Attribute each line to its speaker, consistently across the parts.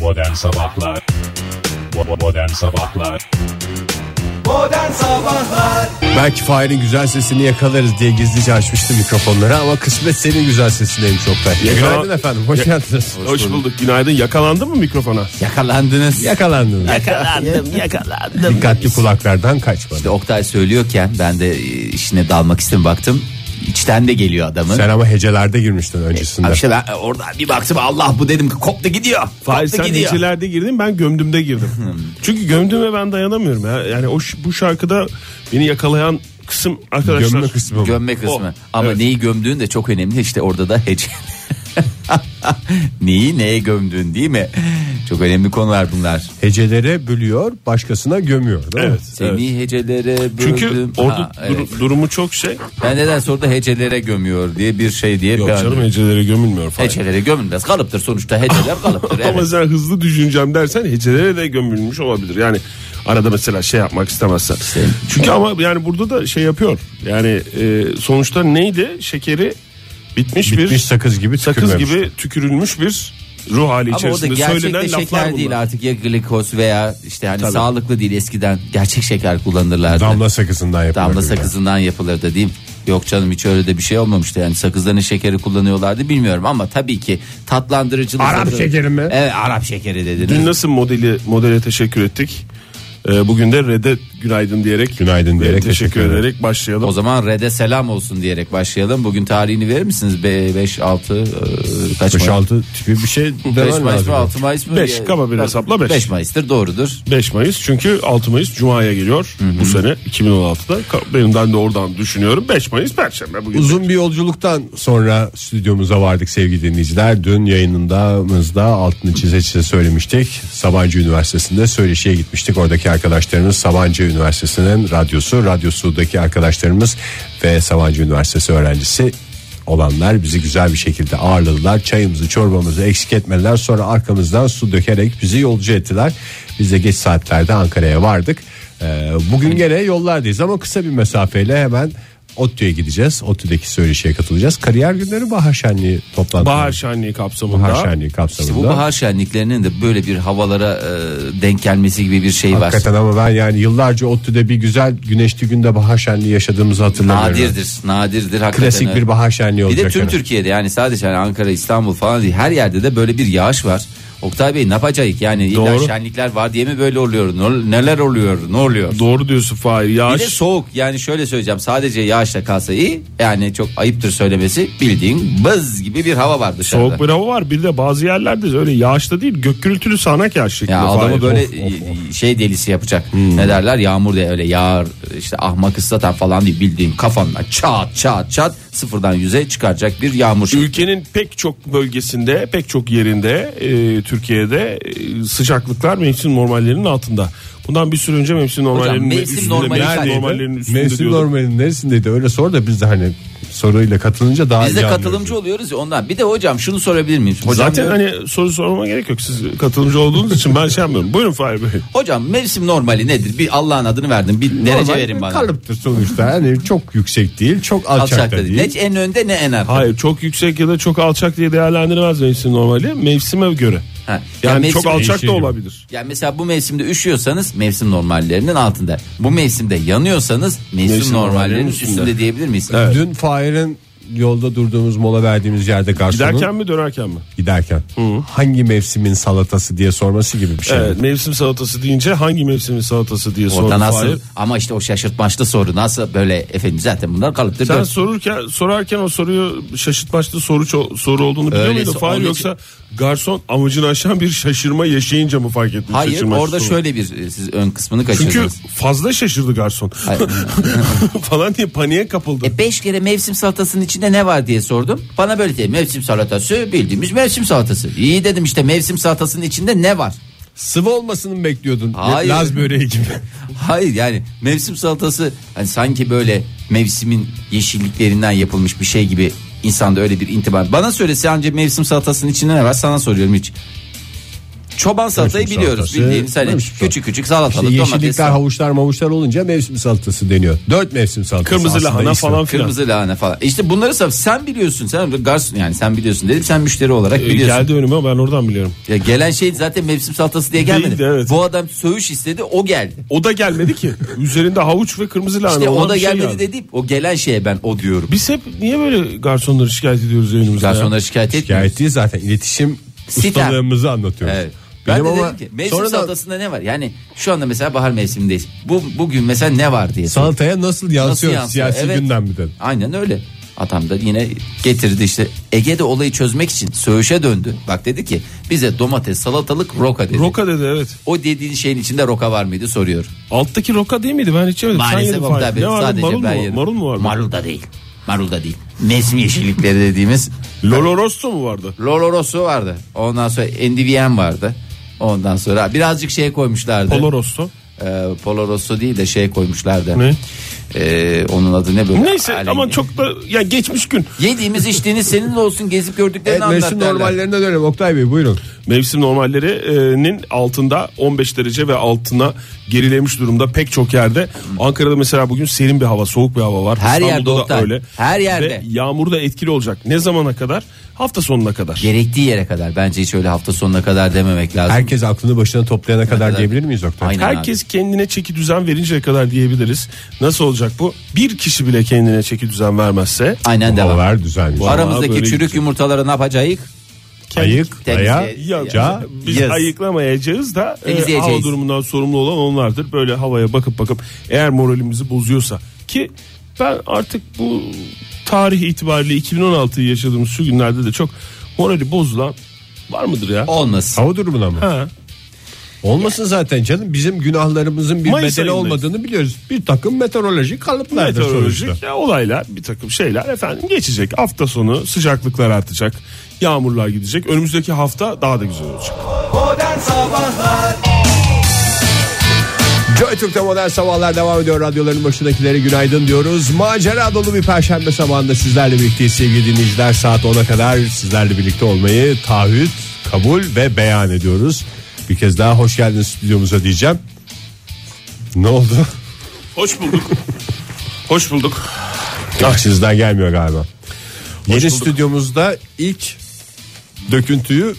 Speaker 1: Modern Sabahlar Bo- Modern Sabahlar
Speaker 2: Modern Sabahlar
Speaker 3: Belki Fahir'in güzel sesini yakalarız diye gizlice açmıştım mikrofonları ama kısmet senin güzel sesine en çok ben. Günaydın efendim, hoş geldiniz.
Speaker 4: Hoş bulduk. Günaydın. Yakalandın mı mikrofona?
Speaker 5: Yakalandınız.
Speaker 3: Yakalandınız.
Speaker 5: Yakalandım, yakalandım.
Speaker 3: Dikkatli kulaklardan kaçma.
Speaker 5: İşte Oktay söylüyorken ben de e, işine dalmak istedim baktım. içten de geliyor adamın.
Speaker 3: Sen ama hecelerde girmiştin öncesinde.
Speaker 5: Abi işte ben e, oradan bir baktım Allah bu dedim ki koptu gidiyor.
Speaker 4: Hayır
Speaker 5: koptu
Speaker 4: sen
Speaker 5: gidiyor. Hmm.
Speaker 4: hecelerde girdin ben gömdümde girdim. Çünkü gömdüme ben dayanamıyorum ya. Yani o ş- bu şarkıda beni yakalayan kısım arkadaşlar.
Speaker 3: Gömme kısmı mı?
Speaker 5: Gömme kısmı.
Speaker 4: O,
Speaker 5: Ama
Speaker 4: Oh. evet.
Speaker 5: neyi gömdüğün de çok önemli. İşte orada da hece. neyi neye gömdüğün değil mi? Çok önemli konular bunlar.
Speaker 3: Hecelere bölüyor, başkasına gömüyor değil mi?
Speaker 4: Evet. evet.
Speaker 5: Seni hecelere böldüm.
Speaker 4: Çünkü orada
Speaker 5: Ha,
Speaker 4: duru-
Speaker 5: evet.
Speaker 4: durumu çok şey.
Speaker 5: Ben neden sonra hecelere gömüyor diye bir şey diye.
Speaker 4: Yok
Speaker 5: bir-
Speaker 4: canım hecelere gömülmüyor falan.
Speaker 5: Hecelere gömülmez. Kalıptır sonuçta heceler kalıptır. evet.
Speaker 4: Ama sen hızlı düşüneceğim dersen hecelere de gömülmüş olabilir. Yani arada mesela şey yapmak istemezsen. Çünkü ama yani burada da şey yapıyor. Yani e, sonuçta neydi? Şekeri bitmiş, bir
Speaker 3: Bitmiş sakız gibi
Speaker 4: sakız
Speaker 3: tükürmemiş.
Speaker 4: gibi tükürülmüş bir ruh hali
Speaker 5: Ama o da
Speaker 4: içerisinde
Speaker 5: gerçekte
Speaker 4: söylenen laflar
Speaker 5: şeker
Speaker 4: bunlar.
Speaker 5: değil artık ya glikoz veya işte hani sağlıklı değil eskiden gerçek şeker kullanırlardı.
Speaker 3: Damla sakızından yapılıyor.
Speaker 5: Damla
Speaker 3: gibi.
Speaker 5: sakızından yapılırdı değil mi? Yok canım hiç öyle de bir şey olmamıştı yani sakızların şekeri kullanıyorlardı bilmiyorum ama tabii ki tatlandırıcılık.
Speaker 3: Arap şekeri mi?
Speaker 5: Evet Arap şekeri
Speaker 4: Dün
Speaker 5: dediniz.
Speaker 4: nasıl modeli modele teşekkür ettik? Ee, bugün de Red'e günaydın diyerek
Speaker 3: Günaydın
Speaker 4: ve
Speaker 3: diyerek
Speaker 4: teşekkür
Speaker 3: teşekkür ederim.
Speaker 4: ederek başlayalım.
Speaker 5: O zaman Red'e selam olsun diyerek başlayalım. Bugün tarihini verir misiniz? 5, 6, e, kaç
Speaker 3: 5
Speaker 5: Mayıs?
Speaker 3: 6 tipi bir şey
Speaker 5: Beş
Speaker 3: demen
Speaker 5: Mayıs
Speaker 3: lazım.
Speaker 5: mı 6 Mayıs mı?
Speaker 4: Beş, kaba bir hesapla beş.
Speaker 5: 5 Mayıs'tır doğrudur.
Speaker 4: 5 Mayıs çünkü 6 Mayıs Cuma'ya geliyor bu sene 2016'da. Ka- Benim ben de oradan düşünüyorum. 5 Mayıs Perşembe bugün.
Speaker 3: Uzun bir yolculuktan sonra stüdyomuza vardık sevgili dinleyiciler. Dün yayınımızda altını çize çize söylemiştik. Sabancı Üniversitesi'nde söyleşiye gitmiştik. Oradaki arkadaşlarımız Sabancı Üniversitesi'nin radyosu, radyosudaki arkadaşlarımız ve Sabancı Üniversitesi öğrencisi olanlar bizi güzel bir şekilde ağırladılar. Çayımızı, çorbamızı eksik etmediler. Sonra arkamızdan su dökerek bizi yolcu ettiler. Biz de geç saatlerde Ankara'ya vardık. Ee, Bugün gene yollardayız ama kısa bir mesafeyle hemen ODTÜ'ye gideceğiz. ODTÜ'deki söyleşiye katılacağız. Kariyer günleri bahar şenliği toplantısı.
Speaker 4: Bahar Şenliği kapsamında.
Speaker 3: Bahar şenliği kapsamında.
Speaker 5: İşte bu bahar şenliklerinin de böyle bir havalara e, denk gelmesi gibi bir şey var.
Speaker 3: Hakikaten ama ben yani yıllarca ODTÜ'de bir güzel güneşli günde bahar şenliği yaşadığımızı hatırlamıyorum.
Speaker 5: Nadirdir, nadirdir hakikaten.
Speaker 3: Klasik
Speaker 5: öyle.
Speaker 3: bir bahar şenliği
Speaker 5: Bir
Speaker 3: olacak.
Speaker 5: de tüm
Speaker 3: yani.
Speaker 5: Türkiye'de yani sadece hani Ankara, İstanbul falan değil her yerde de böyle bir yağış var. Oktay Bey ne yapacağız yani illa
Speaker 4: Doğru.
Speaker 5: şenlikler var diye mi böyle oluyor? Ne- Neler oluyor? Ne oluyor?
Speaker 4: Doğru diyorsun Fahir.
Speaker 5: Bir de
Speaker 4: Yağış
Speaker 5: soğuk yani şöyle söyleyeceğim sadece yağışla kalsa iyi yani çok ayıptır söylemesi bildiğin bız gibi bir hava var dışarıda.
Speaker 4: soğuk bir hava var. Bir de bazı yerlerde öyle yağışta değil gök gürültülü sağanak yağış şeklinde.
Speaker 5: Ya
Speaker 4: Fahir.
Speaker 5: adamı böyle
Speaker 4: Of, Hmm. of, of.
Speaker 5: şey delisi yapacak. Ne derler? Yağmur diye öyle yağar işte ahmak ıslatan falan değil bildiğin kafanla çat çat çat sıfırdan yüze çıkaracak bir yağmur. şey.
Speaker 4: Ülkenin pek çok bölgesinde, pek çok yerinde e, Türkiye'de e, sıcaklıklar mevsim normallerinin altında. Bundan bir süre önce mevsim normallerinin
Speaker 5: mevsim
Speaker 4: üstünde,
Speaker 5: normali
Speaker 4: mevsim
Speaker 5: zaten-
Speaker 4: normallerinin üstünde
Speaker 3: Mevsim
Speaker 4: diyorduk.
Speaker 3: normalinin neresindeydi öyle sor da biz de hani soruyla katılınca daha
Speaker 5: Biz
Speaker 3: iyi
Speaker 5: de
Speaker 3: anlıyoruz.
Speaker 5: katılımcı oluyoruz ya ondan. Bir de hocam şunu sorabilir miyim? Hocam,
Speaker 4: Zaten hani soru sormama gerek yok. Siz katılımcı olduğunuz için ben şey yapmıyorum. Buyurun Fahir Bey.
Speaker 5: hocam mevsim normali nedir? Bir Allah'ın adını verdim. Bir derece
Speaker 3: Normal
Speaker 5: verin bana.
Speaker 3: Kalıptır sonuçta yani çok yüksek değil çok alçak,
Speaker 5: Alçakta
Speaker 3: da
Speaker 5: değil.
Speaker 3: değil.
Speaker 5: Ne en önde ne en arkada.
Speaker 4: Hayır çok yüksek ya da çok alçak diye değerlendirmez mevsim normali. Mevsime göre.
Speaker 5: Ha, ya
Speaker 4: Yani
Speaker 5: mevsim-
Speaker 4: çok alçak da
Speaker 3: Değişiyor.
Speaker 4: olabilir.
Speaker 5: Yani mesela bu mevsimde üşüyorsanız mevsim normallerinin altında. Bu mevsimde yanıyorsanız mevsim,
Speaker 4: Mevsim
Speaker 5: normallerinin
Speaker 4: normallerinin
Speaker 5: üstünde.
Speaker 4: üstünde
Speaker 5: diyebilir miyiz?
Speaker 3: Dün Fahir'in yolda durduğumuz mola verdiğimiz yerde garsonun
Speaker 4: Giderken mi dönerken mi?
Speaker 3: giderken hangi mevsimin salatası diye sorması gibi bir şey.
Speaker 4: Evet, mevsim salatası deyince hangi mevsimin salatası diye
Speaker 5: Orada
Speaker 4: sordum
Speaker 5: nasıl
Speaker 4: Fahir.
Speaker 5: ama işte o şaşırtmaçlı soru nasıl böyle efendim zaten bunlar kalıptır.
Speaker 4: Sen
Speaker 5: Böyle-
Speaker 4: sorurken sorarken o soruyu şaşırtmaçlı soru ço- soru olduğunu biliyor
Speaker 5: Öyleyse
Speaker 4: muydun Fahir
Speaker 5: onun için-
Speaker 4: yoksa garson amacını aşan bir şaşırma yaşayınca mı fark ettin?
Speaker 5: Hayır
Speaker 4: şaşırmaçlı
Speaker 5: orada
Speaker 4: soru?
Speaker 5: şöyle bir e, siz ön kısmını
Speaker 4: Çünkü
Speaker 5: kaçırdınız.
Speaker 4: fazla şaşırdı garson.
Speaker 5: Hayır.
Speaker 4: Falan diye paniğe kapıldı.
Speaker 5: E beş kere mevsim salatasının içinde ne var diye sordum. Bana böyle dedi mevsim salatası bildiğimiz mevsim salatası. İyi dedim işte mevsim salatasının içinde ne var?
Speaker 3: Sıvı olmasını mı bekliyordun?
Speaker 5: Hayır. Şey,
Speaker 3: Laz böreği gibi.
Speaker 5: Hayır yani mevsim salatası hani sanki böyle mevsimin yeşilliklerinden yapılmış bir şey gibi insanda öyle bir intiba. Bana söylese anca mevsim salatasının içinde ne var sana soruyorum hiç. çoban salatayı
Speaker 3: Mevsim
Speaker 5: biliyoruz.
Speaker 3: salatası,
Speaker 5: Bildiğimiz hani
Speaker 3: mevsim
Speaker 5: küçük küçük
Speaker 3: İşte
Speaker 5: salatalık domates,
Speaker 3: Şey, yeşillikler, havuçlar, mavuçlar olunca mevsim salatası deniyor. Dört mevsim salatası.
Speaker 4: Kırmızı
Speaker 3: aslında
Speaker 4: lahana
Speaker 3: ismi.
Speaker 4: falan filan.
Speaker 5: kırmızı lahana falan. İşte bunları sat. Sen biliyorsun. Sen garson yani sen biliyorsun dedim. Sen müşteri olarak
Speaker 3: Ee,
Speaker 4: E,
Speaker 5: biliyorsun.
Speaker 4: Geldi önüme ben oradan biliyorum.
Speaker 5: Ya gelen şey zaten mevsim salatası diye gelmedi.
Speaker 4: Değildi, evet.
Speaker 5: Bu adam söğüş istedi o geldi.
Speaker 4: O da gelmedi ki. Üzerinde havuç ve kırmızı
Speaker 3: Hani
Speaker 4: lahana.
Speaker 5: İşte
Speaker 4: olan
Speaker 5: o da
Speaker 4: bir şey
Speaker 5: gelmedi
Speaker 4: yani.
Speaker 5: dediğim o gelen şeye ben o diyorum.
Speaker 4: Biz hep niye böyle garsonları şikayet ediyoruz yayınımızda? ya?
Speaker 5: Garsonlara şikayet etmiyoruz.
Speaker 3: Şikayet değil zaten iletişim
Speaker 5: Sitem.
Speaker 3: ustalığımızı anlatıyoruz.
Speaker 5: Evet. Ben
Speaker 3: Benim
Speaker 5: de
Speaker 3: ama
Speaker 5: dedim ki mevsim
Speaker 3: sonra da
Speaker 5: salatasında ne var? Yani şu anda mesela bahar mevsimindeyiz. Bu bugün mesela ne var diye. sordum.
Speaker 3: salataya nasıl yansıyor,
Speaker 5: yansıyor?
Speaker 3: siyasi
Speaker 5: Evet.
Speaker 3: gündem bir de.
Speaker 5: Aynen öyle. Adam da yine getirdi işte Ege'de olayı çözmek için söğüşe döndü. Bak dedi ki bize domates, salatalık, roka dedi.
Speaker 4: Roka dedi evet.
Speaker 5: O dediğin şeyin içinde roka var mıydı soruyor.
Speaker 4: Alttaki roka değil miydi? Ben hiç yemedim. Sen
Speaker 5: Maalesef
Speaker 4: yedin
Speaker 5: o
Speaker 4: Fahir.
Speaker 5: tabii
Speaker 4: Ne vardı?
Speaker 5: sadece
Speaker 4: marul mu?
Speaker 5: ben
Speaker 4: var?
Speaker 5: yedim.
Speaker 4: Marul mu vardı?
Speaker 5: Marul da değil. Marul da değil. Mevsim yeşillikleri dediğimiz
Speaker 4: Lolo Rosso mu vardı?
Speaker 5: Lolorosu vardı. Ondan sonra Endivyen vardı. Ondan sonra birazcık şey koymuşlardı.
Speaker 4: Polo Rosso.
Speaker 5: Ee, Polo Rosso değil de şey koymuşlardı.
Speaker 4: Ne?
Speaker 5: Ee, onun adı ne böyle?
Speaker 4: E, Neyse
Speaker 5: Alenghi.
Speaker 4: ama çok da ya geçmiş gün.
Speaker 5: Yediğimiz içtiğiniz senin de olsun gezip gördüklerini
Speaker 3: Evet,
Speaker 5: anlat
Speaker 3: mevsim
Speaker 5: derler.
Speaker 3: normallerine dönelim Oktay Bey buyurun.
Speaker 4: Mevsim normallerinin altında 15 derece ve altına gerilemiş durumda pek çok yerde. Ankara'da mesela bugün serin bir hava, soğuk bir hava var.
Speaker 5: Her yerde
Speaker 4: da
Speaker 5: Oktay,
Speaker 4: öyle.
Speaker 5: her yerde.
Speaker 4: Ve yağmur da etkili olacak. Ne zamana kadar? Hafta sonuna kadar.
Speaker 5: Gerektiği yere kadar bence hiç öyle hafta sonuna kadar dememek lazım.
Speaker 3: Herkes aklını başına toplayana kadar
Speaker 5: kadar?
Speaker 3: diyebilir miyiz Oktay?
Speaker 5: Aynen.
Speaker 4: Herkes kendine çeki düzen verinceye kadar diyebiliriz. Nasıl olacak bu? Bir kişi bile kendine çeki düzen vermezse
Speaker 5: Aynen devam.
Speaker 3: Havalar düzenli.
Speaker 5: Aramızdaki
Speaker 4: böyle
Speaker 5: çürük
Speaker 4: gidecek.
Speaker 5: yumurtaları ne yapacağız?
Speaker 3: Ayık,
Speaker 5: Temizle-
Speaker 3: daya,
Speaker 4: Ya,
Speaker 3: ca,
Speaker 4: biz
Speaker 5: yaz.
Speaker 4: ayıklamayacağız da e,
Speaker 5: Temizleyeceğiz.
Speaker 4: hava durumundan sorumlu olan onlardır. Böyle havaya bakıp bakıp eğer moralimizi bozuyorsa ki ben artık bu tarih itibariyle 2016'yı yaşadığımız şu günlerde de çok morali bozulan var mıdır ya?
Speaker 5: Olmasın.
Speaker 3: hava durumuna mı?
Speaker 4: Ha.
Speaker 3: Olmasın zaten canım bizim günahlarımızın bir
Speaker 4: Mayıs
Speaker 3: bedeli
Speaker 4: ayındayız.
Speaker 3: olmadığını biliyoruz. Bir takım meteorolojik kalıplardır sonuçta.
Speaker 4: Meteorolojik ya, olaylar bir takım şeyler efendim geçecek. Hafta sonu sıcaklıklar artacak. Yağmurlar gidecek. Önümüzdeki hafta daha da güzel olacak.
Speaker 2: Modern Sabahlar
Speaker 3: Joy Türk'te modern sabahlar devam ediyor. Radyoların başındakilere günaydın diyoruz. Macera dolu bir perşembe sabahında sizlerle birlikteyiz sevgili dinleyiciler. Saat 10'a kadar sizlerle birlikte olmayı taahhüt, kabul ve beyan ediyoruz. Bir kez daha hoş geldiniz stüdyomuza diyeceğim. Ne oldu?
Speaker 4: Hoş bulduk. Hoş bulduk.
Speaker 3: Karşınızdan Ah, gelmiyor galiba. Yeni stüdyomuzda ilk döküntüyü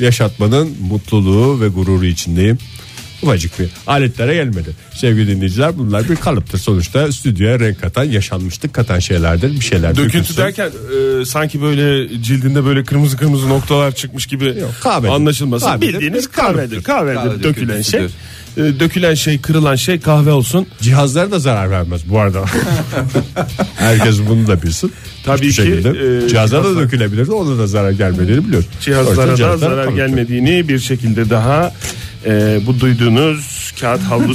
Speaker 3: yaşatmanın mutluluğu ve gururu içindeyim. Ufacık bir aletlere gelmedi. Sevgili dinleyiciler bunlar bir kalıptır. Sonuçta stüdyoya renk katan, yaşanmışlık katan şeylerdir. Bir şeyler
Speaker 4: Döküntü
Speaker 3: dökülsün.
Speaker 4: derken e, sanki böyle cildinde böyle kırmızı kırmızı noktalar çıkmış gibi
Speaker 3: Yok, kahvedir.
Speaker 4: anlaşılmasın.
Speaker 3: Kahvedir,
Speaker 4: Bildiğiniz
Speaker 3: bir kahvedir.
Speaker 4: kahvedir. Kahvedir,
Speaker 5: Kahve
Speaker 4: dökülen şey.
Speaker 5: döküntüsüdür.
Speaker 4: E, dökülen şey, kırılan şey kahve olsun.
Speaker 3: Cihazlara da zarar vermez bu arada. Herkes bunu da bilsin. Hiçbir
Speaker 4: Tabii ki,
Speaker 3: şekilde.
Speaker 4: e,
Speaker 3: cihazlara da
Speaker 4: cihazlar-
Speaker 3: dökülebilirdi. Ona da zarar gelmediğini biliyoruz.
Speaker 4: Cihazlara
Speaker 3: Sonuçta
Speaker 4: da
Speaker 3: cihazlar
Speaker 4: zarar
Speaker 3: kalıptır.
Speaker 4: gelmediğini bir şekilde daha e, bu duyduğunuz kağıt havlu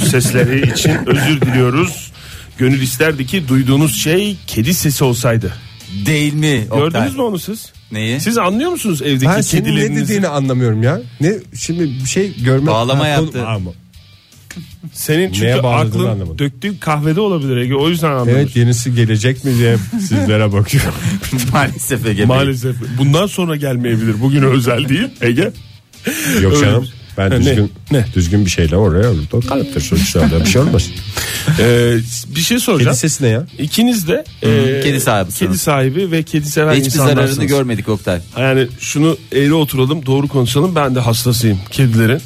Speaker 4: sesleri için özür diliyoruz. Gönül isterdi ki duyduğunuz şey kedi sesi olsaydı.
Speaker 5: Değil mi? Oktay?
Speaker 4: Gördünüz mü onu siz?
Speaker 5: Neyi?
Speaker 4: Siz anlıyor musunuz evdeki
Speaker 3: Ben senin ne
Speaker 4: kedilerinizi?
Speaker 3: dediğini anlamıyorum ya. Ne şimdi bir şey görmek
Speaker 5: Bağlama
Speaker 3: konu-
Speaker 5: yaptı.
Speaker 3: Ama-
Speaker 4: Senin çünkü
Speaker 3: Neye bağladığını
Speaker 4: aklın
Speaker 3: anlamadım.
Speaker 4: döktüğün kahvede olabilir Ege. O yüzden anlamış.
Speaker 3: Evet yenisi gelecek mi diye sizlere bakıyorum.
Speaker 5: Maalesef Ege Bey.
Speaker 4: Maalesef. Bundan sonra gelmeyebilir. Bugün özel değil Ege.
Speaker 3: Yok canım. Ben
Speaker 4: Ne?
Speaker 3: düzgün
Speaker 4: Ne?
Speaker 3: düzgün bir şeyle oraya orada kalıptır sonuçta orada bir şey olmaz.
Speaker 4: Ee, bir şey soracağım.
Speaker 3: Kedi sesi ne ya?
Speaker 4: İkiniz de e,
Speaker 5: kedi sahibisiniz.
Speaker 4: Kedi sahibi ve kedi seven
Speaker 5: Hiçbir zararını
Speaker 4: insanlarsınız.
Speaker 5: görmedik Oktay.
Speaker 4: yani şunu eğri oturalım doğru konuşalım. Ben de hastasıyım kedilerin.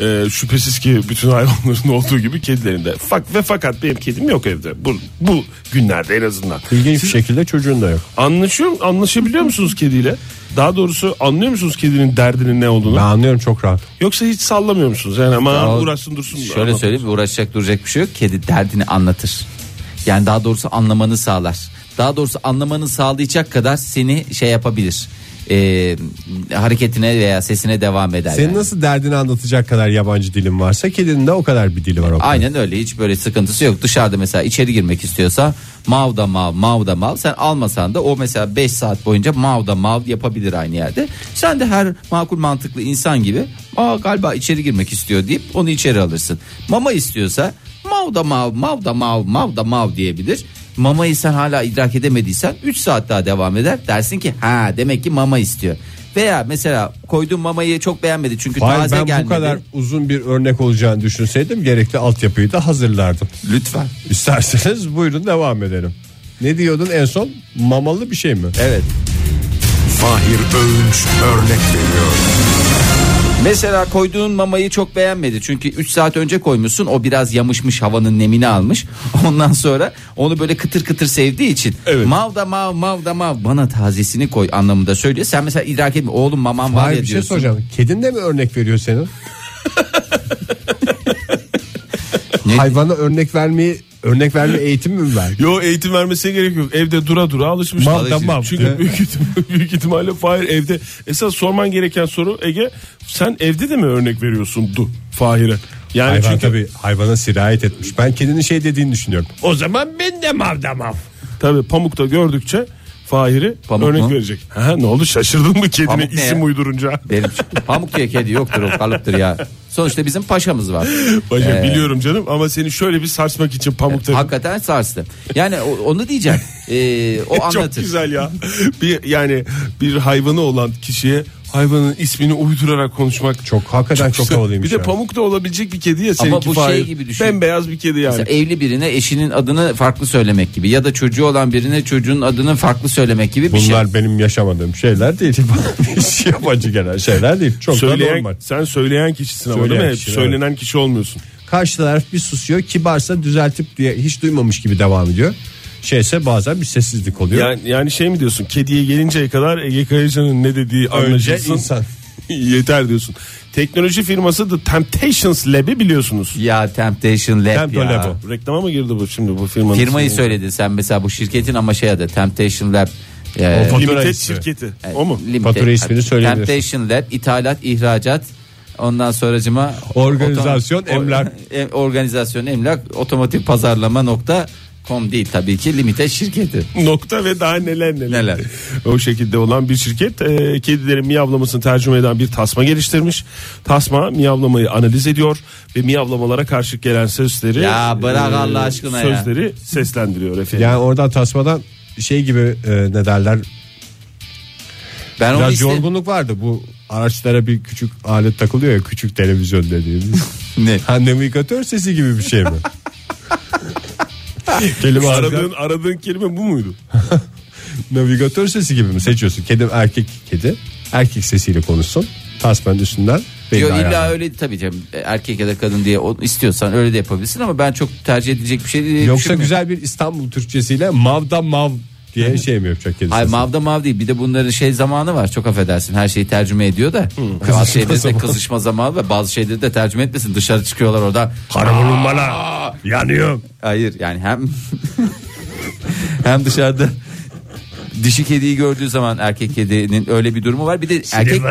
Speaker 4: Ee, şüphesiz ki bütün hayvanların olduğu gibi kedilerin de. Fak ve fakat benim kedim yok evde. Bu, bu günlerde en azından.
Speaker 3: İlginç bir şekilde çocuğun da yok.
Speaker 4: Anlaşıyor, anlaşabiliyor musunuz kediyle? Daha doğrusu anlıyor musunuz kedinin derdinin ne olduğunu?
Speaker 3: Ben anlıyorum çok rahat.
Speaker 4: Yoksa hiç sallamıyor musunuz? Yani ama
Speaker 5: Ya,
Speaker 4: uğraşsın dursun.
Speaker 5: Şöyle söyleyeyim uğraşacak duracak bir şey yok. Kedi derdini anlatır. Yani daha doğrusu anlamanı sağlar. Daha doğrusu anlamanı sağlayacak kadar seni şey yapabilir. Ee, hareketine veya sesine devam eder.
Speaker 3: Senin
Speaker 5: yani.
Speaker 3: nasıl derdini anlatacak kadar yabancı dilin varsa kedinin de o kadar bir dili var. Oktay.
Speaker 5: Aynen öyle hiç böyle sıkıntısı yok. Dışarıda mesela içeri girmek istiyorsa mav da mav mav da mav. Sen almasan da o mesela 5 saat boyunca mav da mav yapabilir aynı yerde. Sen de her makul mantıklı insan gibi aa galiba içeri girmek istiyor deyip onu içeri alırsın. Mama istiyorsa mav da mav mav da mav mav da mav diyebilir. Mamayı sen hala idrak edemediysen 3 saat daha devam eder. Dersin ki ha demek ki mama istiyor. Veya mesela koyduğun mamayı çok beğenmedi çünkü
Speaker 3: Hayır,
Speaker 5: taze
Speaker 3: ben
Speaker 5: gelmedi.
Speaker 3: bu kadar uzun bir örnek olacağını düşünseydim gerekli altyapıyı da hazırlardım.
Speaker 5: Lütfen.
Speaker 3: İsterseniz buyurun devam edelim. Ne diyordun en son? Mamalı bir şey mi?
Speaker 5: Evet.
Speaker 6: Fahir Öğünç örnek veriyor.
Speaker 5: Mesela koyduğun mamayı çok beğenmedi. Çünkü 3 saat önce koymuşsun. O biraz yamışmış havanın nemini almış. Ondan sonra onu böyle kıtır kıtır sevdiği için. Mav da mav mav da mav bana tazesini koy anlamında söylüyor. Sen mesela idrak etme oğlum mamam var
Speaker 3: Hayır
Speaker 5: ya
Speaker 3: bir şey
Speaker 5: diyorsun.
Speaker 3: soracağım. Kedin de mi örnek veriyor senin?
Speaker 5: Ne-
Speaker 3: Hayvana örnek vermeyi örnek verme eğitimi mi ver?
Speaker 4: Yo eğitim vermesine gerek yok. Evde dura dura alışmışlar.
Speaker 3: Mam da mam.
Speaker 4: Çünkü
Speaker 3: Evet.
Speaker 4: büyük, ihtim- büyük ihtimalle Fahir evde. Esas sorman gereken soru Ege sen evde de mi örnek veriyorsun du Fahir'e? Yani
Speaker 3: Hayvan
Speaker 4: çünkü
Speaker 3: tabii hayvana sirayet etmiş. Ben kedinin şey dediğini düşünüyorum.
Speaker 4: o zaman ben de mav da mav. Tabii pamukta gördükçe Fahir'i
Speaker 5: Pamuk
Speaker 4: örnek
Speaker 5: mu?
Speaker 4: verecek. Ha, ne oldu şaşırdın mı kedine
Speaker 5: Pamuk ne
Speaker 4: isim
Speaker 5: ya?
Speaker 4: uydurunca?
Speaker 5: Benim pamuk diye kedi yoktur o kalıptır ya. Sonuçta bizim paşamız var.
Speaker 4: Başka
Speaker 5: Ee,
Speaker 4: biliyorum canım ama seni şöyle bir sarsmak için pamukta.
Speaker 5: Hakikaten sarstı. Yani o- onu diyeceğim. Ee, o anlatır.
Speaker 4: Çok güzel ya. Bir yani bir hayvanı olan kişiye hayvanın ismini uydurarak konuşmak
Speaker 3: Çok hakikaten çok,
Speaker 4: güzel.
Speaker 3: havalıymış.
Speaker 4: Bir de
Speaker 3: ya.
Speaker 4: pamuk da olabilecek bir kedi ya seninki
Speaker 5: bu şey
Speaker 4: Fahir.
Speaker 5: gibi düşün.
Speaker 4: Bembeyaz bir kedi yani.
Speaker 5: Mesela evli birine eşinin adını farklı söylemek gibi ya da çocuğu olan birine çocuğun adını farklı söylemek gibi bir
Speaker 3: Bunlar
Speaker 5: şey.
Speaker 3: benim yaşamadığım şeyler değil. Hiç yabancı gelen şeyler değil. Çok da
Speaker 4: söyleyen,
Speaker 3: normal.
Speaker 4: sen söyleyen kişisin ama
Speaker 3: Söyleyen
Speaker 4: değil mi?
Speaker 3: kişi,
Speaker 4: Hep Söylenen kişi olmuyorsun.
Speaker 3: Karşı taraf bir susuyor. Kibarsa düzeltip diye hiç duymamış gibi devam ediyor. Şeyse bazen bir sessizlik oluyor.
Speaker 4: Yani, yani şey mi diyorsun kediye gelinceye kadar Ege Kayacan'ın ne dediği anlaşılsın.
Speaker 3: insan.
Speaker 4: Yeter diyorsun. Teknoloji firması The Temptations Lab'i biliyorsunuz.
Speaker 5: Ya Temptation Lab
Speaker 4: Tempo
Speaker 5: ya.
Speaker 4: Lab'ı. Reklama girdi bu şimdi bu firmanın.
Speaker 5: Firmayı
Speaker 4: ismi.
Speaker 5: söyledin sen mesela bu şirketin ama şey adı Temptation Lab. e,
Speaker 3: Fatura
Speaker 4: Limited
Speaker 3: ismi.
Speaker 4: şirketi. O mu?
Speaker 5: limited-
Speaker 3: fatura ismini söyleyebilirsin.
Speaker 5: Temptation Lab ithalat ihracat ondan sonracıma
Speaker 3: Organizasyon,
Speaker 5: otom-
Speaker 3: emlak.
Speaker 5: e, organizasyon emlak otomotiv pazarlama nokta com değil tabii ki limite şirketi.
Speaker 4: Nokta ve daha neler neler.
Speaker 5: Neler.
Speaker 4: O şekilde olan bir şirket e, kedilerin miyavlamasını tercüme eden bir tasma geliştirmiş. Tasma miyavlamayı analiz ediyor ve miyavlamalara karşı gelen sözleri
Speaker 5: Ya bırak Allah aşkına ya.
Speaker 4: sözleri seslendiriyor efendim.
Speaker 3: Yani oradan tasmadan şey gibi e, ne derler
Speaker 5: Ben onu
Speaker 3: Biraz
Speaker 5: iste-
Speaker 3: yorgunluk vardı bu araçlara bir küçük alet takılıyor ya küçük televizyon dediğimiz.
Speaker 5: Ne?
Speaker 3: Handemikatör sesi gibi bir şey mi? Kelime
Speaker 4: Aradığın,
Speaker 3: aradığın
Speaker 4: aradığın kelime bu muydu?
Speaker 3: navigatör sesi gibi mi seçiyorsun? Kedi erkek kedi erkek sesiyle konuşsun. Tasmanın üstünden belli
Speaker 5: Yok illa
Speaker 3: ayarlar.
Speaker 5: öyle tabii canım erkek ya da kadın diye o- istiyorsan öyle de yapabilirsin ama ben çok tercih edilecek bir şey değil.
Speaker 3: Yoksa güzel bir İstanbul Türkçesiyle mavda mav diye şey mi yapacak kedi
Speaker 5: Ay
Speaker 3: sesi?
Speaker 5: mav da mav değil bir de bunların şey zamanı var çok affedersin her şeyi tercüme ediyor da bazı şeyleri de kızışma zamanı ve bazı şeyleri de tercüme etmesin dışarı çıkıyorlar orada
Speaker 3: Karaburun bana yanıyor.
Speaker 5: hayır yani hem hem dışarıda dişi kediyi gördüğü zaman erkek kedinin öyle bir durumu var bir de erkek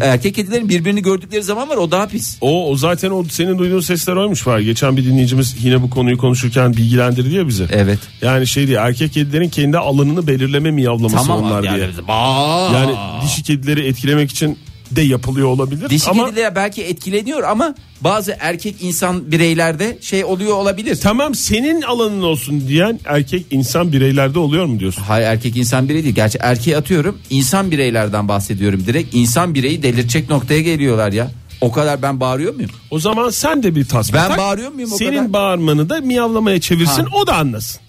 Speaker 5: erkek kedilerin birbirini gördükleri zaman var o daha pis
Speaker 4: O, o zaten o senin duyduğun sesler oymuş var. Geçen bir dinleyicimiz yine bu konuyu konuşurken bilgilendirdi ya bizi.
Speaker 5: evet
Speaker 4: Yani şey diye erkek kedilerin kendi alanını belirleme miyavlaması
Speaker 5: tamam
Speaker 4: onlar
Speaker 5: yani,
Speaker 4: diye.
Speaker 5: Baa!
Speaker 4: Yani dişi kedileri etkilemek için de yapılıyor olabilir
Speaker 5: Dişi
Speaker 4: ama
Speaker 5: kediler belki etkileniyor ama bazı erkek insan bireylerde şey oluyor olabilir.
Speaker 4: tamam senin alanın olsun diyen erkek insan bireylerde oluyor mu diyorsun?
Speaker 5: Hayır erkek insan bireyi değil. Gerçi erkeği atıyorum. insan bireylerden bahsediyorum direkt. İnsan bireyi delirtecek noktaya geliyorlar ya. O kadar ben bağırıyor muyum?
Speaker 4: O zaman sen de bir tasma
Speaker 5: Ben
Speaker 4: tak.
Speaker 5: bağırıyor muyum o
Speaker 4: Senin
Speaker 5: kadar?
Speaker 4: bağırmanı da miyavlamaya çevirsin
Speaker 5: Ha.
Speaker 4: o da anlasın.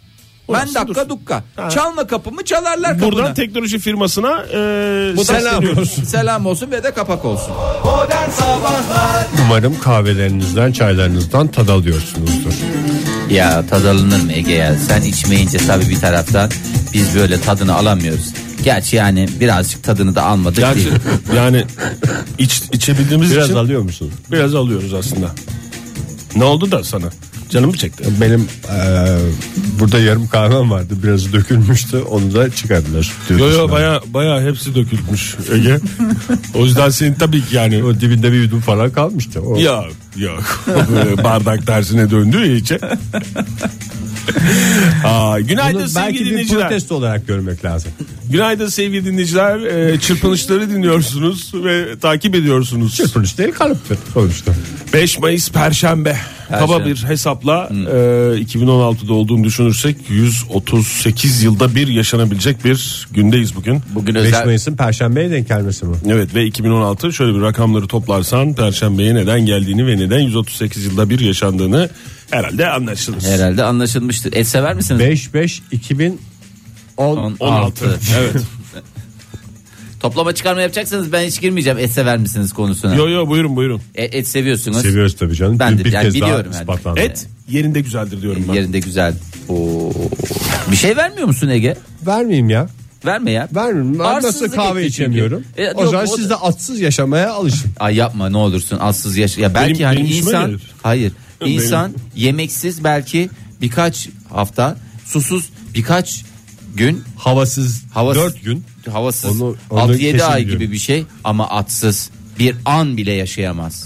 Speaker 5: ben
Speaker 4: Orası
Speaker 5: dakika
Speaker 4: dursun.
Speaker 5: dukka.
Speaker 4: Ha.
Speaker 5: Çalma kapımı çalarlar kapını.
Speaker 4: Buradan teknoloji firmasına e,
Speaker 5: Bu da
Speaker 4: sesleniyoruz.
Speaker 5: Selam olsun ve de kapak olsun.
Speaker 2: Modern Sabahlar
Speaker 3: Umarım kahvelerinizden çaylarınızdan tad alıyorsunuzdur.
Speaker 5: Ya tad alınır mı Ege ya? Sen içmeyince tabii bir taraftan biz böyle tadını alamıyoruz. Gerçi yani birazcık tadını da almadık
Speaker 4: Gerçi yani iç, içebildiğimiz
Speaker 3: Biraz
Speaker 4: için
Speaker 3: alıyor musun?
Speaker 4: biraz alıyoruz aslında. Ne oldu da sana? Canım çekti.
Speaker 3: Benim eee, burada yarım kahvem vardı. Biraz dökülmüştü. Onu da çıkardılar.
Speaker 4: Yo yo baya baya hepsi dökülmüş Ege. o yüzden senin tabii ki yani
Speaker 3: O dibinde bir yudum falan kalmıştı. O
Speaker 4: Ya yok. Bardak tersine döndü ya içe. Aa, günaydın
Speaker 3: Bunu belki
Speaker 4: sevgili
Speaker 3: bir
Speaker 4: dinleyiciler.
Speaker 3: protesto olarak görmek lazım.
Speaker 4: Günaydın sevgili dinleyiciler. Ee, çırpınışları dinliyorsunuz ve takip ediyorsunuz.
Speaker 3: Çırpınış değil kalıptır sonuçta.
Speaker 4: 5 Mayıs Perşembe. kaba
Speaker 5: şey.
Speaker 4: bir hesapla e, 2016'da olduğunu düşünürsek 138 yılda bir yaşanabilecek bir gündeyiz bugün.
Speaker 5: Bugün
Speaker 3: 5
Speaker 5: özel
Speaker 3: Mayıs'ın Perşembe'ye denk gelmesi mi?
Speaker 4: Evet ve 2016 şöyle bir rakamları toplarsan Perşembe'ye neden geldiğini ve neden 138 yılda bir yaşandığını herhalde anlaşılır.
Speaker 5: herhalde anlaşılmıştır. Et sever misiniz?
Speaker 3: 5 5 2000
Speaker 5: On-
Speaker 4: 16.
Speaker 5: altı.
Speaker 4: evet.
Speaker 5: Toplama çıkarma yapacaksanız ben hiç girmeyeceğim. Et sever misiniz konusuna.
Speaker 4: Yo yo buyurun buyurun.
Speaker 5: E- Et, seviyorsunuz.
Speaker 3: Seviyoruz tabii canım.
Speaker 5: Ben
Speaker 3: Dün
Speaker 5: de-
Speaker 3: bir
Speaker 5: yani
Speaker 3: kez daha
Speaker 5: biliyorum yani.
Speaker 3: ispatlandı.
Speaker 4: Et yerinde güzeldir diyorum ben.
Speaker 5: Yerinde güzel. Oo. Bir şey vermiyor musun Ege?
Speaker 3: Vermeyeyim ya.
Speaker 5: Verme ya.
Speaker 3: Vermeyeyim. Ben nasıl
Speaker 5: Arsızlık
Speaker 3: kahve
Speaker 5: etti çünkü.
Speaker 3: içemiyorum.
Speaker 5: E,
Speaker 3: o
Speaker 5: yok,
Speaker 3: zaman
Speaker 5: o
Speaker 3: siz
Speaker 5: da-
Speaker 3: de atsız yaşamaya alışın.
Speaker 5: Ay yapma ne olursun azsız yaş. Ya belki
Speaker 4: Benim-
Speaker 5: hani
Speaker 4: benim işime
Speaker 5: insan
Speaker 4: gelir.
Speaker 5: hayır.
Speaker 4: Benim-
Speaker 5: insan yemeksiz belki birkaç hafta susuz birkaç gün
Speaker 3: Havasız,
Speaker 5: havasız
Speaker 3: 4 gün.
Speaker 5: havasız
Speaker 3: Onu- onu
Speaker 5: 6-7 ay
Speaker 3: kesin
Speaker 5: gibi bir şey ama atsız bir an bile yaşayamaz.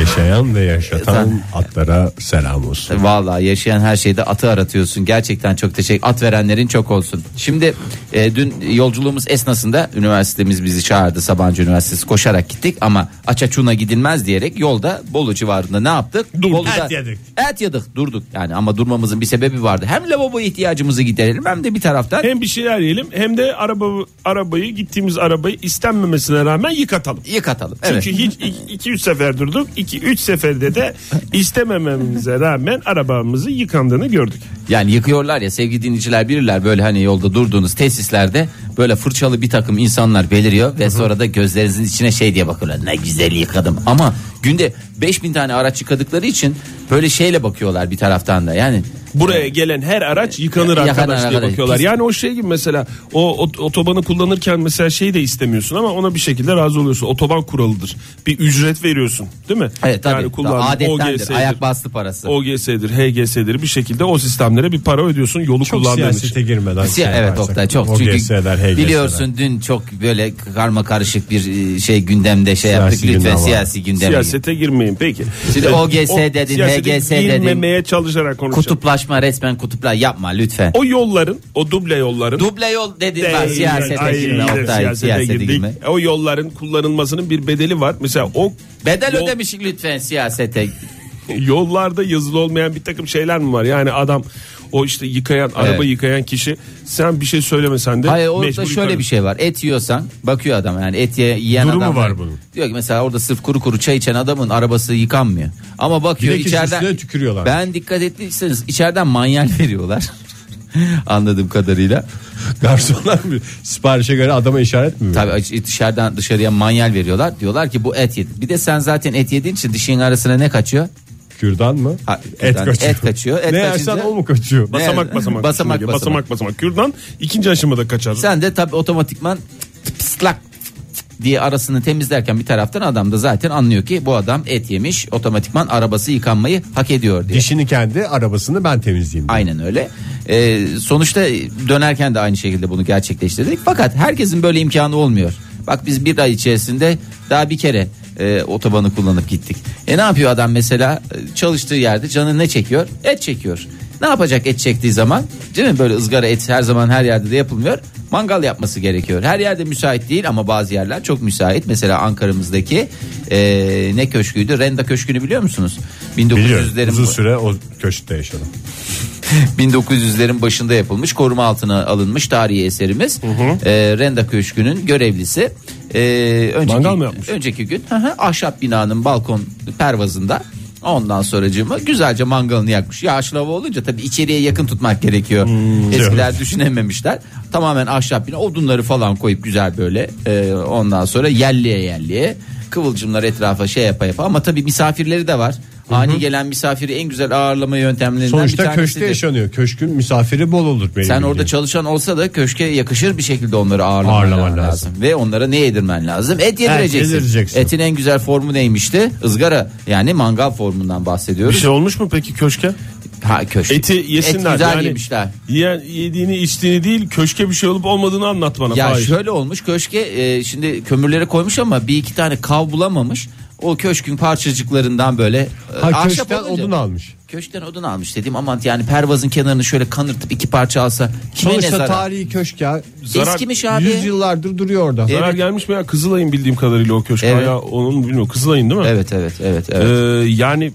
Speaker 3: Yaşayan ve yaşatan atlara selam olsun.
Speaker 5: Vallahi yaşayan her şeyde atı aratıyorsun. Gerçekten çok teşekkür. At verenlerin çok olsun. Şimdi e, dün yolculuğumuz esnasında üniversitemiz bizi çağırdı. Sabancı Üniversitesi koşarak gittik ama Açaçun'a gidilmez diyerek yolda Bolu civarında ne yaptık? Bolu'da,
Speaker 3: et yedik.
Speaker 5: Et yedik durduk yani ama durmamızın bir sebebi vardı. Hem lavaboya ihtiyacımızı giderelim hem de bir taraftan
Speaker 3: E-
Speaker 4: Hem bir şeyler yiyelim hem de araba arabayı gittiğimiz arabayı istenmemesine rağmen yıkatalım.
Speaker 5: yıkatalım. Evet.
Speaker 4: Çünkü hiç 2 3 sefer durduk. 2 3 seferde de istemememize rağmen arabamızı yıkandığını gördük.
Speaker 5: Yani yıkıyorlar ya sevgili dinleyiciler bilirler böyle hani yolda durduğunuz tesislerde böyle fırçalı bir takım insanlar beliriyor ve sonra da gözlerinizin içine şey diye bakıyorlar ne güzel yıkadım ama günde 5000 tane araç yıkadıkları için böyle şeyle bakıyorlar bir taraftan da yani
Speaker 4: Buraya gelen her araç yıkanır
Speaker 5: Yakan
Speaker 4: arkadaş diye
Speaker 5: arkadaş.
Speaker 4: bakıyorlar.
Speaker 5: Pis.
Speaker 4: Yani o şey gibi mesela o ot- otobanı kullanırken mesela şey de istemiyorsun ama ona bir şekilde razı oluyorsun. Otoban kuralıdır. Bir ücret veriyorsun, değil mi?
Speaker 5: evet tabii
Speaker 4: Yani kullandın,
Speaker 5: adettendir
Speaker 4: OGS'dir.
Speaker 5: ayak bastı parası.
Speaker 4: OGS'dir, HGS'dir bir şekilde o sistemlere bir para ödüyorsun yolu
Speaker 3: Çok
Speaker 4: kullandığın için.
Speaker 3: siyasete girmeden. şey
Speaker 5: Siya- Şey, evet
Speaker 3: yaparsak.
Speaker 5: Oktay çok
Speaker 3: O
Speaker 5: çünkü
Speaker 3: GS'ler, HGS'ler.
Speaker 5: biliyorsun dün çok böyle karma karışık bir e, şey gündemde şey yaptık
Speaker 3: Siyasi
Speaker 5: lütfen
Speaker 3: gündem var.
Speaker 5: siyasi gündeme gir.
Speaker 4: Siyasete girmeyin peki.
Speaker 5: Şimdi
Speaker 4: Ee,
Speaker 5: OGS
Speaker 4: o
Speaker 5: dedin,
Speaker 4: siyasete
Speaker 5: HGS dedin.
Speaker 4: Girmemeye çalışarak konuşalım.
Speaker 5: kutuplaşma resmen kutupla yapma lütfen.
Speaker 4: O yolların, o duble yolların.
Speaker 5: Duble yol dedin var
Speaker 4: Değil,
Speaker 5: siyasete
Speaker 4: ay,
Speaker 5: girme Oktay
Speaker 4: siyasete
Speaker 5: siyasete
Speaker 4: girdik.
Speaker 5: girme.
Speaker 4: O yolların kullanılmasının bir bedeli var. Mesela o
Speaker 5: Bedel
Speaker 4: yol-
Speaker 5: ödemişik lütfen siyasete.
Speaker 4: yollarda yazılı olmayan bir takım şeyler mi var? Yani adam o işte yıkayan, araba yıkayan kişi sen bir şey söylemesen de
Speaker 5: Hayır orada
Speaker 4: mecbur
Speaker 5: şöyle
Speaker 4: yıkarım.
Speaker 5: bir şey var. Et yiyorsan bakıyor adam yani et ye- yiyen
Speaker 3: Durumu
Speaker 5: adam.
Speaker 3: var bunun.
Speaker 5: Diyor ki mesela orada sırf kuru kuru çay içen adamın arabası yıkanmıyor. Ama bakıyor
Speaker 3: Bir de kişinin
Speaker 5: içeriden.
Speaker 3: üstüne tükürüyorlar.
Speaker 5: Ben dikkat ettiyseniz içeriden manyal veriyorlar. Anladığım kadarıyla.
Speaker 3: Garsonlar mı? Siparişe göre adama işaret mi?
Speaker 5: Tabii aç- dışarıdan dışarıya manyal veriyorlar. Diyorlar ki bu et yedi. Bir de sen zaten et yediğin için dişin arasına ne kaçıyor?
Speaker 3: Kürdan mı?
Speaker 5: Ha,
Speaker 3: et,
Speaker 5: kürdan.
Speaker 3: kaçıyor.
Speaker 5: Et kaçıyor. Et
Speaker 3: ne yersen
Speaker 5: kaçınca-
Speaker 3: o mu
Speaker 5: Bas-
Speaker 3: kaçıyor?
Speaker 4: Basamak
Speaker 5: Ne?
Speaker 4: basamak.
Speaker 5: Basamak,
Speaker 4: Şimdi basamak.
Speaker 5: basamak.
Speaker 4: basamak Kürdan ikinci aşamada kaçar.
Speaker 5: Sen de tabii otomatikman pislak diye arasını temizlerken bir taraftan adam da zaten anlıyor ki bu adam et yemiş otomatikman arabası yıkanmayı hak ediyor diye.
Speaker 3: Dişini kendi arabasını ben temizleyeyim.
Speaker 5: Aynen öyle. Ee, sonuçta dönerken de aynı şekilde bunu gerçekleştirdik. Fakat herkesin böyle imkanı olmuyor. Bak biz bir ay içerisinde daha bir kere e, otobanı kullanıp gittik. E ne yapıyor adam mesela E, çalıştığı yerde canı ne çekiyor? Et çekiyor. Ne yapacak et çektiği zaman? Değil mi böyle ızgara et her zaman her yerde de yapılmıyor. Mangal yapması gerekiyor. Her yerde müsait değil ama bazı yerler çok müsait. Mesela Ankara'mızdaki e, ne köşküydü? Renda Köşkü'nü biliyor musunuz? 1900'lerin
Speaker 3: Biliyorum. Uzun süre o köşkte yaşadım.
Speaker 5: 1900'lerin başında yapılmış koruma altına alınmış tarihi eserimiz. Ee, Renda Köşkü'nün görevlisi. Ee, önceki,
Speaker 4: Mangal mı yapmış?
Speaker 5: Önceki gün hı hı, ahşap binanın balkon pervazında ondan sonracığıma güzelce mangalını yakmış. Yağışlı hava olunca tabii içeriye yakın tutmak gerekiyor.
Speaker 4: Hmm,
Speaker 5: Eskiler düşünememişler. Tamamen ahşap bina odunları falan koyup güzel böyle e, ondan sonra yerliye yerliye kıvılcımlar etrafa şey yapa yapa ama tabii misafirleri de var. Ani gelen misafiri en güzel ağırlama yöntemlerinden bir
Speaker 3: Sonuçta
Speaker 5: tanesi.
Speaker 3: köşkte yaşanıyor. Köşkün misafiri bol olur benim.
Speaker 5: Sen
Speaker 3: bildiğim.
Speaker 5: orada çalışan olsa da köşke yakışır bir şekilde onları ağırlaman,
Speaker 3: Ağırlaman
Speaker 5: lazım.
Speaker 3: lazım.
Speaker 5: Ve onlara ne yedirmen lazım? Et yedireceksin.
Speaker 3: yedireceksin.
Speaker 5: Etin en güzel formu neymişti? Izgara yani mangal formundan
Speaker 4: Bir
Speaker 5: bahsediyoruz.
Speaker 4: şey olmuş mu peki köşke?
Speaker 5: Ha köşke.
Speaker 4: Eti yesinler.
Speaker 5: Et güzel
Speaker 4: yani
Speaker 5: yemişler.
Speaker 4: yiyen- yediğini içtiğini değil köşke bir şey olup olmadığını anlat bana.
Speaker 5: Ya
Speaker 4: Fahir.
Speaker 5: şöyle olmuş köşke e, şimdi kömürleri koymuş ama bir iki tane kav bulamamış. o köşkün parçacıklarından böyle e,
Speaker 3: Ha,
Speaker 5: ahşap
Speaker 3: köşkten
Speaker 5: olunca-
Speaker 3: odun almış.
Speaker 5: Köşkten odun almış dedim aman yani pervazın kenarını şöyle kanırtıp iki parça alsa kime ne
Speaker 3: Sonuçta
Speaker 5: zarar?
Speaker 3: tarihi köşk ya.
Speaker 4: Zarar-
Speaker 5: Eskimiş abi.
Speaker 3: Yüzyıllardır duruyor orada.
Speaker 4: Zarar
Speaker 5: Evet.
Speaker 4: gelmiş mi ya Kızılay'ın bildiğim kadarıyla o köşk.
Speaker 5: Evet.
Speaker 4: Hala onun bilmiyorum Kızılay'ın değil mi?
Speaker 5: Evet evet evet
Speaker 4: Ee,
Speaker 5: evet.
Speaker 4: yani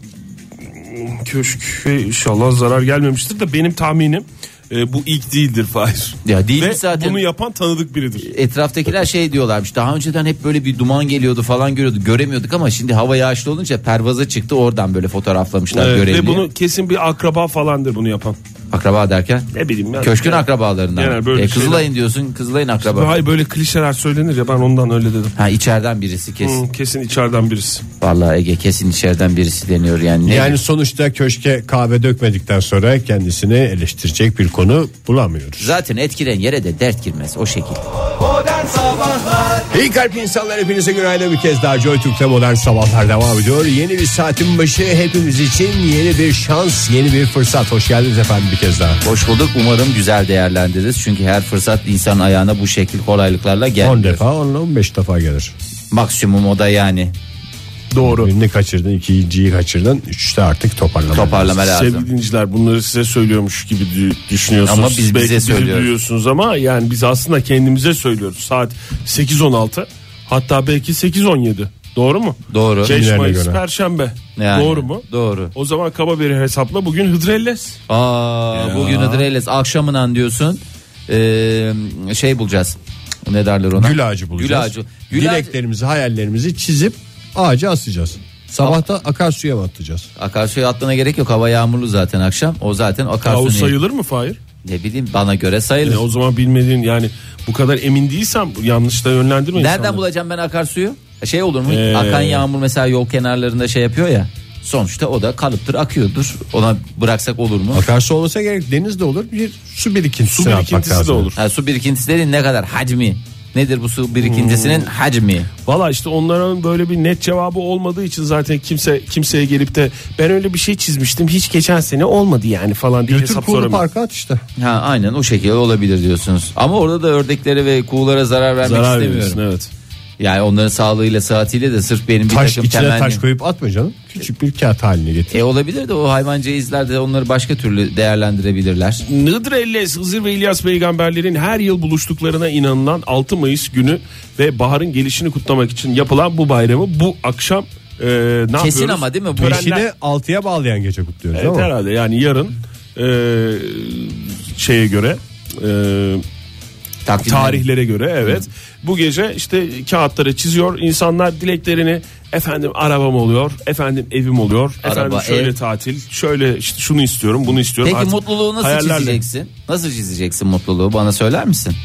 Speaker 4: köşk inşallah zarar gelmemiştir de benim tahminim e, bu ilk değildir Fahir.
Speaker 5: Ya değilmiş
Speaker 4: Ve
Speaker 5: zaten.
Speaker 4: bunu yapan tanıdık biridir.
Speaker 5: Etraftakiler şey diyorlarmış daha önceden hep böyle bir duman geliyordu falan görüyordu göremiyorduk ama şimdi hava yağışlı olunca pervaza çıktı oradan böyle fotoğraflamışlar
Speaker 4: Evet,
Speaker 5: görevli.
Speaker 4: Ee, ve bunu kesin bir akraba falandır bunu yapan.
Speaker 5: Akraba derken?
Speaker 4: Ne bileyim ya.
Speaker 5: Köşkün
Speaker 4: Yani-
Speaker 5: akrabalarından.
Speaker 4: Genel böyle
Speaker 5: E,
Speaker 4: şeyler.
Speaker 5: Kızılay'ın diyorsun Kızılay'ın akraba.
Speaker 4: Hayır böyle klişeler söylenir ya ben ondan öyle dedim.
Speaker 5: Ha içeriden birisi kesin.
Speaker 4: Hı, kesin içeriden birisi.
Speaker 5: Vallahi Ege kesin içeriden birisi deniyor yani. Ne?
Speaker 3: Yani sonuçta köşke kahve dökmedikten sonra kendisini eleştirecek bir konu bulamıyoruz.
Speaker 5: Zaten etkilen yere de dert girmez o şekilde.
Speaker 2: Modern Sabahlar
Speaker 3: İyi kalp insanlar hepinize günaydın bir kez daha Joy Türk'te modern sabahlar devam ediyor. Yeni bir saatin başı hepimiz için yeni bir şans, yeni bir fırsat. Hoş geldiniz efendim bir kez daha.
Speaker 5: Hoş bulduk umarım güzel değerlendiririz. Çünkü her fırsat insan ayağına bu şekil kolaylıklarla
Speaker 3: 10
Speaker 5: gelmiyor.
Speaker 3: defa 10 15 defa gelir.
Speaker 5: Maksimum o da yani
Speaker 3: Doğru. Birini kaçırdın, ikinciyi kaçırdın. Üçte artık toparlama.
Speaker 5: toparlama lazım.
Speaker 4: Sevgili dinleyiciler bunları size söylüyormuş gibi dü- düşünüyorsunuz.
Speaker 5: Ama biz
Speaker 4: Belki
Speaker 5: bize
Speaker 4: bizi
Speaker 5: söylüyoruz.
Speaker 4: duyuyorsunuz ama yani biz aslında kendimize söylüyoruz. Saat 8.16 hatta belki 8.17. Doğru mu?
Speaker 5: Doğru.
Speaker 4: 5
Speaker 3: Kimlerine
Speaker 4: Mayıs
Speaker 3: göre?
Speaker 4: Perşembe.
Speaker 5: Yani,
Speaker 4: doğru mu?
Speaker 5: doğru.
Speaker 4: O zaman kaba bir hesapla bugün Hıdrellez.
Speaker 5: Aa, bugün Adreles akşamından diyorsun ee, şey bulacağız. Ne derler ona?
Speaker 3: Gül ağacı bulacağız.
Speaker 5: Gül ağacı. Gül ağacı-
Speaker 3: Dileklerimizi, hayallerimizi çizip ağaca asacağız. Sabahta akarsuya mı atacağız?
Speaker 5: Akarsuya atlana gerek yok. Hava yağmurlu zaten akşam. O zaten
Speaker 4: Ya o
Speaker 5: akarsu. ne-
Speaker 4: sayılır mı Fahir?
Speaker 5: Ne bileyim bana göre
Speaker 4: E,
Speaker 5: sayılır.
Speaker 4: o zaman bilmediğin yani bu kadar emin değilsem yanlış da yönlendirme
Speaker 5: Nereden
Speaker 4: insanları.
Speaker 5: bulacağım ben akarsuyu? Şey olur mu?
Speaker 4: Ee.
Speaker 5: Akan yağmur mesela yol kenarlarında şey yapıyor ya. Sonuçta o da kalıptır, akıyordur. Ona bıraksak olur mu?
Speaker 3: Akarsu olmasa gerek deniz de olur. Bir su birikintisi,
Speaker 4: Su birikintisi de olur.
Speaker 5: Ha, su birikintilerinin ne kadar hacmi? Nedir bu su birikintisinin
Speaker 4: Hmm.
Speaker 5: hacmi?
Speaker 4: Valla işte onların böyle bir net cevabı olmadığı için zaten kimse kimseye gelip de ben öyle bir şey çizmiştim hiç geçen sene olmadı yani falan diye
Speaker 3: Götür
Speaker 4: hesap
Speaker 3: kurulu
Speaker 4: soramıyor.
Speaker 3: parka at işte.
Speaker 5: Ha, aynen o şekilde olabilir diyorsunuz. Ama orada da ördeklere ve kuğulara zarar vermek
Speaker 4: Zarar veriyorsun
Speaker 5: istemiyorum.
Speaker 4: evet.
Speaker 5: Yani onların sağlığıyla saatiyle de sırf benim bir
Speaker 3: Taş
Speaker 5: takım
Speaker 3: içine
Speaker 5: temennim-
Speaker 3: taş koyup atma canım. Küçük bir kağıt haline getir.
Speaker 5: E olabilir de o hayvancağızlar da onları başka türlü değerlendirebilirler.
Speaker 4: Nıdrelles, Hızır ve İlyas peygamberlerin her yıl buluştuklarına inanılan 6 Mayıs günü ve baharın gelişini kutlamak için yapılan bu bayramı bu akşam e, ne
Speaker 5: Kesin
Speaker 4: yapıyoruz?
Speaker 5: ama değil mi? Bu
Speaker 4: Törenler-
Speaker 3: Beşini altıya bağlayan gece kutluyoruz
Speaker 4: Evet
Speaker 3: ama.
Speaker 4: herhalde yani yarın e, şeye göre e,
Speaker 5: takvimler-
Speaker 4: tarihlere göre evet. Bu gece işte kağıtları çiziyor. İnsanlar dileklerini efendim arabam oluyor, efendim evim oluyor,
Speaker 5: Araba,
Speaker 4: efendim şöyle
Speaker 5: ev.
Speaker 4: tatil, şöyle işte şunu istiyorum, bunu istiyorum.
Speaker 5: Peki
Speaker 4: Artık
Speaker 5: mutluluğu nasıl
Speaker 4: hayallerle-
Speaker 5: çizeceksin? Nasıl çizeceksin mutluluğu? Bana söyler misin?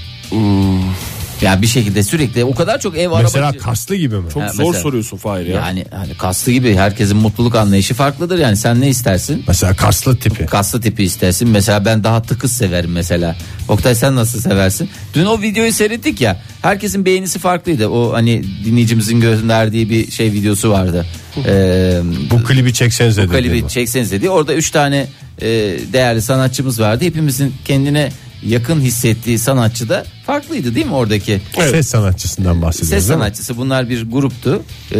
Speaker 5: Ya bir şekilde sürekli o kadar çok ev
Speaker 3: Mesela
Speaker 5: araba
Speaker 3: kaslı gibi mi?
Speaker 4: Çok
Speaker 5: Ha,
Speaker 4: zor
Speaker 5: mesela.
Speaker 4: soruyorsun Fahir ya.
Speaker 5: yani hani kaslı gibi herkesin mutluluk anlayışı farklıdır yani sen ne istersin?
Speaker 3: Mesela kaslı tipi.
Speaker 5: Kaslı tipi istersin. Mesela ben daha tıkız severim mesela. Oktay sen nasıl seversin? Dün o videoyu seyrettik ya. Herkesin beğenisi farklıydı. O hani dinleyicimizin gönderdiği bir şey videosu vardı. Ee,
Speaker 3: Bu klibi çeksenize
Speaker 5: bu klibi çekseniz dedi. Orada üç tane e, değerli sanatçımız vardı. Hepimizin kendine yakın hissettiği sanatçı da farklıydı değil mi oradaki?
Speaker 3: Ses sanatçısından bahsediyoruz.
Speaker 5: Ses
Speaker 3: değil mi?
Speaker 5: sanatçısı bunlar bir gruptu. Ee,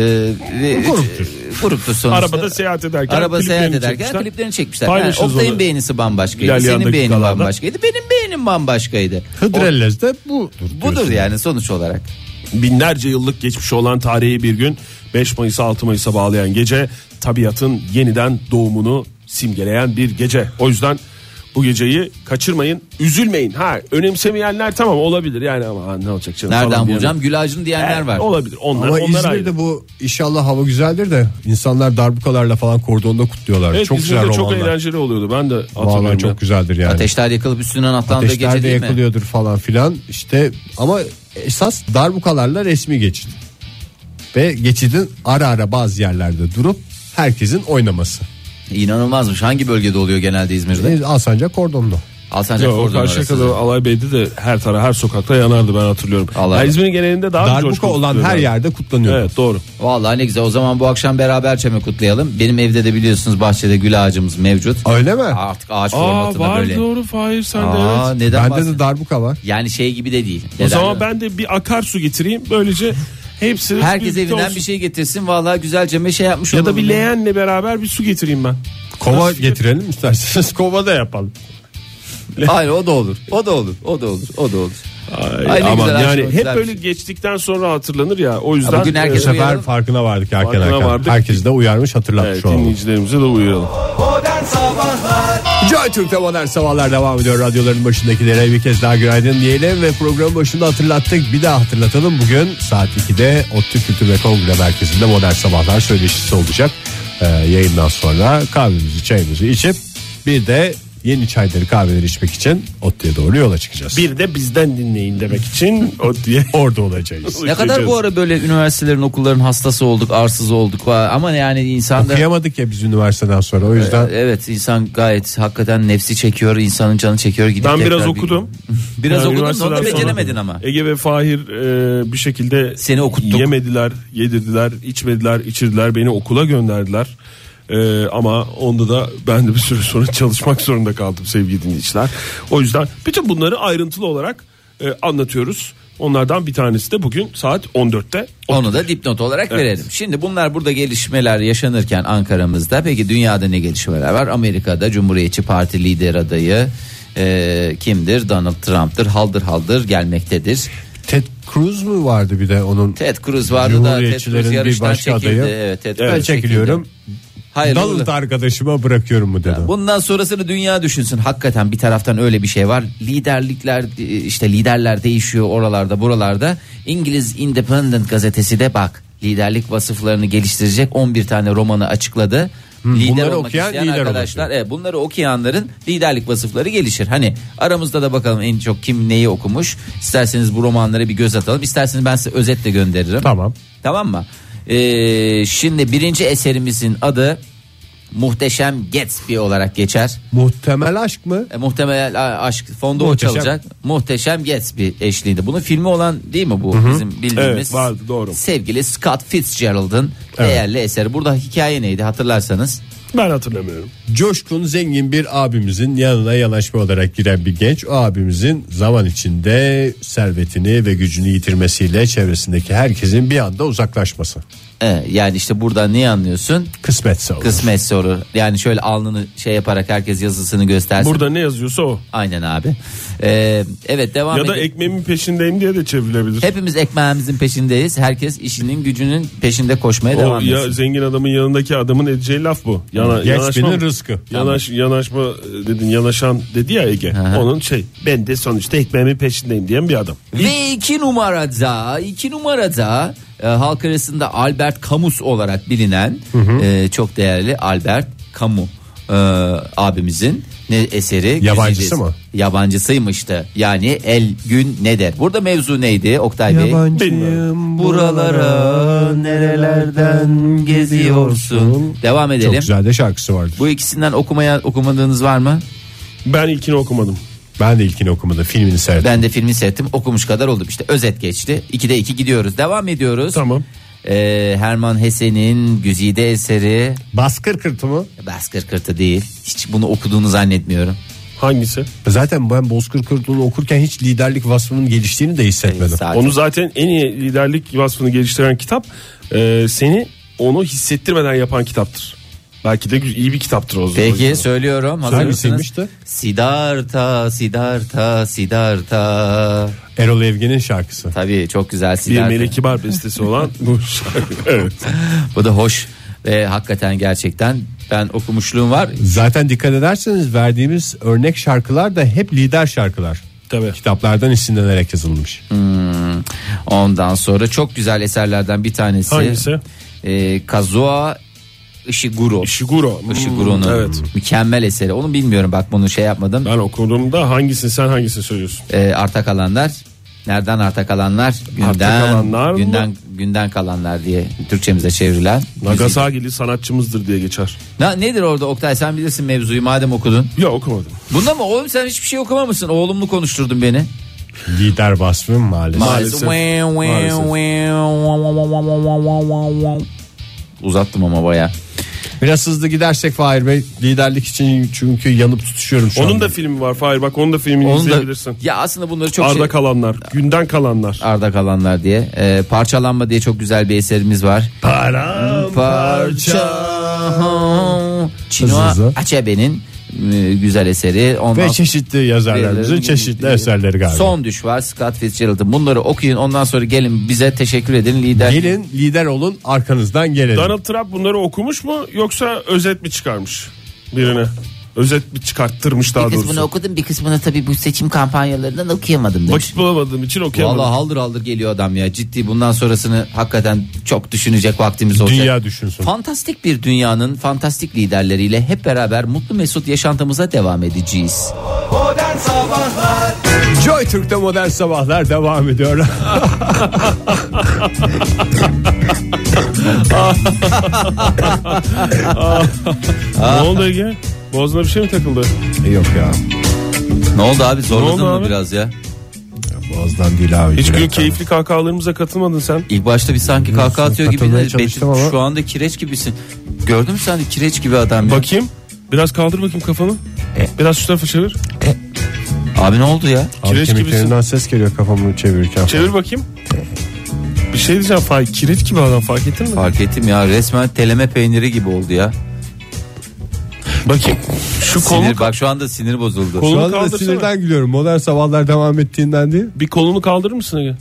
Speaker 5: ve-
Speaker 3: Gruptur.
Speaker 5: e, gruptur sonuçta.
Speaker 4: Arabada seyahat ederken
Speaker 5: Araba
Speaker 4: kliplerini
Speaker 5: seyahat ederken
Speaker 4: çekmişler.
Speaker 5: kliplerini çekmişler. Yani
Speaker 4: Paylaşırız
Speaker 5: Oktay'ın
Speaker 4: onu.
Speaker 5: beğenisi bambaşkaydı.
Speaker 4: İlerleyen
Speaker 5: Senin beğenin
Speaker 4: dakikalarda.
Speaker 5: bambaşkaydı. Benim beğenim bambaşkaydı.
Speaker 3: Hıdrellez de budur.
Speaker 5: O-
Speaker 3: diyorsun.
Speaker 5: budur yani sonuç olarak.
Speaker 4: Binlerce yıllık geçmiş olan tarihi bir gün 5 Mayıs'a 6 Mayıs'a bağlayan gece tabiatın yeniden doğumunu simgeleyen bir gece. O yüzden bu geceyi kaçırmayın, üzülmeyin. Ha, önemsemeyenler tamam olabilir yani ama ha, ne olacak canım
Speaker 5: Nereden
Speaker 4: falan diyenler.
Speaker 5: bulacağım? Gül ağacını diyenler var.
Speaker 4: Olabilir. Onlar
Speaker 3: Ama
Speaker 4: onlar
Speaker 3: İzmir'de
Speaker 4: ayrı.
Speaker 3: bu inşallah hava güzeldir de insanlar darbukalarla falan kordonda kutluyorlar.
Speaker 4: Evet,
Speaker 3: çok güzel
Speaker 4: İzmir'de çok
Speaker 3: romanlar.
Speaker 4: eğlenceli oluyordu. Ben de hatırlıyorum.
Speaker 3: Vallahi
Speaker 4: ya.
Speaker 3: çok güzeldir yani.
Speaker 5: Ateşler yakılıp üstünden atlandığı gece
Speaker 3: Ateşler de
Speaker 5: değil mi?
Speaker 3: yakılıyordur falan filan. İşte ama esas darbukalarla resmi geçit. Ve geçidin ara ara bazı yerlerde durup herkesin oynaması.
Speaker 5: İnanılmazmış. Hangi bölgede oluyor genelde İzmir'de?
Speaker 3: E, Alsancak kordonlu.
Speaker 5: Alsancak
Speaker 4: Yok, o
Speaker 5: Kordon
Speaker 4: karşı
Speaker 5: arası.
Speaker 4: kadar Alaybey'de de her taraf her sokakta yanardı ben hatırlıyorum.
Speaker 5: Allah
Speaker 4: Ya
Speaker 5: Allah.
Speaker 4: İzmir'in genelinde daha
Speaker 3: Darbuka
Speaker 4: coşkulu
Speaker 3: olan
Speaker 4: tutuyorlar.
Speaker 3: her yerde kutlanıyor.
Speaker 4: Evet doğru.
Speaker 5: Vallahi ne güzel. O zaman bu akşam beraber çeme kutlayalım. Benim evde de biliyorsunuz bahçede gül ağacımız mevcut.
Speaker 3: Öyle mi?
Speaker 5: Artık ağaç
Speaker 4: Aa
Speaker 5: formatında
Speaker 4: var
Speaker 5: böyle.
Speaker 4: doğru Fahir sen de
Speaker 5: Aa,
Speaker 4: evet.
Speaker 5: neden
Speaker 3: Bende
Speaker 5: bahsed-
Speaker 3: de darbuka var.
Speaker 5: Yani şey gibi de değil.
Speaker 4: O
Speaker 5: Neden-
Speaker 4: zaman ben de bir akarsu getireyim böylece Hepsi
Speaker 5: Herkes
Speaker 4: birlikte
Speaker 5: evinden
Speaker 4: olsun.
Speaker 5: bir şey getirsin. Vallahi güzelce şey yapmış
Speaker 4: ya da
Speaker 5: olalım.
Speaker 4: bir leğenle beraber bir su getireyim ben.
Speaker 3: Kova getirelim isterseniz kova da yapalım.
Speaker 5: Hayır o da olur. O da olur. O da olur. O da olur.
Speaker 4: Ay,
Speaker 5: Ay, ne
Speaker 4: aman
Speaker 5: güzel
Speaker 4: yani
Speaker 5: akşam,
Speaker 4: hep
Speaker 5: güzel bir
Speaker 4: böyle geçtikten sonra hatırlanır ya. O yüzden
Speaker 5: bugün herkes-
Speaker 3: Bu
Speaker 4: e,
Speaker 3: sefer
Speaker 5: Uyaralım.
Speaker 3: farkına vardık erken
Speaker 4: Farkına
Speaker 3: erken.
Speaker 4: vardık.
Speaker 3: Herkesi de uyarmış hatırlatmış
Speaker 4: evet,
Speaker 3: olalım.
Speaker 4: dinleyicilerimize de uyuyalım.
Speaker 2: Modern Sabahlar
Speaker 3: Joy Türk'te modern sabahlar devam ediyor. Radyoların başındakilere bir kez daha günaydın diyelim ve programın başında hatırlattık. Bir daha hatırlatalım. Bugün saat 2'de ODTÜ Kültür ve Kongre Merkezi'nde modern sabahlar söyleşisi olacak. Ee, yayından sonra kahvemizi çayımızı içip bir de yeni çayları kahveleri içmek için ODTÜ'ye doğru yola çıkacağız.
Speaker 4: Bir de bizden dinleyin demek için o diye.
Speaker 3: Orada olacağız.
Speaker 5: Ne kadar bu ara böyle üniversitelerin okulların hastası olduk, arsız olduk falan. ama yani insan da
Speaker 3: Okuyamadık ya biz üniversiteden sonra o yüzden
Speaker 5: evet insan gayet hakikaten nefsi çekiyor, insanın canı çekiyor gidip
Speaker 4: Ben
Speaker 5: tekrar
Speaker 4: biraz
Speaker 5: bir-
Speaker 4: okudum.
Speaker 5: Biraz
Speaker 4: Yani
Speaker 5: okudum da
Speaker 4: üniversiteden
Speaker 5: onu da
Speaker 4: sonra
Speaker 5: beceremedin ama.
Speaker 4: Ege ve Fahir e, bir şekilde
Speaker 5: Seni okuttuk.
Speaker 4: Yemediler, yedirdiler, içmediler, içirdiler. Beni okula gönderdiler. E, ama onda da ben de bir süre sonra çalışmak zorunda kaldım sevgili dinleyiciler. O yüzden bütün bunları ayrıntılı olarak e, anlatıyoruz. Onlardan bir tanesi de bugün saat 14'te.
Speaker 5: Onu da dipnot olarak verelim. Şimdi bunlar burada gelişmeler yaşanırken Ankara'mızda peki dünyada ne gelişmeler var? Amerika'da Cumhuriyetçi Parti lider adayı e, kimdir? Donald Trump'tır. Haldır haldır gelmektedir.
Speaker 3: Ted Cruz mu vardı bir de onun?
Speaker 5: Ted Cruz vardı da Ted
Speaker 3: Cumhuriyetçilerin
Speaker 5: Cruz
Speaker 3: bir
Speaker 5: yarıştan
Speaker 3: başka
Speaker 5: çekildi.
Speaker 3: adayı.
Speaker 5: Evet, Ted
Speaker 3: Ben
Speaker 5: Cruz
Speaker 3: çekiliyorum.
Speaker 5: çekildi. Hayır,
Speaker 3: Donald
Speaker 5: burada-
Speaker 3: arkadaşıma bırakıyorum mu dedim.
Speaker 5: Bundan sonrasını dünya düşünsün. Hakikaten bir taraftan öyle bir şey var. Liderlikler e, işte liderler değişiyor oralarda buralarda. İngiliz Independent gazetesi de bak liderlik vasıflarını geliştirecek 11 tane romanı açıkladı. Lider
Speaker 3: bunları
Speaker 5: olmak
Speaker 3: okuyan
Speaker 5: isteyen
Speaker 3: lider
Speaker 5: arkadaşlar evet, bunları okuyanların liderlik vasıfları gelişir. Hani aramızda da bakalım en çok kim neyi okumuş. İsterseniz bu romanlara bir göz atalım. İsterseniz ben size özetle gönderirim.
Speaker 3: Tamam.
Speaker 5: Tamam mı? Ee, şimdi birinci eserimizin adı Muhteşem Gatsby olarak geçer.
Speaker 3: Muhtemel aşk mı?
Speaker 5: E, muhtemel a- aşk fonda
Speaker 3: Muhteşem.
Speaker 5: o çalacak. Muhteşem Gatsby eşliğinde. Bunun filmi olan değil mi bu? Bizim bildiğimiz.
Speaker 4: Evet, vardı, doğru.
Speaker 5: Sevgili Scott Fitzgerald'ın değerli eseri. Burada hikaye neydi hatırlarsanız.
Speaker 4: Ben hatırlamıyorum.
Speaker 3: Coşkun zengin bir abimizin yanına yanaşma olarak giren bir genç o abimizin zaman içinde servetini ve gücünü yitirmesiyle çevresindeki herkesin bir anda uzaklaşması.
Speaker 5: E, yani işte burada ne anlıyorsun?
Speaker 3: Kısmetse olur.
Speaker 5: Kısmet soru. Yani şöyle alnını şey yaparak herkes yazısını göstersin.
Speaker 4: Burada ne yazıyorsa o.
Speaker 5: Aynen abi. E, evet devam
Speaker 4: Ya da
Speaker 5: edelim.
Speaker 4: ekmeğimin peşindeyim diye de çevrilebilir.
Speaker 5: Hepimiz ekmeğimizin peşindeyiz. Herkes işinin gücünün peşinde koşmaya
Speaker 4: O
Speaker 5: devam
Speaker 4: ya
Speaker 5: etsin.
Speaker 4: zengin adamın yanındaki adamın edeceği laf bu. Yana, yanaşma,
Speaker 3: Geçmenin rızkı.
Speaker 4: Yanaş, yanaşma e, dedin yanaşan dedi ya Ege. Onun şey ben de sonuçta ekmeğimin peşindeyim diyen bir adam.
Speaker 5: Ve iki numarada, iki numarada e, halk arasında Albert Camus olarak bilinen e, çok değerli Albert Camus e, abimizin ne eseri?
Speaker 3: Yabancısı
Speaker 5: Güzeliz.
Speaker 3: mı?
Speaker 5: Yabancısıymıştı. Yani el gün ne der? Burada mevzu neydi Oktay Bey?
Speaker 4: Bilmiyorum.
Speaker 5: Buralara nerelerden geziyorsun? Devam
Speaker 3: Çok
Speaker 5: edelim.
Speaker 3: güzel de şarkısı vardı.
Speaker 5: Bu ikisinden okumaya okumadığınız var mı?
Speaker 4: Ben ilkini okumadım.
Speaker 3: Ben de ilkini okumadım filmini seyrettim.
Speaker 5: Ben de filmi seyrettim okumuş kadar oldum işte özet geçti. 2'de 2 gidiyoruz devam ediyoruz.
Speaker 4: Tamam.
Speaker 5: Ee, Herman Hesse'nin güzide eseri
Speaker 3: Baskır kırtı mı?
Speaker 5: Baskır Kırtı değil. Hiç bunu okuduğunu zannetmiyorum.
Speaker 4: Hangisi?
Speaker 3: Zaten ben Bozkır Kırtı'nı okurken hiç liderlik vasfının geliştiğini de hissetmedim.
Speaker 5: Zaten.
Speaker 4: Onu zaten en iyi liderlik vasfını geliştiren kitap e, seni onu hissettirmeden yapan kitaptır. Belki de gü- iyi bir kitaptır o zaman.
Speaker 5: Peki söylüyorum. hazır mısınız?
Speaker 3: Hangisiymişti?
Speaker 5: Sidarta, Sidarta, Sidarta.
Speaker 3: Erol Evgen'in şarkısı.
Speaker 5: Tabii çok güzel
Speaker 4: Bir
Speaker 5: Sidarta.
Speaker 4: Melek Kibar bestesi olan bu şarkı. Evet.
Speaker 5: Bu da hoş ve hakikaten gerçekten ben okumuşluğum var.
Speaker 3: Zaten dikkat ederseniz verdiğimiz örnek şarkılar da hep lider şarkılar.
Speaker 4: Tabii.
Speaker 3: Kitaplardan esinlenerek yazılmış.
Speaker 5: Ondan sonra çok güzel eserlerden bir tanesi.
Speaker 4: Hangisi?
Speaker 5: Ee, Kazuo Ishiguro.
Speaker 4: Ishiguro. Hmm,
Speaker 5: Ishiguro'nun
Speaker 4: evet.
Speaker 5: mükemmel eseri. Onu bilmiyorum bak bunu şey yapmadım.
Speaker 4: Ben okuduğumda hangisini sen hangisini söylüyorsun?
Speaker 5: Ee, arta kalanlar. Nereden arta kalanlar? Günden,
Speaker 4: kalanlar mı?
Speaker 5: günden, günden kalanlar diye Türkçemize çevrilen. müzik.
Speaker 4: Nagasaki'li sanatçımızdır diye geçer.
Speaker 5: Na, nedir orada Oktay sen bilirsin mevzuyu madem okudun.
Speaker 4: Ya okumadım.
Speaker 5: Bunda mı oğlum sen hiçbir şey okumamışsın oğlumlu konuşturdun beni.
Speaker 3: Lider vasfı maalesef.
Speaker 4: Maalesef. Maalesef.
Speaker 5: Uzattım ama baya.
Speaker 3: Biraz hızlı gidersek Fahir Bey liderlik için çünkü yanıp tutuşuyorum şu
Speaker 4: Onun
Speaker 3: anda.
Speaker 4: da filmi var Fahir bak onun da filmini
Speaker 5: Onu da,
Speaker 4: izleyebilirsin.
Speaker 5: ya aslında bunları çok
Speaker 4: Arda
Speaker 5: şey-
Speaker 4: kalanlar, günden kalanlar.
Speaker 5: Arda kalanlar diye. Ee, parçalanma diye çok güzel bir eserimiz var.
Speaker 4: Param
Speaker 5: Parça.
Speaker 3: Hızlı
Speaker 5: Çinoa
Speaker 3: hızlı.
Speaker 5: Açebe'nin e, güzel eseri. Ondan
Speaker 3: ve çeşitli yazarlarımızın
Speaker 5: Birilerinin-
Speaker 3: çeşitli eserleri galiba.
Speaker 5: Son düş var Scott Fitzgerald'ın. Bunları okuyun ondan sonra gelin bize teşekkür edin lider.
Speaker 3: Gelin lider olun arkanızdan gelelim.
Speaker 4: Donald Trump bunları okumuş mu yoksa özet mi çıkarmış birine? Özet mi çıkarttırmış daha
Speaker 5: Bir kısmını
Speaker 4: doğrusu.
Speaker 5: okudum bir kısmını tabii bu seçim kampanyalarından okuyamadım demiş.
Speaker 4: Vakit bulamadığım için okuyamadım.
Speaker 5: Valla haldır haldır geliyor adam ya ciddi bundan sonrasını hakikaten çok düşünecek vaktimiz olacak.
Speaker 3: Dünya düşünsün.
Speaker 5: Fantastik bir dünyanın fantastik liderleriyle hep beraber mutlu mesut yaşantımıza devam edeceğiz.
Speaker 2: Modern Sabahlar
Speaker 3: Joy Türk'te modern sabahlar devam ediyor.
Speaker 4: Ne oldu Ege? Boğazına bir şey mi takıldı?
Speaker 3: Yok ya.
Speaker 5: Ne oldu abi zorladın
Speaker 4: Ne oldu
Speaker 5: mı
Speaker 4: abi?
Speaker 5: biraz ya?
Speaker 3: Boğazdan değil abi.
Speaker 4: Hiç
Speaker 3: yürekten.
Speaker 4: gün keyifli kahkahalarımıza katılmadın sen.
Speaker 5: İlk başta bir sanki kahkaha atıyor gibi.
Speaker 3: Katılmaya
Speaker 5: de-
Speaker 3: çalıştım
Speaker 5: Betül,
Speaker 3: ama-
Speaker 5: Şu anda kireç gibisin. Gördün mü sen de kireç gibi adam ya?
Speaker 4: Bakayım. Biraz kaldır bakayım kafanı. Biraz şu tarafa çevir.
Speaker 5: Abi ne oldu ya?
Speaker 3: Abi
Speaker 4: Kireç
Speaker 3: kemiklerinden ses geliyor kafamı çevirirken.
Speaker 4: Çevir bakayım. Bir şey diyeceğim Fahir. Kireç gibi adam fark ettin mi?
Speaker 5: Fark ettim ya resmen teleme peyniri gibi oldu ya.
Speaker 4: Bakayım. Şu kolunu,
Speaker 5: Sinir bak şu anda sinir bozuldu.
Speaker 3: Şu
Speaker 4: Kol- Kolunu
Speaker 3: anda
Speaker 4: kaldırsana.
Speaker 3: sinirden gülüyorum. Modern sabahlar devam ettiğinden değil.
Speaker 4: bir kolunu kaldırır mısın Ege?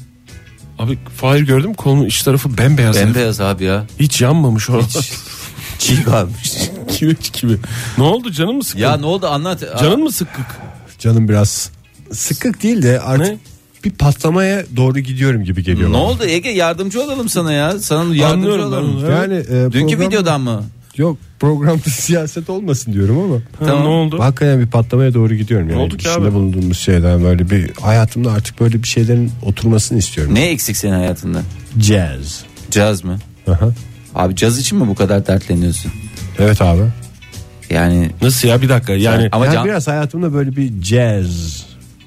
Speaker 4: Abi Fahir gördün mü? Kolunun iç tarafı bembeyaz.
Speaker 5: Bembeyaz abi ya.
Speaker 4: Hiç yanmamış o.
Speaker 5: Çiğ kalmış.
Speaker 4: Kireç gibi. Ne oldu canın mı sıkkın?
Speaker 5: ya ne oldu anlat.
Speaker 4: Canın mı sıkkık?
Speaker 3: Canım biraz sıkık değil de artık
Speaker 4: Ne?
Speaker 3: bir patlamaya doğru gidiyorum gibi geliyor.
Speaker 5: Ne
Speaker 3: bana.
Speaker 5: oldu Ege yardımcı olalım sana ya. Sana yardımcı
Speaker 4: Anlıyorum ben
Speaker 5: olalım.
Speaker 4: onu.
Speaker 3: Yani e,
Speaker 5: Dünkü
Speaker 3: program-
Speaker 5: videodan mı?
Speaker 3: Yok programda siyaset olmasın diyorum ama.
Speaker 4: Ha,
Speaker 5: Tamam.
Speaker 4: Ne oldu?
Speaker 3: Hakikaten bir patlamaya doğru gidiyorum. Yani.
Speaker 4: oldu ki
Speaker 3: İçinde
Speaker 4: abi?
Speaker 3: bulunduğumuz şeyden böyle bir hayatımda artık böyle bir şeylerin oturmasını istiyorum.
Speaker 5: Ne eksik senin hayatında?
Speaker 3: Jazz.
Speaker 5: Caz mı?
Speaker 3: Aha.
Speaker 5: Abi caz için mi bu kadar dertleniyorsun?
Speaker 3: Evet abi.
Speaker 5: Yani
Speaker 4: Nasıl ya bir dakika yani.
Speaker 5: ama
Speaker 3: Yani
Speaker 5: can-
Speaker 3: biraz hayatımda böyle bir jazz.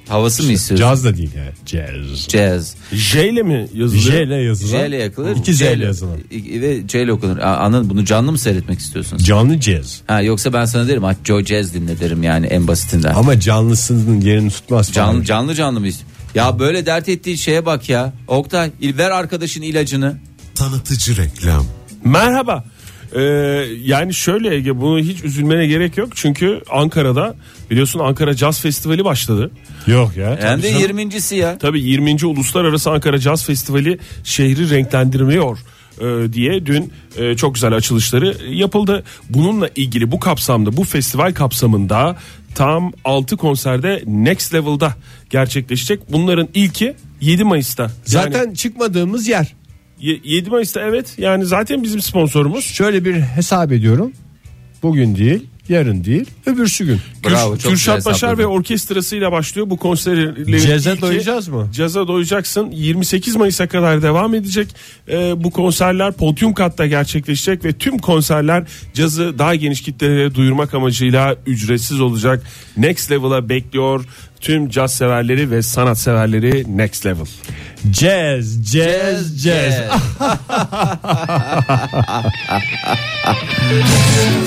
Speaker 5: havası mı istiyorsun?
Speaker 3: Caz da değil yani. Jazz.
Speaker 5: Caz.
Speaker 4: J ile mi yazılıyor?
Speaker 3: J ile yazılan.
Speaker 5: J ile yakılır.
Speaker 3: İki Z
Speaker 5: C
Speaker 3: ile yazılan.
Speaker 5: İ- Ve C ile okunur. Aa, Anladın bunu canlı mı seyretmek istiyorsun?
Speaker 3: Canlı jazz.
Speaker 5: Ha, yoksa ben sana derim ha, Joe Jazz dinle derim yani en basitinden.
Speaker 3: Ama canlısının yerini tutmaz.
Speaker 5: Canlı
Speaker 3: Abi.
Speaker 5: canlı canlı mıyız? Ya böyle dert ettiği şeye bak ya. Oktay il- ver arkadaşın ilacını.
Speaker 6: Tanıtıcı reklam.
Speaker 4: Merhaba. Ee, yani şöyle Ege bunu hiç üzülmene gerek yok. Çünkü Ankara'da biliyorsun Ankara Caz Festivali başladı.
Speaker 3: Yok ya.
Speaker 5: Hem de
Speaker 4: canım.
Speaker 5: 20.si ya.
Speaker 4: Tabii 20. Uluslararası Ankara Caz Festivali şehri renklendirmiyor e, diye dün e, çok güzel açılışları yapıldı. Bununla ilgili bu kapsamda bu festival kapsamında tam 6 konserde Next Level'da gerçekleşecek. Bunların ilki 7 Mayıs'ta.
Speaker 3: Zaten çıkmadığımız yer.
Speaker 4: Yani, 7 Mayıs'ta evet yani zaten bizim sponsorumuz.
Speaker 3: Şöyle bir hesap ediyorum. Bugün değil, yarın değil, öbürsü gün.
Speaker 5: Bravo, çok
Speaker 4: Kürşat
Speaker 5: güzel
Speaker 4: Başar ve
Speaker 5: hesapladın.
Speaker 4: orkestrasıyla başlıyor bu konserlerin
Speaker 3: Ceza
Speaker 4: ilki.
Speaker 3: doyacağız mı?
Speaker 4: Ceza doyacaksın. 28 Mayıs'a kadar devam edecek. Ee, bu konserler podyum katta gerçekleşecek ve tüm konserler cazı daha geniş kitlelere duyurmak amacıyla ücretsiz olacak. Next Level'a bekliyor tüm caz severleri ve sanat severleri Next Level.
Speaker 3: Jazz, jazz, jazz.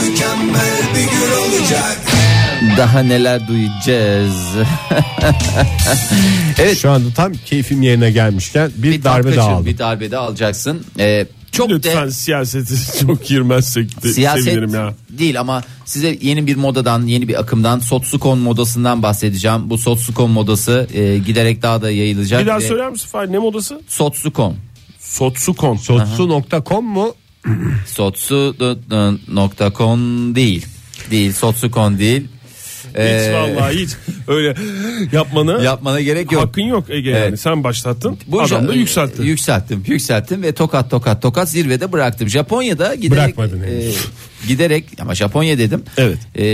Speaker 2: Mükemmel bir gün olacak
Speaker 5: Daha neler duyacağız. evet.
Speaker 3: Şu anda tam keyfim yerine gelmişken bir, darbe
Speaker 5: dakika
Speaker 3: daha
Speaker 5: şimdi,
Speaker 3: aldım.
Speaker 5: Bir darbe daha alacaksın. Ee, çok
Speaker 4: Lütfen
Speaker 5: de
Speaker 4: siyasete çok girmezsek de
Speaker 5: siyaset
Speaker 4: sevinirim ya.
Speaker 5: değil ama size yeni bir modadan yeni bir akımdan sotsukon modasından bahsedeceğim. Bu sotsukon modası e, giderek daha da yayılacak.
Speaker 4: Bir daha
Speaker 5: ve
Speaker 4: söyler misin Fahir ne modası?
Speaker 5: Sotsukon.
Speaker 4: Sotsukon.
Speaker 3: Sotsu.com mu?
Speaker 5: Sotsu.com değil. Değil. Sotsukon değil.
Speaker 4: Hiç
Speaker 5: Ee,
Speaker 4: vallahi hiç öyle yapmanı
Speaker 5: Yapmana gerek yok.
Speaker 4: hakkın yok Ege yani.
Speaker 5: Evet.
Speaker 4: Sen başlattın.
Speaker 5: Bu Ee,
Speaker 4: adam da
Speaker 5: ja-
Speaker 4: yükseltti.
Speaker 5: Yükselttim, yükselttim ve tokat tokat tokat zirvede bıraktım. Japonya'da giderek e,
Speaker 3: Bırakmadın henüz.
Speaker 5: giderek ama Japonya dedim.
Speaker 4: Evet.
Speaker 5: E,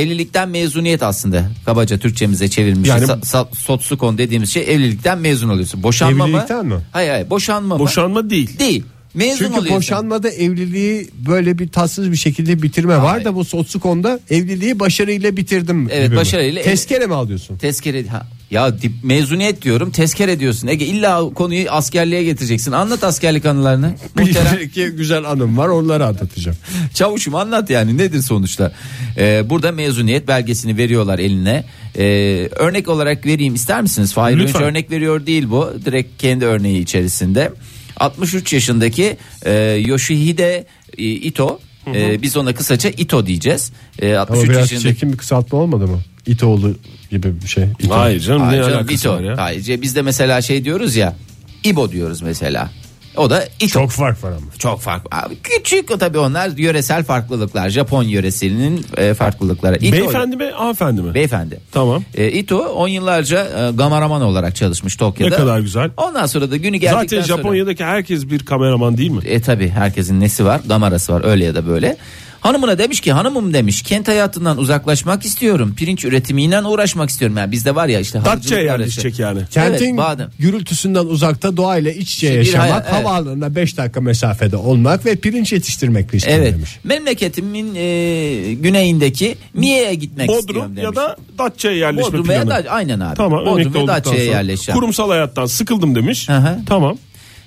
Speaker 5: evlilikten mezuniyet aslında. Kabaca Türkçemize çevirmişiz.
Speaker 4: Yani-
Speaker 5: Sa- sa- sotsukon dediğimiz şey evlilikten mezun oluyorsun. Boşanma
Speaker 3: Evlilikten
Speaker 5: mı?
Speaker 3: mi?
Speaker 5: Hayır hayır, boşanma mı?
Speaker 4: Boşanma değil.
Speaker 5: Değil. Mezun
Speaker 3: Çünkü
Speaker 5: oluyorsun.
Speaker 3: boşanmada evliliği böyle bir tatsız bir şekilde bitirme var da bu Sotsu.com'da evliliği başarıyla bitirdim.
Speaker 5: Evet,
Speaker 3: gibi mi?
Speaker 5: başarıyla-
Speaker 3: Tezkere mi alıyorsun?
Speaker 5: Tezkere ha, Ya dip, mezuniyet diyorum tezkere diyorsun. Ege illa konuyu askerliğe getireceksin. Anlat askerlik anılarını. Muhterem.
Speaker 3: Bir iki güzel anım var onları anlatacağım.
Speaker 5: Çavuşum anlat yani nedir sonuçlar? Ee, burada mezuniyet belgesini veriyorlar eline. Ee, örnek olarak vereyim ister misiniz? Fahir Önç
Speaker 4: Lütfen.
Speaker 5: örnek veriyor değil bu. Direkt kendi örneği içerisinde. 63 yaşındaki e, Yoshihide e, Ito. E, biz ona kısaca Ito diyeceğiz. E,
Speaker 3: Ama
Speaker 5: 63
Speaker 3: biraz
Speaker 5: yaşındaki
Speaker 3: çekim bir kısaltma olmadı mı? İtoğlu gibi bir şey. İto.
Speaker 4: Hayır canım ne
Speaker 5: Hayır canım,
Speaker 4: alakası
Speaker 5: Ito.
Speaker 4: var ya?
Speaker 5: Hayır, ce- biz de mesela şey diyoruz ya. İbo diyoruz mesela. O da Ito. Çok,
Speaker 3: Çok fark var ama.
Speaker 5: fark. Abi, küçük o tabii onlar yöresel farklılıklar. Japon yöresinin e, farklılıkları. Ito-
Speaker 4: Beyefendi mi hanımefendi mi?
Speaker 5: Beyefendi.
Speaker 4: Tamam.
Speaker 5: E, Ito 10 yıllarca e, kameraman olarak çalışmış Tokyo'da.
Speaker 4: Ne kadar güzel.
Speaker 5: Ondan sonra da günü geldikten
Speaker 4: Zaten
Speaker 5: sonra.
Speaker 4: Japonya'daki herkes bir kameraman değil mi?
Speaker 5: E tabi herkesin nesi var damarası var öyle ya da böyle. Hanımına demiş ki hanımım demiş kent hayatından uzaklaşmak istiyorum. Pirinç üretimiyle uğraşmak istiyorum. Yani bizde var ya işte.
Speaker 4: Datça
Speaker 5: harcılık
Speaker 4: yerleşecek
Speaker 5: uğraşı.
Speaker 4: yani.
Speaker 3: Kentin
Speaker 5: Evet, badem.
Speaker 3: gürültüsünden uzakta doğayla iç içe
Speaker 5: Şehir
Speaker 3: yaşamak,
Speaker 5: hayat, evet.
Speaker 3: havaalanına 5 dakika mesafede olmak ve pirinç yetiştirmek istiyor
Speaker 5: Evet.
Speaker 3: demiş.
Speaker 5: Memleketimin e, güneyindeki Mie'ye gitmek istiyorum
Speaker 4: Bodrum
Speaker 5: demiş.
Speaker 4: ya da Datça'ya yerleşme
Speaker 5: Bodrum veya
Speaker 4: planı.
Speaker 5: da aynen abi.
Speaker 4: Tamam
Speaker 5: Bodrum
Speaker 4: emekli
Speaker 5: ve
Speaker 4: olduktan
Speaker 5: Datça'ya
Speaker 4: sonra.
Speaker 5: yerleşeceğim.
Speaker 4: Kurumsal hayattan sıkıldım demiş.
Speaker 5: Hı hı.
Speaker 4: Tamam.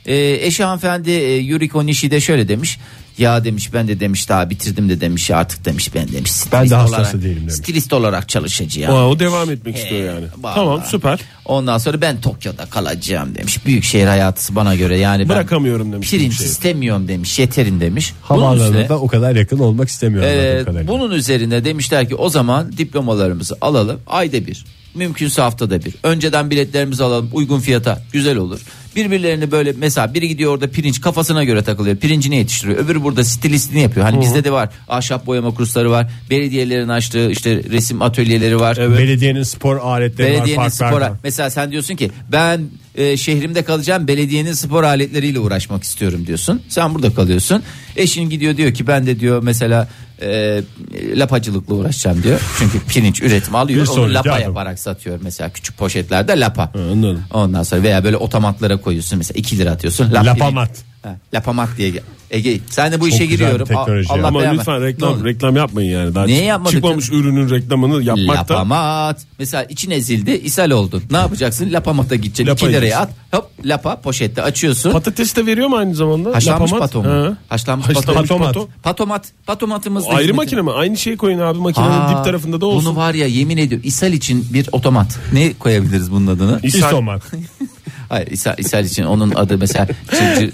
Speaker 5: E, eşi hanımefendi e, Yuriko Nishi de şöyle demiş. Ya demiş ben de demiş daha bitirdim de demiş ya artık demiş ben demiş. Stilist
Speaker 3: Ben de hastası
Speaker 5: olarak-
Speaker 3: değilim demiş.
Speaker 5: Stilist olarak çalışacağım.
Speaker 4: Aa, o devam etmek
Speaker 5: Ee,
Speaker 4: istiyor yani.
Speaker 5: vallahi.
Speaker 4: Tamam süper.
Speaker 5: Ondan sonra ben Tokyo'da kalacağım demiş. Büyükşehir hayatı bana göre yani ben
Speaker 4: Bırakamıyorum demiş
Speaker 5: Pirinç
Speaker 4: büyükşehir.
Speaker 5: istemiyorum demiş. Yeterim demiş. Bunun
Speaker 3: Havaalanına
Speaker 5: üstüne-
Speaker 3: da o kadar yakın olmak istemiyorum.
Speaker 5: Ee,
Speaker 3: anladığım kadarıyla.
Speaker 5: bunun üzerine demişler ki o zaman diplomalarımızı alalım ayda bir mümkünse haftada bir önceden biletlerimizi alalım uygun fiyata güzel olur birbirlerini böyle mesela biri gidiyor orada pirinç kafasına göre takılıyor pirincini yetiştiriyor öbürü burada stilistini yapıyor hani bizde de var ahşap boyama kursları var belediyelerin açtığı işte resim atölyeleri var
Speaker 3: Belediyenin spor aletleri
Speaker 5: belediyenin
Speaker 3: var
Speaker 5: spor
Speaker 3: parklarda.
Speaker 5: mesela sen diyorsun ki ben e, şehrimde kalacağım belediyenin spor aletleriyle uğraşmak istiyorum diyorsun. Sen burada kalıyorsun. Eşin gidiyor diyor ki ben de diyor mesela e, lapacılıkla uğraşacağım diyor. Çünkü pirinç üretimi alıyor.
Speaker 3: Bir
Speaker 5: Onu
Speaker 3: sonraki
Speaker 5: lapa
Speaker 3: adım.
Speaker 5: yaparak satıyor mesela küçük poşetlerde lapa.
Speaker 4: anladım.
Speaker 5: Ondan sonra veya böyle otomatlara koyuyorsun mesela 2 lira atıyorsun. lap-
Speaker 3: Lapamat.
Speaker 5: Ha, lapamat diye. gel- Ege sen de bu işe
Speaker 3: güzel bir
Speaker 5: giriyorum. A-
Speaker 3: teknoloji ya.
Speaker 4: Ama
Speaker 5: beğenme.
Speaker 4: lütfen
Speaker 5: Ne olur.
Speaker 4: reklam reklam yapmayın yani. Daha
Speaker 5: Niye
Speaker 4: çık-
Speaker 5: yapmadık
Speaker 4: Çıkmamış ürünün reklamını yapmak da
Speaker 5: Lapamat. Mesela için ezildi, ishal oldun. Ne yapacaksın? Lapamata gideceksin.
Speaker 4: Lapa
Speaker 5: 2 liraya at.
Speaker 4: yiyeceksin.
Speaker 5: Hop lapa poşette açıyorsun.
Speaker 4: Patates de veriyor mu aynı zamanda?
Speaker 5: Haşlanmış
Speaker 4: Lapamat?
Speaker 5: pato mu?
Speaker 4: Hı.
Speaker 5: Haşlanmış
Speaker 4: Haşlanmış
Speaker 5: pato.
Speaker 4: pato.
Speaker 3: Patomat.
Speaker 5: Patomat. Patomatımız da
Speaker 4: Ayrı
Speaker 5: hizmeti-
Speaker 4: makine mi? Aynı şeyi koyun abi makinenin
Speaker 5: Aa,
Speaker 4: dip tarafında da olsun.
Speaker 5: Bunu var ya yemin ediyorum ishal için bir otomat. Ne koyabiliriz bunun adını?
Speaker 4: İshal-
Speaker 3: İstomat.
Speaker 5: Hayır ishal, ishal için onun adı mesela cırcır.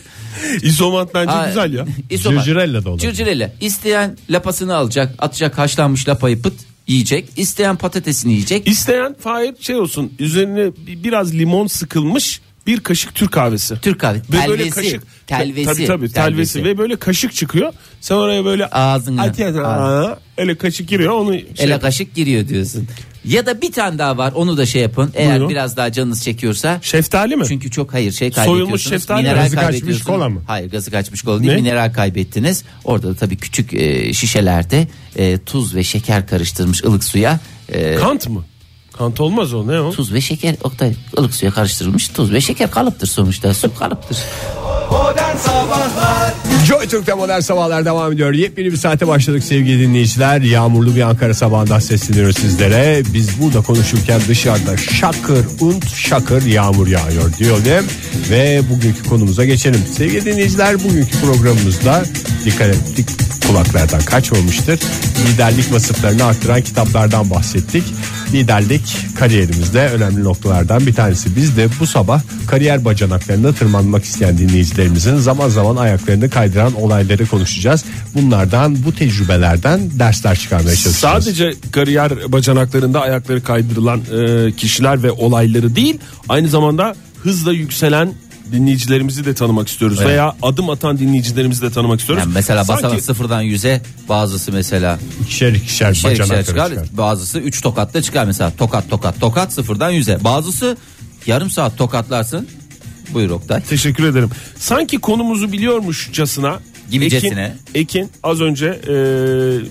Speaker 4: İzomat bence
Speaker 5: Aa,
Speaker 4: güzel ya.
Speaker 5: isomat.
Speaker 3: Cırcırella da olur.
Speaker 5: Cırcırella. İsteyen lapasını alacak, atacak haşlanmış lapayı pıt yiyecek. İsteyen patatesini yiyecek.
Speaker 4: İsteyen Fahir şey olsun üzerine bi- biraz limon sıkılmış bir kaşık Türk kahvesi.
Speaker 5: Türk kahvesi.
Speaker 4: Ve böyle
Speaker 5: Telvesi.
Speaker 4: kaşık.
Speaker 5: Telvesi.
Speaker 4: Tabii tabii telvesi.
Speaker 5: Telvesi.
Speaker 4: Ve böyle kaşık çıkıyor. Sen oraya böyle
Speaker 5: Ağzına.
Speaker 4: At ya da-
Speaker 5: Ağzına.
Speaker 4: öyle kaşık giriyor onu şey-
Speaker 5: Ele kaşık giriyor diyorsun. Ya da bir tane daha var onu da şey yapın. Eğer
Speaker 4: Buyurun.
Speaker 5: biraz daha canınız çekiyorsa.
Speaker 4: Şeftali mi?
Speaker 5: Çünkü çok hayır şey
Speaker 4: Soyulmuş
Speaker 5: kaybediyorsunuz.
Speaker 4: şeftali mi?
Speaker 5: mineral
Speaker 3: Gazı kaçmış
Speaker 5: kaybediyorsunuz.
Speaker 3: kola mı?
Speaker 5: Hayır gazı kaçmış kola değil
Speaker 4: Ne?
Speaker 5: mineral kaybettiniz. Orada da tabii küçük e, şişelerde e, tuz ve şeker karıştırmış ılık suya. e,
Speaker 4: Kant mı? Kant olmaz o ne o?
Speaker 5: tuz ve şeker Oktay ılık suya karıştırılmış tuz ve şeker kalıptır sonuçta su kalıptır.
Speaker 2: Modern Sabahlar
Speaker 3: Joy Türk'te modern sabahlar devam ediyor. Yepyeni bir saate başladık sevgili dinleyiciler. Yağmurlu bir Ankara sabahından sesleniyoruz sizlere. Biz burada konuşurken dışarıda şakır und şakır yağmur yağıyor diyelim. Ve bugünkü konumuza geçelim. Sevgili dinleyiciler bugünkü programımızda dikkat ettik kulaklardan kaçmamıştır. Liderlik vasıflarını arttıran kitaplardan bahsettik. Liderlik kariyerimizde önemli noktalardan bir tanesi. Biz de bu sabah kariyer bacanaklarına tırmanmak isteyen dinleyicilerimizin zaman zaman ayaklarını kaydıran olayları konuşacağız. Bunlardan bu tecrübelerden dersler çıkarmaya çalışacağız.
Speaker 4: Sadece kariyer bacanaklarında ayakları kaydırılan e, kişiler ve olayları değil aynı zamanda hızla yükselen dinleyicilerimizi de tanımak istiyoruz
Speaker 5: Evet.
Speaker 4: veya adım atan dinleyicilerimizi de tanımak istiyoruz.
Speaker 5: Yani mesela
Speaker 4: Sanki-
Speaker 5: basarak sıfırdan yüze bazısı mesela
Speaker 3: ikişer
Speaker 5: İkişer
Speaker 3: ikişer,
Speaker 5: ikişer
Speaker 3: bacanakları
Speaker 5: çıkar.
Speaker 3: çıkar.
Speaker 5: Bazısı 3 tokatla çıkar mesela. Tokat tokat tokat sıfırdan yüze. Bazısı yarım saat tokatlarsın. Buyur Oktay.
Speaker 4: Teşekkür ederim. Sanki konumuzu biliyormuşçasına
Speaker 5: Gibicesine.
Speaker 4: Ekin, Ekin az önce e,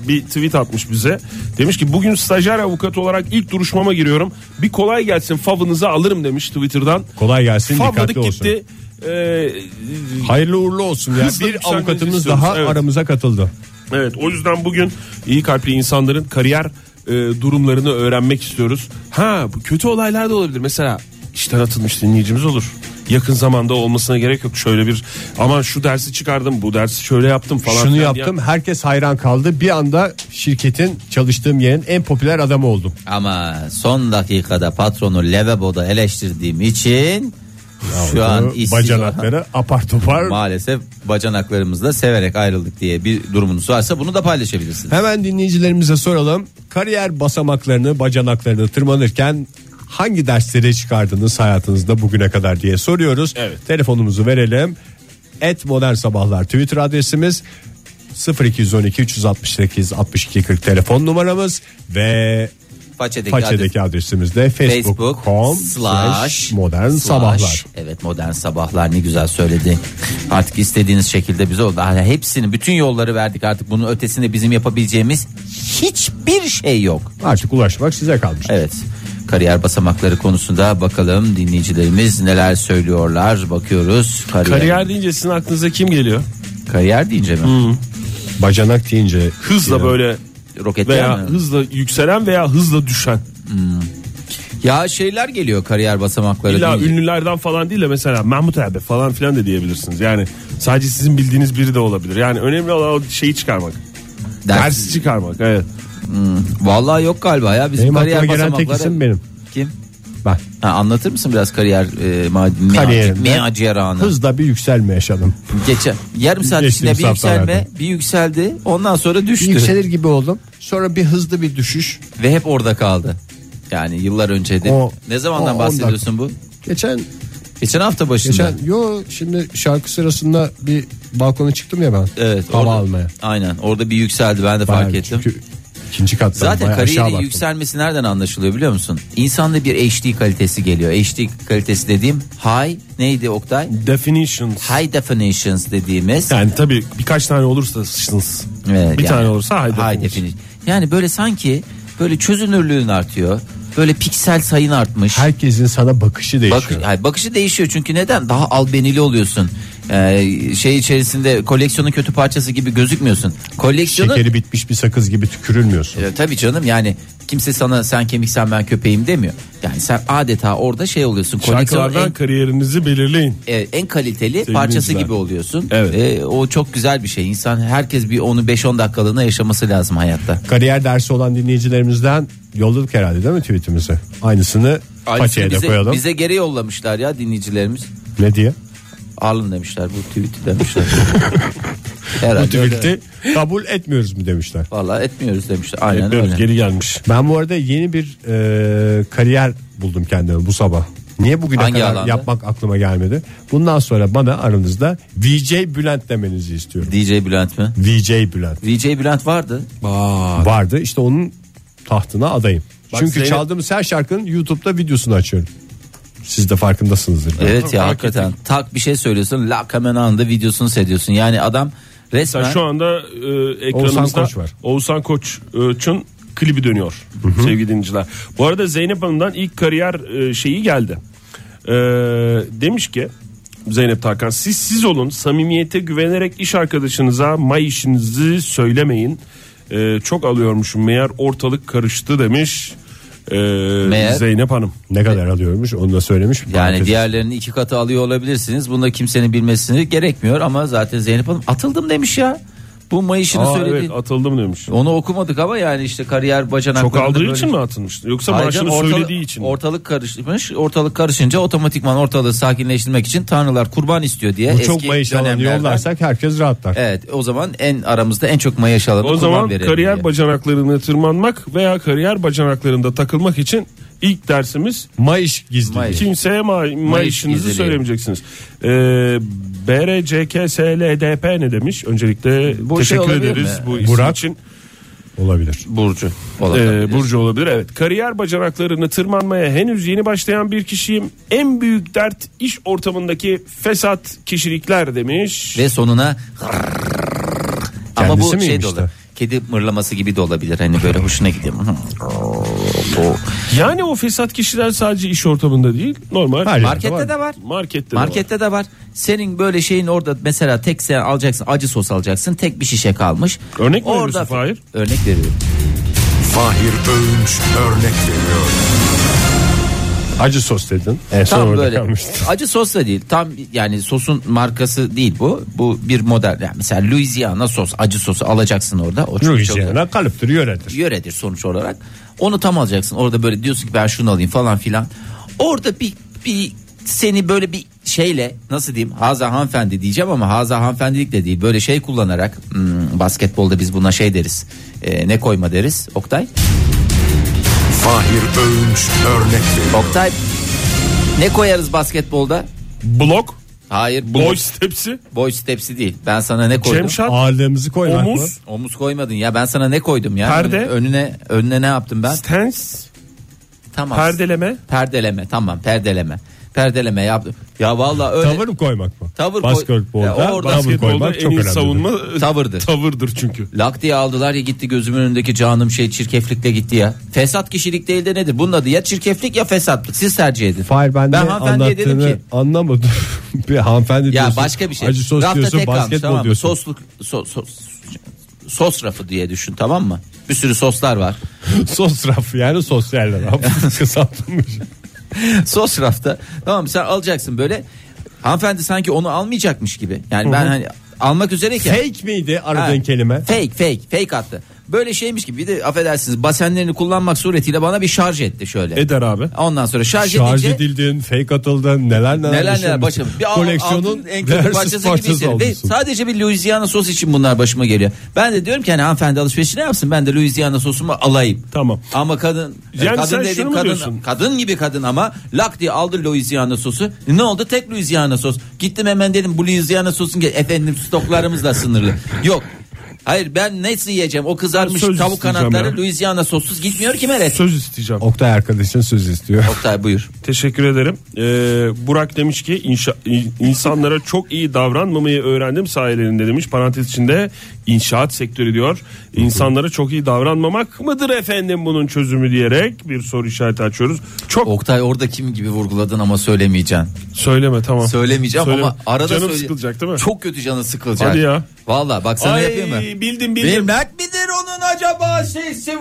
Speaker 4: bir tweet atmış bize. Demiş ki bugün stajyer avukat olarak ilk duruşmama giriyorum. Bir kolay gelsin favınızı alırım demiş Twitter'dan.
Speaker 3: Kolay gelsin
Speaker 4: Favladık
Speaker 3: dikkatli olsun.
Speaker 4: gitti. E,
Speaker 3: Hayırlı uğurlu olsun ya.
Speaker 4: Hızla
Speaker 3: bir
Speaker 4: yükselmenizi
Speaker 3: avukatımız
Speaker 4: istiyoruz,
Speaker 3: daha
Speaker 4: evet.
Speaker 3: aramıza katıldı.
Speaker 4: evet o yüzden bugün iyi kalpli insanların kariyer e, e, durumlarını öğrenmek istiyoruz. Ha bu kötü olaylar da olabilir. Mesela işten atılmış dinleyicimiz olur. Yakın zamanda olmasına gerek yok. Şöyle bir aman şu dersi çıkardım bu dersi şöyle yaptım falan.
Speaker 3: Şunu
Speaker 4: filan
Speaker 3: yaptım
Speaker 4: diyen-
Speaker 3: herkes hayran kaldı. Bir anda şirketin çalıştığım yerin en popüler adamı oldum.
Speaker 5: Ama son dakikada patronu Levebo'da eleştirdiğim için şu an işsiz olan-
Speaker 3: Bacanakları apar topar.
Speaker 5: maalesef bacanaklarımızla severek ayrıldık diye bir durumunuz varsa bunu da paylaşabilirsiniz.
Speaker 3: Hemen dinleyicilerimize soralım. Kariyer basamaklarını, bacanaklarını tırmanırken hangi dersleri çıkardınız hayatınızda bugüne kadar diye soruyoruz.
Speaker 4: Evet.
Speaker 3: Telefonumuzu verelim. Et Modern Sabahlar Twitter adresimiz 0212 368 62 40 telefon numaramız ve
Speaker 5: Façedeki, adres-
Speaker 3: façedeki adresimiz de facebook.com
Speaker 5: Facebook
Speaker 3: slash
Speaker 5: slash
Speaker 3: modern
Speaker 5: slash-
Speaker 3: sabahlar.
Speaker 5: Evet modern sabahlar ne güzel söyledi. Artık istediğiniz şekilde bize oldu. Yani hepsini bütün yolları verdik artık bunun ötesinde bizim yapabileceğimiz hiçbir şey yok.
Speaker 3: Artık ulaşmak size kalmış.
Speaker 5: Evet kariyer basamakları konusunda bakalım dinleyicilerimiz neler söylüyorlar bakıyoruz. Kariyer, kariyer,
Speaker 4: Kariyer deyince sizin aklınıza kim geliyor?
Speaker 5: deyince mi?
Speaker 3: Bacanak deyince
Speaker 4: Hızla böyle
Speaker 5: Roketler
Speaker 4: veya
Speaker 5: mi?
Speaker 4: hızla yükselen veya hızla düşen.
Speaker 5: Ya şeyler geliyor kariyer basamakları
Speaker 4: İlla
Speaker 5: deyince.
Speaker 4: ünlülerden falan değil de mesela Mahmut abi falan filan da diyebilirsiniz. Yani sadece sizin bildiğiniz biri de olabilir. Yani önemli olan o şeyi çıkarmak.
Speaker 5: Ders-
Speaker 4: Dersi çıkarmak. Evet.
Speaker 5: Vallahi yok galiba ya bizim
Speaker 3: Benim
Speaker 5: kariyer
Speaker 3: aklıma gelen tek
Speaker 5: basamakları-
Speaker 3: isim benim.
Speaker 5: Kim?
Speaker 3: ben
Speaker 5: Ha, anlatır mısın biraz kariyer e, ma-
Speaker 3: Kariyerimde
Speaker 5: mea- meaceranı?
Speaker 3: hızla bir yükselme yaşadım.
Speaker 5: Geçen yarım saat
Speaker 3: Geçtiğimiz
Speaker 5: içinde bir yükselme,
Speaker 3: haftalarda.
Speaker 5: bir yükseldi. Ondan sonra düştü
Speaker 3: Yükselir gibi oldum. Sonra bir hızlı bir düşüş.
Speaker 5: ve hep orada kaldı. Yani yıllar önce de.
Speaker 3: O-
Speaker 5: ne zamandan
Speaker 3: o-
Speaker 5: bahsediyorsun bu?
Speaker 3: Geçen
Speaker 5: Geçen hafta başında.
Speaker 3: geçen yo şimdi şarkı sırasında bir balkona çıktım ya ben.
Speaker 5: Evet,
Speaker 3: Hava
Speaker 5: orada-
Speaker 3: almaya.
Speaker 5: Aynen. Orada bir yükseldi ben de fark
Speaker 3: Ben
Speaker 5: ettim.
Speaker 3: Çünkü ikinci katta
Speaker 5: Zaten
Speaker 3: bayağı aşağı
Speaker 5: kariyerin
Speaker 3: baktım.
Speaker 5: yükselmesi nereden anlaşılıyor biliyor musun? İnsanda bir HD kalitesi geliyor. HD kalitesi dediğim high neydi Oktay?
Speaker 4: Definitions.
Speaker 5: High definitions dediğimiz
Speaker 4: Yani tabii birkaç tane olursa sıçtınız.
Speaker 5: Evet,
Speaker 4: bir
Speaker 5: yani.
Speaker 4: tane olursa haydi.
Speaker 5: High definition. Yani böyle sanki böyle çözünürlüğün artıyor. Böyle piksel sayın artmış.
Speaker 3: Herkesin sana bakışı değişiyor.
Speaker 5: Bak, hayır, bakışı değişiyor çünkü neden? Daha albenili oluyorsun. Ee, şey içerisinde koleksiyonun kötü parçası gibi gözükmüyorsun. Koleksiyonun
Speaker 3: Şekeri bitmiş bir sakız gibi tükürülmüyorsun.
Speaker 5: E, tabii canım yani kimse sana sen kemik sen ben köpeğim demiyor. Yani sen adeta orada şey oluyorsun. Koleksiyonun
Speaker 4: Şarkılardan
Speaker 5: en,
Speaker 4: kariyerinizi belirleyin.
Speaker 5: e, en kaliteli parçası gibi oluyorsun.
Speaker 4: Evet.
Speaker 5: E, o çok güzel bir şey. İnsan herkes bir onu 5-10 dakikalığına yaşaması lazım hayatta.
Speaker 3: Kariyer dersi olan dinleyicilerimizden yolladık herhalde değil mi tweetimizi? Aynısını
Speaker 5: Aynısını
Speaker 3: paçaya da
Speaker 5: bize,
Speaker 3: koyalım.
Speaker 5: Bize geri yollamışlar ya dinleyicilerimiz.
Speaker 3: Ne diye?
Speaker 5: Alın demişler bu tweet'i demişler. Herhalde öyle.
Speaker 3: Tweet'i kabul etmiyoruz mu demişler.
Speaker 5: Vallahi etmiyoruz demişler. Aynen
Speaker 4: Etmiyoruz,
Speaker 5: öyle.
Speaker 4: geri gelmiş.
Speaker 3: Ben bu arada yeni bir e, kariyer buldum kendime bu sabah. Niye bugüne
Speaker 5: Hangi
Speaker 3: kadar
Speaker 5: alanda?
Speaker 3: yapmak aklıma gelmedi? Bundan sonra bana aranızda VJ Bülent demenizi istiyorum.
Speaker 5: DJ Bülent mi?
Speaker 3: VJ Bülent
Speaker 5: DJ Bülent vardı.
Speaker 3: vardı. İşte onun tahtına adayım.
Speaker 4: Bak
Speaker 3: Çünkü
Speaker 4: Zeynep-
Speaker 3: çaldığımız her şarkının YouTube'da videosunu açıyorum. Siz de farkındasınızdır.
Speaker 5: Evet ya hakikaten. Tak bir şey söylüyorsun. Lak hemen anında videosunu seyrediyorsun. Yani adam resmen
Speaker 4: Mesela şu anda e, ekranımızda
Speaker 3: Oğuzhan Koç var.
Speaker 4: Oğuzhan Koç'un klibi dönüyor sevgili dinleyiciler. Bu arada Zeynep Hanım'dan ilk kariyer e, şeyi geldi. E, demiş ki Zeynep Tarkan siz siz olun samimiyete güvenerek iş arkadaşınıza may işinizi söylemeyin. E, çok alıyormuşum meğer ortalık karıştı demiş e,
Speaker 5: Meğer-
Speaker 4: Zeynep Hanım.
Speaker 3: Ne kadar alıyormuş onu da söylemiş.
Speaker 5: yani
Speaker 3: Parantez.
Speaker 5: diğerlerinin iki katı alıyor olabilirsiniz. Bunda kimsenin bilmesini gerekmiyor ama zaten Zeynep Hanım atıldım demiş ya. Bu Mayış'ını
Speaker 4: Aa,
Speaker 5: söyledi.
Speaker 4: evet atıldım demiş.
Speaker 5: Onu okumadık ama yani işte kariyer bacanaklarında
Speaker 4: Çok aldığı
Speaker 5: böyle-
Speaker 4: için mi atılmış? Yoksa
Speaker 5: Ayrıca
Speaker 4: maaşını
Speaker 5: ortalık-
Speaker 4: söylediği için mi?
Speaker 5: Ortalık karışmış. Ortalık karışınca otomatikman ortalığı sakinleştirmek için tanrılar kurban istiyor diye.
Speaker 3: bu çok
Speaker 5: eski
Speaker 3: mayış alanı
Speaker 5: dönemlerden- E-
Speaker 3: yollarsak herkes rahatlar.
Speaker 5: Evet o zaman en aramızda en çok maya şalanı
Speaker 4: O
Speaker 5: kurban
Speaker 4: zaman
Speaker 5: verelim
Speaker 4: kariyer
Speaker 5: diye.
Speaker 4: bacanaklarını tırmanmak veya kariyer bacanaklarında takılmak için ilk dersimiz
Speaker 3: Mayış gizli.
Speaker 5: Mayış.
Speaker 4: kimseye ma- maaşınızı
Speaker 5: gizliliği.
Speaker 4: söylemeyeceksiniz. Ee, BRCKSLDP ne demiş? Öncelikle
Speaker 5: Bu şey
Speaker 4: teşekkür
Speaker 5: olabilir
Speaker 4: ederiz
Speaker 5: mi?
Speaker 4: bu isim
Speaker 3: Burak.
Speaker 4: için.
Speaker 3: Olabilir.
Speaker 5: Burcu.
Speaker 4: Ee, Burcu olabilir evet. Kariyer bacanaklarını tırmanmaya henüz yeni başlayan bir kişiyim. En büyük dert iş ortamındaki fesat kişilikler demiş.
Speaker 5: Ve sonuna ama
Speaker 3: Kendisi
Speaker 5: bu şey
Speaker 3: miymiş
Speaker 5: de
Speaker 3: de?
Speaker 5: olur. Kedi mırlaması gibi de olabilir. Hani böyle hoşuna gidiyor. Bu-
Speaker 4: Yani o fesat kişiler sadece iş ortamında değil normal.
Speaker 3: Her yerde
Speaker 5: Markette de var.
Speaker 4: Markette de var.
Speaker 5: Markette de var. Senin böyle şeyin orada mesela tek sen alacaksın acı sos alacaksın tek bir şişe kalmış.
Speaker 4: Örnek mi
Speaker 5: Orada-
Speaker 4: veriyorsun Fahir?
Speaker 5: Örnek veriyorum.
Speaker 6: Fahir Öğünç örnek veriyor.
Speaker 3: Acı sos dedin. En son
Speaker 5: Tam
Speaker 3: orada
Speaker 5: böyle
Speaker 3: kalmıştı.
Speaker 5: acı sos da değil tam yani sosun markası değil bu bu bir model yani mesela Louisiana sos acı sosu alacaksın orada o çok, çok
Speaker 3: Louisiana kalıptır yöredir.
Speaker 5: yöredir sonuç olarak onu tam alacaksın orada böyle diyorsun ki ben şunu alayım falan filan orada bir, bir seni böyle bir şeyle nasıl diyeyim haza hanımefendi diyeceğim ama haza hanımefendilik de değil böyle şey kullanarak hmm, basketbolda biz buna şey deriz Ee, ne koyma deriz Oktay
Speaker 6: Fahir Öğünç örnek veriyor.
Speaker 5: Oktay ne koyarız basketbolda
Speaker 4: Blok,
Speaker 5: hayır
Speaker 4: boy stepsi,
Speaker 5: Boy stepsi değil. Ben sana ne koydum?
Speaker 4: cemşat,
Speaker 3: Ağırlığımızı koymak mı?
Speaker 4: omuz,
Speaker 5: Omuz koymadın ya. Ben sana ne koydum ya?
Speaker 4: Perde.
Speaker 5: Önüne, önüne önüne ne yaptım ben?
Speaker 4: stens,
Speaker 5: Tamam.
Speaker 4: perdeleme.
Speaker 5: Perdeleme. Tamam, perdeleme. Perdeleme yaptım. Ya vallahi öyle
Speaker 3: Tavır mı koymak mı?
Speaker 5: Tavır koy- Ya
Speaker 3: Basketbolda
Speaker 5: orada
Speaker 3: tavır
Speaker 4: Basketbolda
Speaker 3: koymak
Speaker 4: en
Speaker 3: çok
Speaker 4: iyi
Speaker 3: önemli.
Speaker 4: savunma e,
Speaker 5: Tavırdır.
Speaker 4: tavırdır çünkü.
Speaker 5: Lak diye aldılar ya gitti gözümün önündeki canım şey çirkeflikle gitti ya. Fesat kişilik değil de nedir? Bunun adı ya çirkeflik ya fesatlık. Siz tercih edin.
Speaker 3: Hayır ben,
Speaker 5: Ben
Speaker 3: ne
Speaker 5: hanımefendiye dedim
Speaker 3: anlattığını
Speaker 5: ki-
Speaker 3: anlamadım. bir hanımefendi
Speaker 5: Ya
Speaker 3: diyorsun,
Speaker 5: başka bir şey.
Speaker 3: Acı sos
Speaker 5: Rafta
Speaker 3: diyorsun
Speaker 5: tek kalmış,
Speaker 3: basketbol
Speaker 5: tamam mı?
Speaker 3: diyorsun.
Speaker 5: Sosluk so- sos sos rafı diye düşün tamam mı? Bir sürü soslar var.
Speaker 3: Sos raf yani sosyal raf. Kısaltılmış.
Speaker 5: sos rafta. Tamam sen alacaksın böyle. Hanımefendi sanki onu almayacakmış gibi. Yani ben hani almak üzereyken.
Speaker 3: Fake miydi
Speaker 5: Ha,
Speaker 3: aradığın kelime?
Speaker 5: Fake fake fake attı. Böyle şeymiş gibi bir de affedersiniz basenlerini kullanmak suretiyle bana bir şarj etti şöyle.
Speaker 4: Eder abi.
Speaker 5: Ondan sonra şarj,
Speaker 3: Şarj
Speaker 5: edince
Speaker 3: edildin, fake atıldın, neler neler.
Speaker 5: neler neler
Speaker 3: yaşamışsın.
Speaker 5: başım. Bir al-
Speaker 3: Koleksiyonun
Speaker 5: altın en kötü
Speaker 3: değersiz
Speaker 5: parçası gibi şey,
Speaker 3: parçası
Speaker 5: hissediyorum. Ve
Speaker 3: olmuşsun.
Speaker 5: sadece bir Louisiana sos için bunlar başıma geliyor. Ben de diyorum ki hani hanımefendi alışverişi ne yapsın ben de Louisiana sosumu alayım.
Speaker 4: Tamam.
Speaker 5: Ama kadın e,
Speaker 4: Yani
Speaker 5: kadın
Speaker 4: sen şunu
Speaker 5: dediğim
Speaker 4: mu
Speaker 5: kadın
Speaker 4: diyorsun?
Speaker 5: kadın gibi kadın ama lak diye aldı Louisiana sosu. Ne oldu? Tek Louisiana sos. Gittim hemen dedim bu Louisiana sosun ki efendim stoklarımızla sınırlı. Yok. Hayır ben nasıl yiyeceğim? O kızarmış
Speaker 4: Söz
Speaker 5: tavuk
Speaker 4: isteyeceğim
Speaker 5: kanatları
Speaker 4: ya.
Speaker 5: Louisiana sossuz gitmiyor ki meret.
Speaker 4: Söz isteyeceğim.
Speaker 3: Oktay arkadaşın söz istiyor.
Speaker 5: Oktay buyur.
Speaker 4: Teşekkür ederim. Ee, Burak demiş ki inşa- in- insanlara çok iyi davranmamayı öğrendim sayelerinde demiş. Parantez içinde inşaat sektörü diyor. İnsanlara çok iyi davranmamak mıdır efendim bunun çözümü diyerek bir soru işareti açıyoruz. Çok
Speaker 5: Oktay orada kim gibi vurguladın ama söylemeyeceksin.
Speaker 4: söyleme tamam.
Speaker 5: Söylemeyeceğim
Speaker 4: Söyleme.
Speaker 5: ama arada
Speaker 4: Canım
Speaker 5: söyle-
Speaker 4: sıkılacak değil mi?
Speaker 5: Çok kötü canı sıkılacak.
Speaker 4: Hadi ya.
Speaker 5: Valla bak sana
Speaker 4: Ay,
Speaker 5: yapayım mı?
Speaker 4: bildim bildim.
Speaker 5: Bilmek midir onun acaba sesi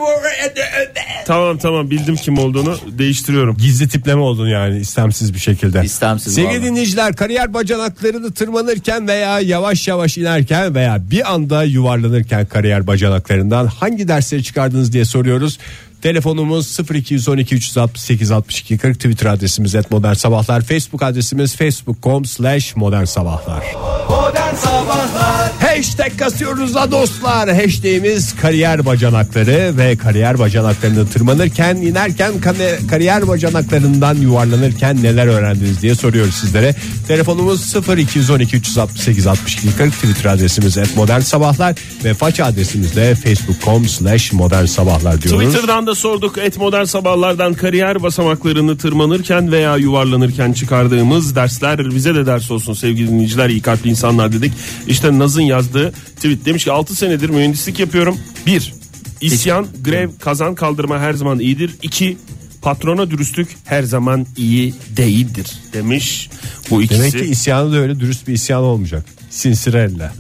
Speaker 4: Tamam tamam bildim kim olduğunu değiştiriyorum.
Speaker 3: Gizli tipleme oldun yani istemsiz bir şekilde.
Speaker 5: İstemsiz
Speaker 3: Sevgili
Speaker 5: vallahi.
Speaker 3: dinleyiciler kariyer bacanaklarını tırmanırken veya yavaş yavaş inerken veya bir anda yuvarlanırken kariyer bacanaklarından hangi dersleri çıkardınız diye soruyoruz. Telefonumuz 0212 368 62 40 Twitter adresimiz et sabahlar Facebook adresimiz facebook.com slash modern sabahlar
Speaker 2: Modern Sabahlar
Speaker 3: Hashtag kasıyoruz da dostlar. Hashtag'imiz kariyer bacanakları ve kariyer bacanaklarını tırmanırken, inerken, kane- kariyer bacanaklarından yuvarlanırken neler öğrendiniz diye soruyoruz sizlere. Telefonumuz 0212 368 62 40 Twitter adresimiz et modern sabahlar ve faç adresimiz de facebook.com slash modern sabahlar diyoruz.
Speaker 4: Twitter'dan da sorduk et modern sabahlardan kariyer basamaklarını tırmanırken veya yuvarlanırken çıkardığımız dersler bize de ders olsun sevgili dinleyiciler iyi kalpli insanlar dedik. İşte Naz'ın yazdığı tweet demiş ki 6 senedir mühendislik yapıyorum. 1. İsyan, grev, kazan kaldırma her zaman iyidir. 2. Patrona dürüstlük her zaman iyi değildir demiş. Bu ikisi.
Speaker 3: Demek ki isyanı da öyle dürüst bir isyan olmayacak. Sinsirella.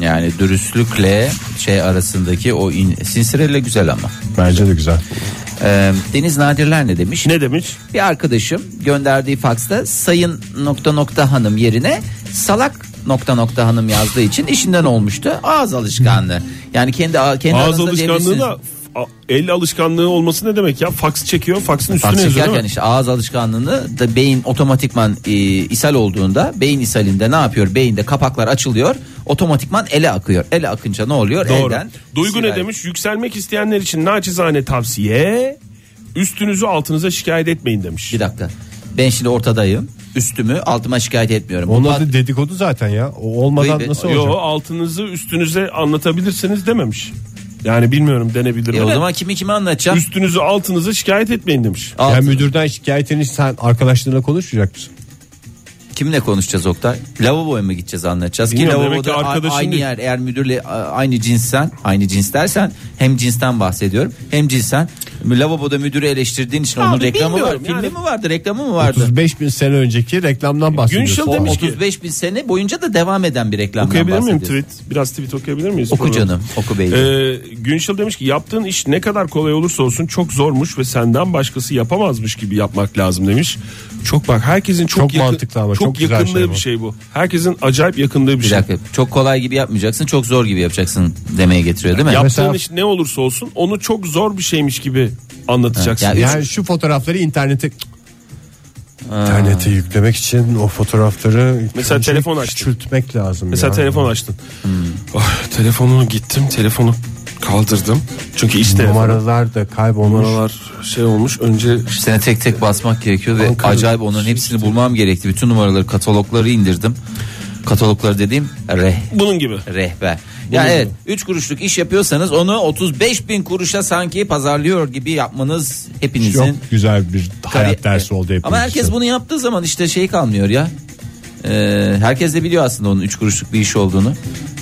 Speaker 5: Yani dürüstlükle şey arasındaki o in... Sinsirella güzel ama.
Speaker 3: Bence de güzel.
Speaker 5: Ee, Deniz Nadirler ne demiş?
Speaker 4: ne demiş?
Speaker 5: Bir arkadaşım gönderdiği faksta sayın nokta nokta hanım yerine salak nokta nokta hanım yazdığı için işinden olmuştu. Ağız alışkanlığı. Yani kendi kendi
Speaker 4: Ağız
Speaker 5: aranızda
Speaker 4: alışkanlığı
Speaker 5: diyebilirsiniz.
Speaker 4: da a- el alışkanlığı olması ne demek ya? Faks çekiyor, faksın üstüne
Speaker 5: Bak
Speaker 4: yazıyor değil
Speaker 5: çekerken
Speaker 4: mi?
Speaker 5: işte ağız alışkanlığını da beyin otomatikman e, ishal olduğunda beyin ishalinde ne yapıyor? Beyinde kapaklar açılıyor. Otomatikman ele akıyor. Ele akınca ne oluyor?
Speaker 4: Doğru.
Speaker 5: Elden.
Speaker 4: Duygu ne
Speaker 5: sigara-
Speaker 4: demiş? Yükselmek isteyenler için naçizane tavsiye üstünüzü altınıza şikayet etmeyin demiş.
Speaker 5: Bir dakika. Ben şimdi ortadayım. Üstümü altıma şikayet etmiyorum. Bu
Speaker 3: Onun
Speaker 5: pat-
Speaker 3: adı dedikodu zaten ya. O olmadan
Speaker 5: Gıybet.
Speaker 3: nasıl
Speaker 4: Yo
Speaker 3: olacak?
Speaker 4: altınızı üstünüze anlatabilirsiniz dememiş. Yani bilmiyorum denebilir mi?
Speaker 5: E o
Speaker 4: de.
Speaker 5: zaman kimi kime anlatacağım?
Speaker 4: Üstünüzü altınıza şikayet etmeyin demiş.
Speaker 5: Altın.
Speaker 3: Ya müdürden şikayetini sen arkadaşlarına konuşmayacak mısın?
Speaker 5: Kimle konuşacağız Oktay? Lavaboya mı gideceğiz anlatacağız? Ki
Speaker 4: Bilmiyorum, demek
Speaker 5: lavaboda
Speaker 4: ki
Speaker 5: a-
Speaker 4: arkadaşın
Speaker 5: aynı
Speaker 4: değil.
Speaker 5: yer eğer müdürle a- aynı cinsten aynı cins dersen hem cinsten bahsediyorum hem cinsen Lavaboda müdürü eleştirdiğin için onun
Speaker 4: Abi
Speaker 5: reklamı var.
Speaker 4: bilmiyorum
Speaker 5: Filmi
Speaker 4: yani.
Speaker 5: mi vardı reklamı mı vardı?
Speaker 3: 35 bin sene önceki
Speaker 5: E,
Speaker 3: reklamdan bahsediyorsun.
Speaker 4: Günşil demiş ki
Speaker 5: 35 bin sene boyunca da devam eden bir reklamdan
Speaker 4: okuyabilir miyim
Speaker 5: bahsediyorsun.
Speaker 4: tweet? Biraz tweet okuyabilir miyiz?
Speaker 5: Oku
Speaker 4: Programda.
Speaker 5: canım oku beyim.
Speaker 4: Ee, Günşil demiş ki yaptığın iş ne kadar kolay olursa olsun çok zormuş ve senden başkası yapamazmış gibi yapmak lazım demiş. Çok bak herkesin çok,
Speaker 3: Çok
Speaker 4: yakın-
Speaker 3: mantıklı ama,
Speaker 4: çok,
Speaker 3: çok güzel
Speaker 4: yakınlığı
Speaker 3: şey bu.
Speaker 4: bir şey bu. Herkesin acayip yakındığı bir,
Speaker 5: bir
Speaker 4: şey.
Speaker 5: dakika çok kolay gibi yapmayacaksın çok zor gibi yapacaksın demeye getiriyor değil mi?
Speaker 4: Yaptığın
Speaker 3: Mesela-
Speaker 4: iş ne olursa olsun onu çok zor bir şeymiş gibi anlatacaksın.
Speaker 5: Evet,
Speaker 3: Yani şu fotoğrafları internete internete yüklemek için o fotoğrafları
Speaker 4: Mesela
Speaker 3: küçültmek-
Speaker 4: telefon açtım.
Speaker 3: küçültmek lazım.
Speaker 4: Mesela
Speaker 3: ya.
Speaker 4: telefon açtın.
Speaker 5: Hmm.
Speaker 4: Oh, telefonu gittim telefonu kaldırdım. Çünkü işte
Speaker 3: numaralar da kaybolmuş.
Speaker 4: numaralar şey olmuş önce
Speaker 5: Sene tek tek basmak gerekiyor ve acayip onların hepsini bulmam gerekti. Bütün numaraları katalogları indirdim. Katalogları dediğim reh,
Speaker 4: bunun gibi.
Speaker 5: rehber. Yani evet 3 kuruşluk iş yapıyorsanız onu 35 bin kuruşa sanki pazarlıyor gibi yapmanız hepinizin.
Speaker 3: Çok güzel bir
Speaker 5: Tabii.
Speaker 3: hayat dersi oldu hepimiz
Speaker 5: Ama herkes
Speaker 3: için.
Speaker 5: bunu yaptığı zaman işte şey kalmıyor ya. Ee, herkes de biliyor aslında onun 3 kuruşluk bir iş olduğunu.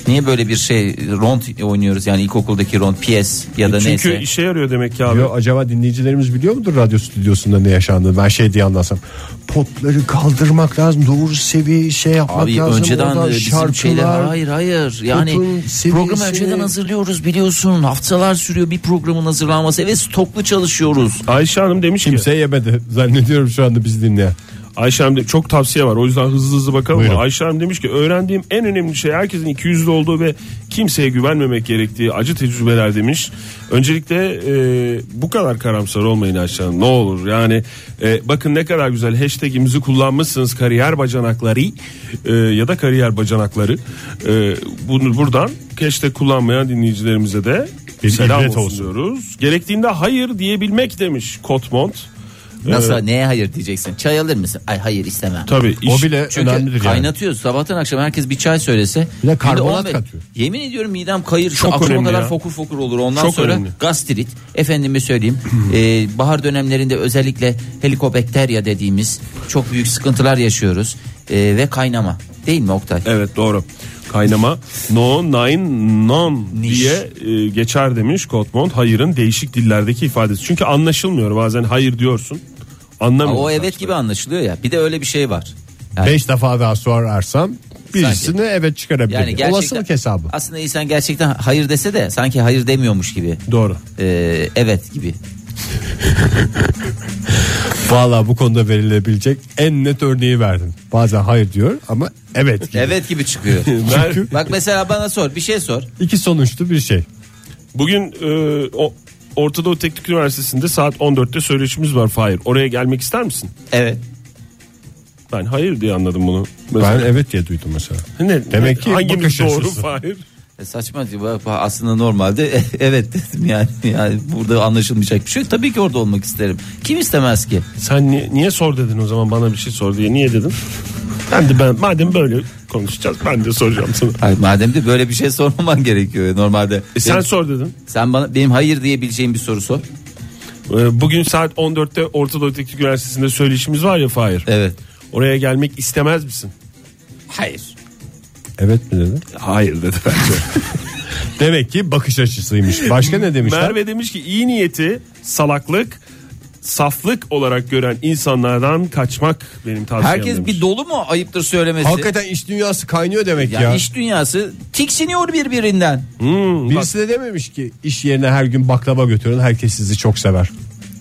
Speaker 5: Niye böyle bir şey rond oynuyoruz yani ilkokuldaki rond piyes ya da
Speaker 3: E
Speaker 4: Çünkü
Speaker 5: neyse.
Speaker 4: işe yarıyor demek ki abi.
Speaker 3: Yo, acaba dinleyicilerimiz biliyor mudur radyo stüdyosunda ne yaşandığını? Ben şey diye anlatsam. Potları kaldırmak lazım. Doğru seviye şey yapmak
Speaker 5: Abi
Speaker 3: lazım.
Speaker 5: önceden
Speaker 3: Oradan
Speaker 5: e, bizim
Speaker 3: şarkılar-
Speaker 5: şeyler hayır hayır yani
Speaker 3: topun seviyesini-
Speaker 5: programı önceden hazırlıyoruz biliyorsun haftalar sürüyor bir programın hazırlanması ve stoklu çalışıyoruz.
Speaker 4: Ayşe Hanım demiş ki
Speaker 3: Kimse şey yemedi zannediyorum şu anda bizi dinleyen.
Speaker 4: Ayşe Hanım de- çok tavsiye var. O yüzden hızlı hızlı bakalım.
Speaker 3: Buyurun.
Speaker 4: Ayşe Hanım demiş ki öğrendiğim en önemli şey herkesin iki yüzlü olduğu ve kimseye güvenmemek gerektiği acı tecrübeler demiş. Öncelikle e, bu kadar karamsar olmayın Ayşe Hanım. Ne olur yani e, bakın ne kadar güzel hashtagimizi kullanmışsınız kariyer bacanakları e, ya da kariyer bacanakları. E, bunu buradan hashtag kullanmayan dinleyicilerimize de
Speaker 3: Bir
Speaker 4: selam
Speaker 3: ibret
Speaker 4: olsun,
Speaker 3: olsun.
Speaker 4: diyoruz. Gerektiğinde hayır diyebilmek demiş Kotmont.
Speaker 5: Nasıl neye hayır diyeceksin çay alır mısın? Ay hayır istemem.
Speaker 4: Tabii
Speaker 3: O
Speaker 4: iş-
Speaker 3: bile
Speaker 5: Çünkü
Speaker 3: önemlidir yani.
Speaker 5: kaynatıyoruz sabahtan akşam herkes bir çay söylese.
Speaker 3: Bir de
Speaker 5: günde
Speaker 3: karbonat
Speaker 5: 15
Speaker 3: katıyor.
Speaker 5: Yemin ediyorum midem kayır.
Speaker 4: Çok
Speaker 5: Çok Akşama
Speaker 4: önemli
Speaker 5: kadar
Speaker 4: ya.
Speaker 5: fokur fokur olur. Ondan
Speaker 4: Çok
Speaker 5: sonra
Speaker 4: önemli.
Speaker 5: gastrit. Efendime söyleyeyim. e, bahar dönemlerinde özellikle helikobakterya dediğimiz çok büyük sıkıntılar yaşıyoruz. E, ve kaynama. Değil mi Oktay?
Speaker 4: Evet doğru. Kaynama no nine non
Speaker 5: Niş.
Speaker 4: diye e, geçer demiş Kotmont. Hayırın değişik dillerdeki ifadesi. Çünkü anlaşılmıyor bazen hayır diyorsun.
Speaker 5: Ama
Speaker 4: Anlamıyor.
Speaker 5: o evet gibi anlaşılıyor ya. Bir de öyle bir şey var. Yani,
Speaker 3: Beş defa daha sorarsam birisini evet çıkarabilirim.
Speaker 5: yani gerçekten,
Speaker 3: Olasılık hesabı.
Speaker 5: Aslında insan gerçekten hayır dese de sanki hayır demiyormuş gibi.
Speaker 4: Doğru.
Speaker 5: E, evet gibi.
Speaker 3: Valla bu konuda verilebilecek en net örneği verdin. Bazen hayır diyor ama evet. Gibi.
Speaker 5: Evet gibi çıkıyor.
Speaker 3: Çünkü
Speaker 5: Bak mesela bana sor bir şey sor.
Speaker 3: iki sonuçlu bir şey.
Speaker 4: Bugün e, o Orta Doğu Teknik Üniversitesi'nde saat 14'te söyleşimiz var Fahir. Oraya gelmek ister misin?
Speaker 5: Evet.
Speaker 4: Ben hayır diye anladım bunu.
Speaker 3: Ben
Speaker 4: Mesela.
Speaker 3: evet diye duydum mesela.
Speaker 4: ne,
Speaker 3: Demek ki
Speaker 4: hangimiz
Speaker 3: bakış
Speaker 4: doğru
Speaker 3: açısı.
Speaker 4: Fahir?
Speaker 5: E, Saçma diyor. Bak, bak, aslında normalde e, evet dedim yani. yani burada anlaşılmayacak bir şey yok. Tabii ki orada olmak isterim. Kim istemez ki?
Speaker 4: Sen niye, niye sor dedin o zaman bana bir şey sor diye niye dedin? Ben de ben madem böyle konuşacağız ben de soracağım sana.
Speaker 5: Ay, madem de böyle bir şey sormaman gerekiyor normalde.
Speaker 4: E sen
Speaker 5: Benim-
Speaker 4: sor dedin.
Speaker 5: sen bana benim hayır diyebileceğim bir soru sor.
Speaker 4: Ee, Bugün saat 14'te Orta Doğu Teknik Üniversitesi'nde söyleşimiz var ya Fahir.
Speaker 5: Evet.
Speaker 4: Oraya gelmek istemez misin?
Speaker 5: Hayır.
Speaker 3: Evet mi dedi?
Speaker 4: Hayır dedi bence.
Speaker 3: Demek ki bakış açısıymış. Başka ne demişler?
Speaker 4: Merve demiş ki iyi niyeti salaklık saflık olarak gören insanlardan kaçmak benim tavsiyem
Speaker 5: Herkes
Speaker 4: demiş.
Speaker 5: bir dolu mu ayıptır söylemesi.
Speaker 3: Hakikaten iş dünyası kaynıyor demek
Speaker 5: yani
Speaker 3: ya.
Speaker 5: iş dünyası tiksiniyor birbirinden.
Speaker 3: Birisi de dememiş ki iş yerine her gün baklava götürün herkes sizi çok sever.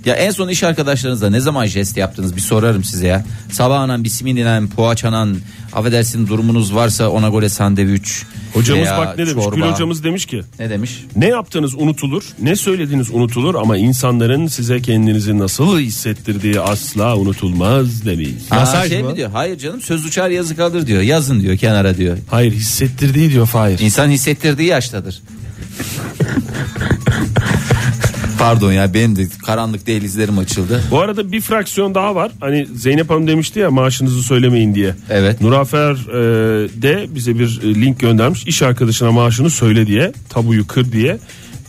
Speaker 5: Ya en son iş arkadaşlarınızla ne zaman jest yaptınız bir sorarım size ya. Sabah anan, bismillah, poğaçanan, affedersin durumunuz varsa ona göre sandviç.
Speaker 4: Hocamız
Speaker 5: veya
Speaker 4: bak ne demiş.
Speaker 5: çorba.
Speaker 4: Gül hocamız demiş ki
Speaker 5: Ne demiş?
Speaker 4: ne yaptığınız unutulur, ne söylediğiniz unutulur ama insanların size kendinizi nasıl hissettirdiği asla unutulmaz demiş.
Speaker 5: Aa,
Speaker 3: Masaj
Speaker 5: şey
Speaker 3: mı?
Speaker 5: mi diyor? Hayır canım söz uçar yazı kalır diyor. Yazın diyor kenara diyor.
Speaker 4: Hayır hissettirdiği diyor Fahir.
Speaker 5: İnsan hissettirdiği yaştadır. Pardon ya benim de karanlık dehlizlerim açıldı.
Speaker 4: Bu arada bir fraksiyon daha var. Hani Zeynep Hanım demişti ya maaşınızı söylemeyin diye.
Speaker 5: Evet.
Speaker 4: Nurafer e, de bize bir e, link göndermiş. İş arkadaşına maaşını söyle diye, tabuyu kır diye.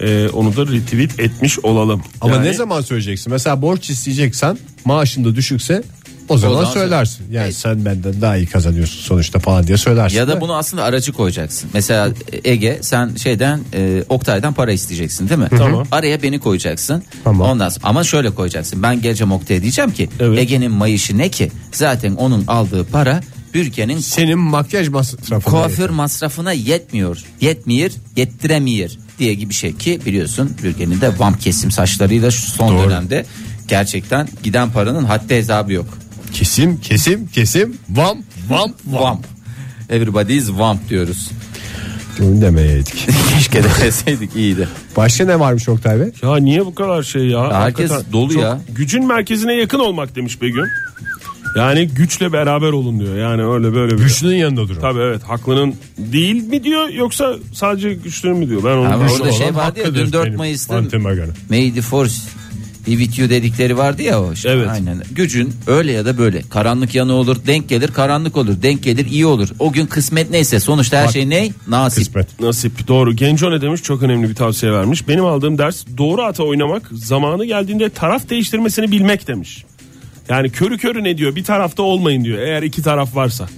Speaker 4: E, onu da retweet etmiş olalım.
Speaker 3: Ama
Speaker 4: Yani
Speaker 3: ne zaman söyleyeceksin? Mesela borç isteyeceksen maaşın da düşükse O zaman,
Speaker 5: zaman
Speaker 3: söylersin. Yani sen benden daha iyi kazanıyorsun sonuçta falan diye söylersin.
Speaker 5: Ya da
Speaker 3: de.
Speaker 5: bunu aslında aracı koyacaksın. Mesela Ege sen şeyden e, Oktay'dan para isteyeceksin değil mi? Tamam. Araya beni koyacaksın.
Speaker 3: Tamam.
Speaker 5: Ondan sonra, ama şöyle koyacaksın. Ben geleceğim Oktay'a diyeceğim ki
Speaker 4: Evet.
Speaker 5: Ege'nin mayışı ne ki? Zaten onun aldığı para Bürke'nin
Speaker 3: senin makyaj masrafı.
Speaker 5: kuaför masrafına yetmiyor. Yetmiyor, yettiremiyor diye gibi bir şey ki biliyorsun Bürke'nin de vam kesim saçlarıyla şu son dönemde gerçekten giden paranın haddi hesabı yok.
Speaker 3: Kesim kesim kesim vam vam vam.
Speaker 5: Vamp. Everybody is vamp diyoruz.
Speaker 3: Bunu demeyeydik.
Speaker 5: Keşke demeseydik iyiydi.
Speaker 3: Başka ne varmış Oktay Bey?
Speaker 4: Ya niye bu kadar şey ya?
Speaker 5: herkes dolu
Speaker 4: çok-
Speaker 5: ya.
Speaker 4: Gücün merkezine yakın olmak demiş Begüm. Yani güçle beraber olun diyor. Yani öyle böyle bir. şey.
Speaker 3: Güçlünün yanında durun.
Speaker 4: Tabii evet haklının değil mi diyor yoksa sadece güçlünün mü diyor. Ben onu
Speaker 5: Ama
Speaker 4: güçlü
Speaker 5: orada
Speaker 4: olan
Speaker 5: şey vardı ya
Speaker 4: hakkıdır
Speaker 5: dün 4
Speaker 4: benim.
Speaker 5: Mayıs'ta
Speaker 3: Mantığıma göre.
Speaker 5: May the Force Be with you dedikleri vardı ya o. işte.
Speaker 4: Evet.
Speaker 5: Aynen. Gücün öyle ya da böyle karanlık yanı olur, denk gelir karanlık olur, denk gelir iyi olur. O gün kısmet neyse sonuçta her şey ne? Nasip.
Speaker 3: Kısmet.
Speaker 4: Nasip doğru. Genco ne demiş çok önemli bir tavsiye vermiş. Benim aldığım ders doğru ata oynamak zamanı geldiğinde taraf değiştirmesini bilmek demiş. Yani körü körü ne diyor bir tarafta olmayın diyor eğer iki taraf varsa.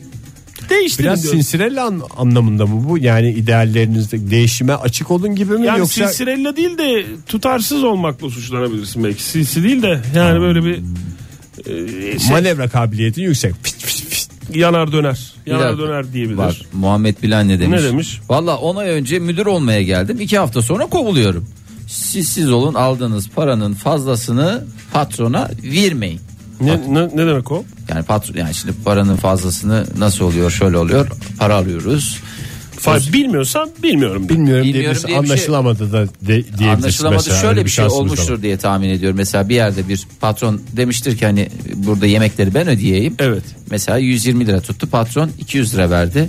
Speaker 4: Değiştirin
Speaker 3: Biraz
Speaker 4: diyor.
Speaker 3: sinsirella an- anlamında mı bu? Yani ideallerinizde değişime açık olun gibi mi?
Speaker 4: yani
Speaker 3: Yoksa
Speaker 4: silsirella değil de tutarsız olmakla suçlanabilirsin belki. Sinsi değil de
Speaker 3: Hmm.
Speaker 4: yani böyle bir e, şey,
Speaker 3: manevra kabiliyeti yüksek. Pişt, pişt, pişt.
Speaker 4: yanar döner. Yanar
Speaker 5: dakika.
Speaker 4: döner diyebilir.
Speaker 5: Var. Muhammed Bilen ne demiş?
Speaker 4: Ne demiş?
Speaker 5: Valla 10 ay önce müdür olmaya geldim. 2 hafta sonra kovuluyorum. Siz siz olun aldığınız paranın fazlasını patrona vermeyin.
Speaker 4: Ne, ne, ne demek o?
Speaker 5: Yani patron yani şimdi paranın fazlasını nasıl oluyor? Şöyle oluyor. Para alıyoruz.
Speaker 4: Fahir bilmiyorsan bilmiyorum. de.
Speaker 3: Bilmiyorum,
Speaker 5: Bilmiyorum
Speaker 3: diyebilirsin.
Speaker 5: diye bir şey-
Speaker 3: Anlaşılamadı da de, diyebilirsin.
Speaker 5: Anlaşılamadı
Speaker 3: mesela. Öyle
Speaker 5: şöyle bir şey
Speaker 3: şansımız da var.
Speaker 5: olmuştur diye tahmin ediyorum. Mesela bir yerde bir patron demiştir ki hani burada yemekleri ben ödeyeyim.
Speaker 4: Evet.
Speaker 5: Mesela 120 lira tuttu patron 200 lira verdi.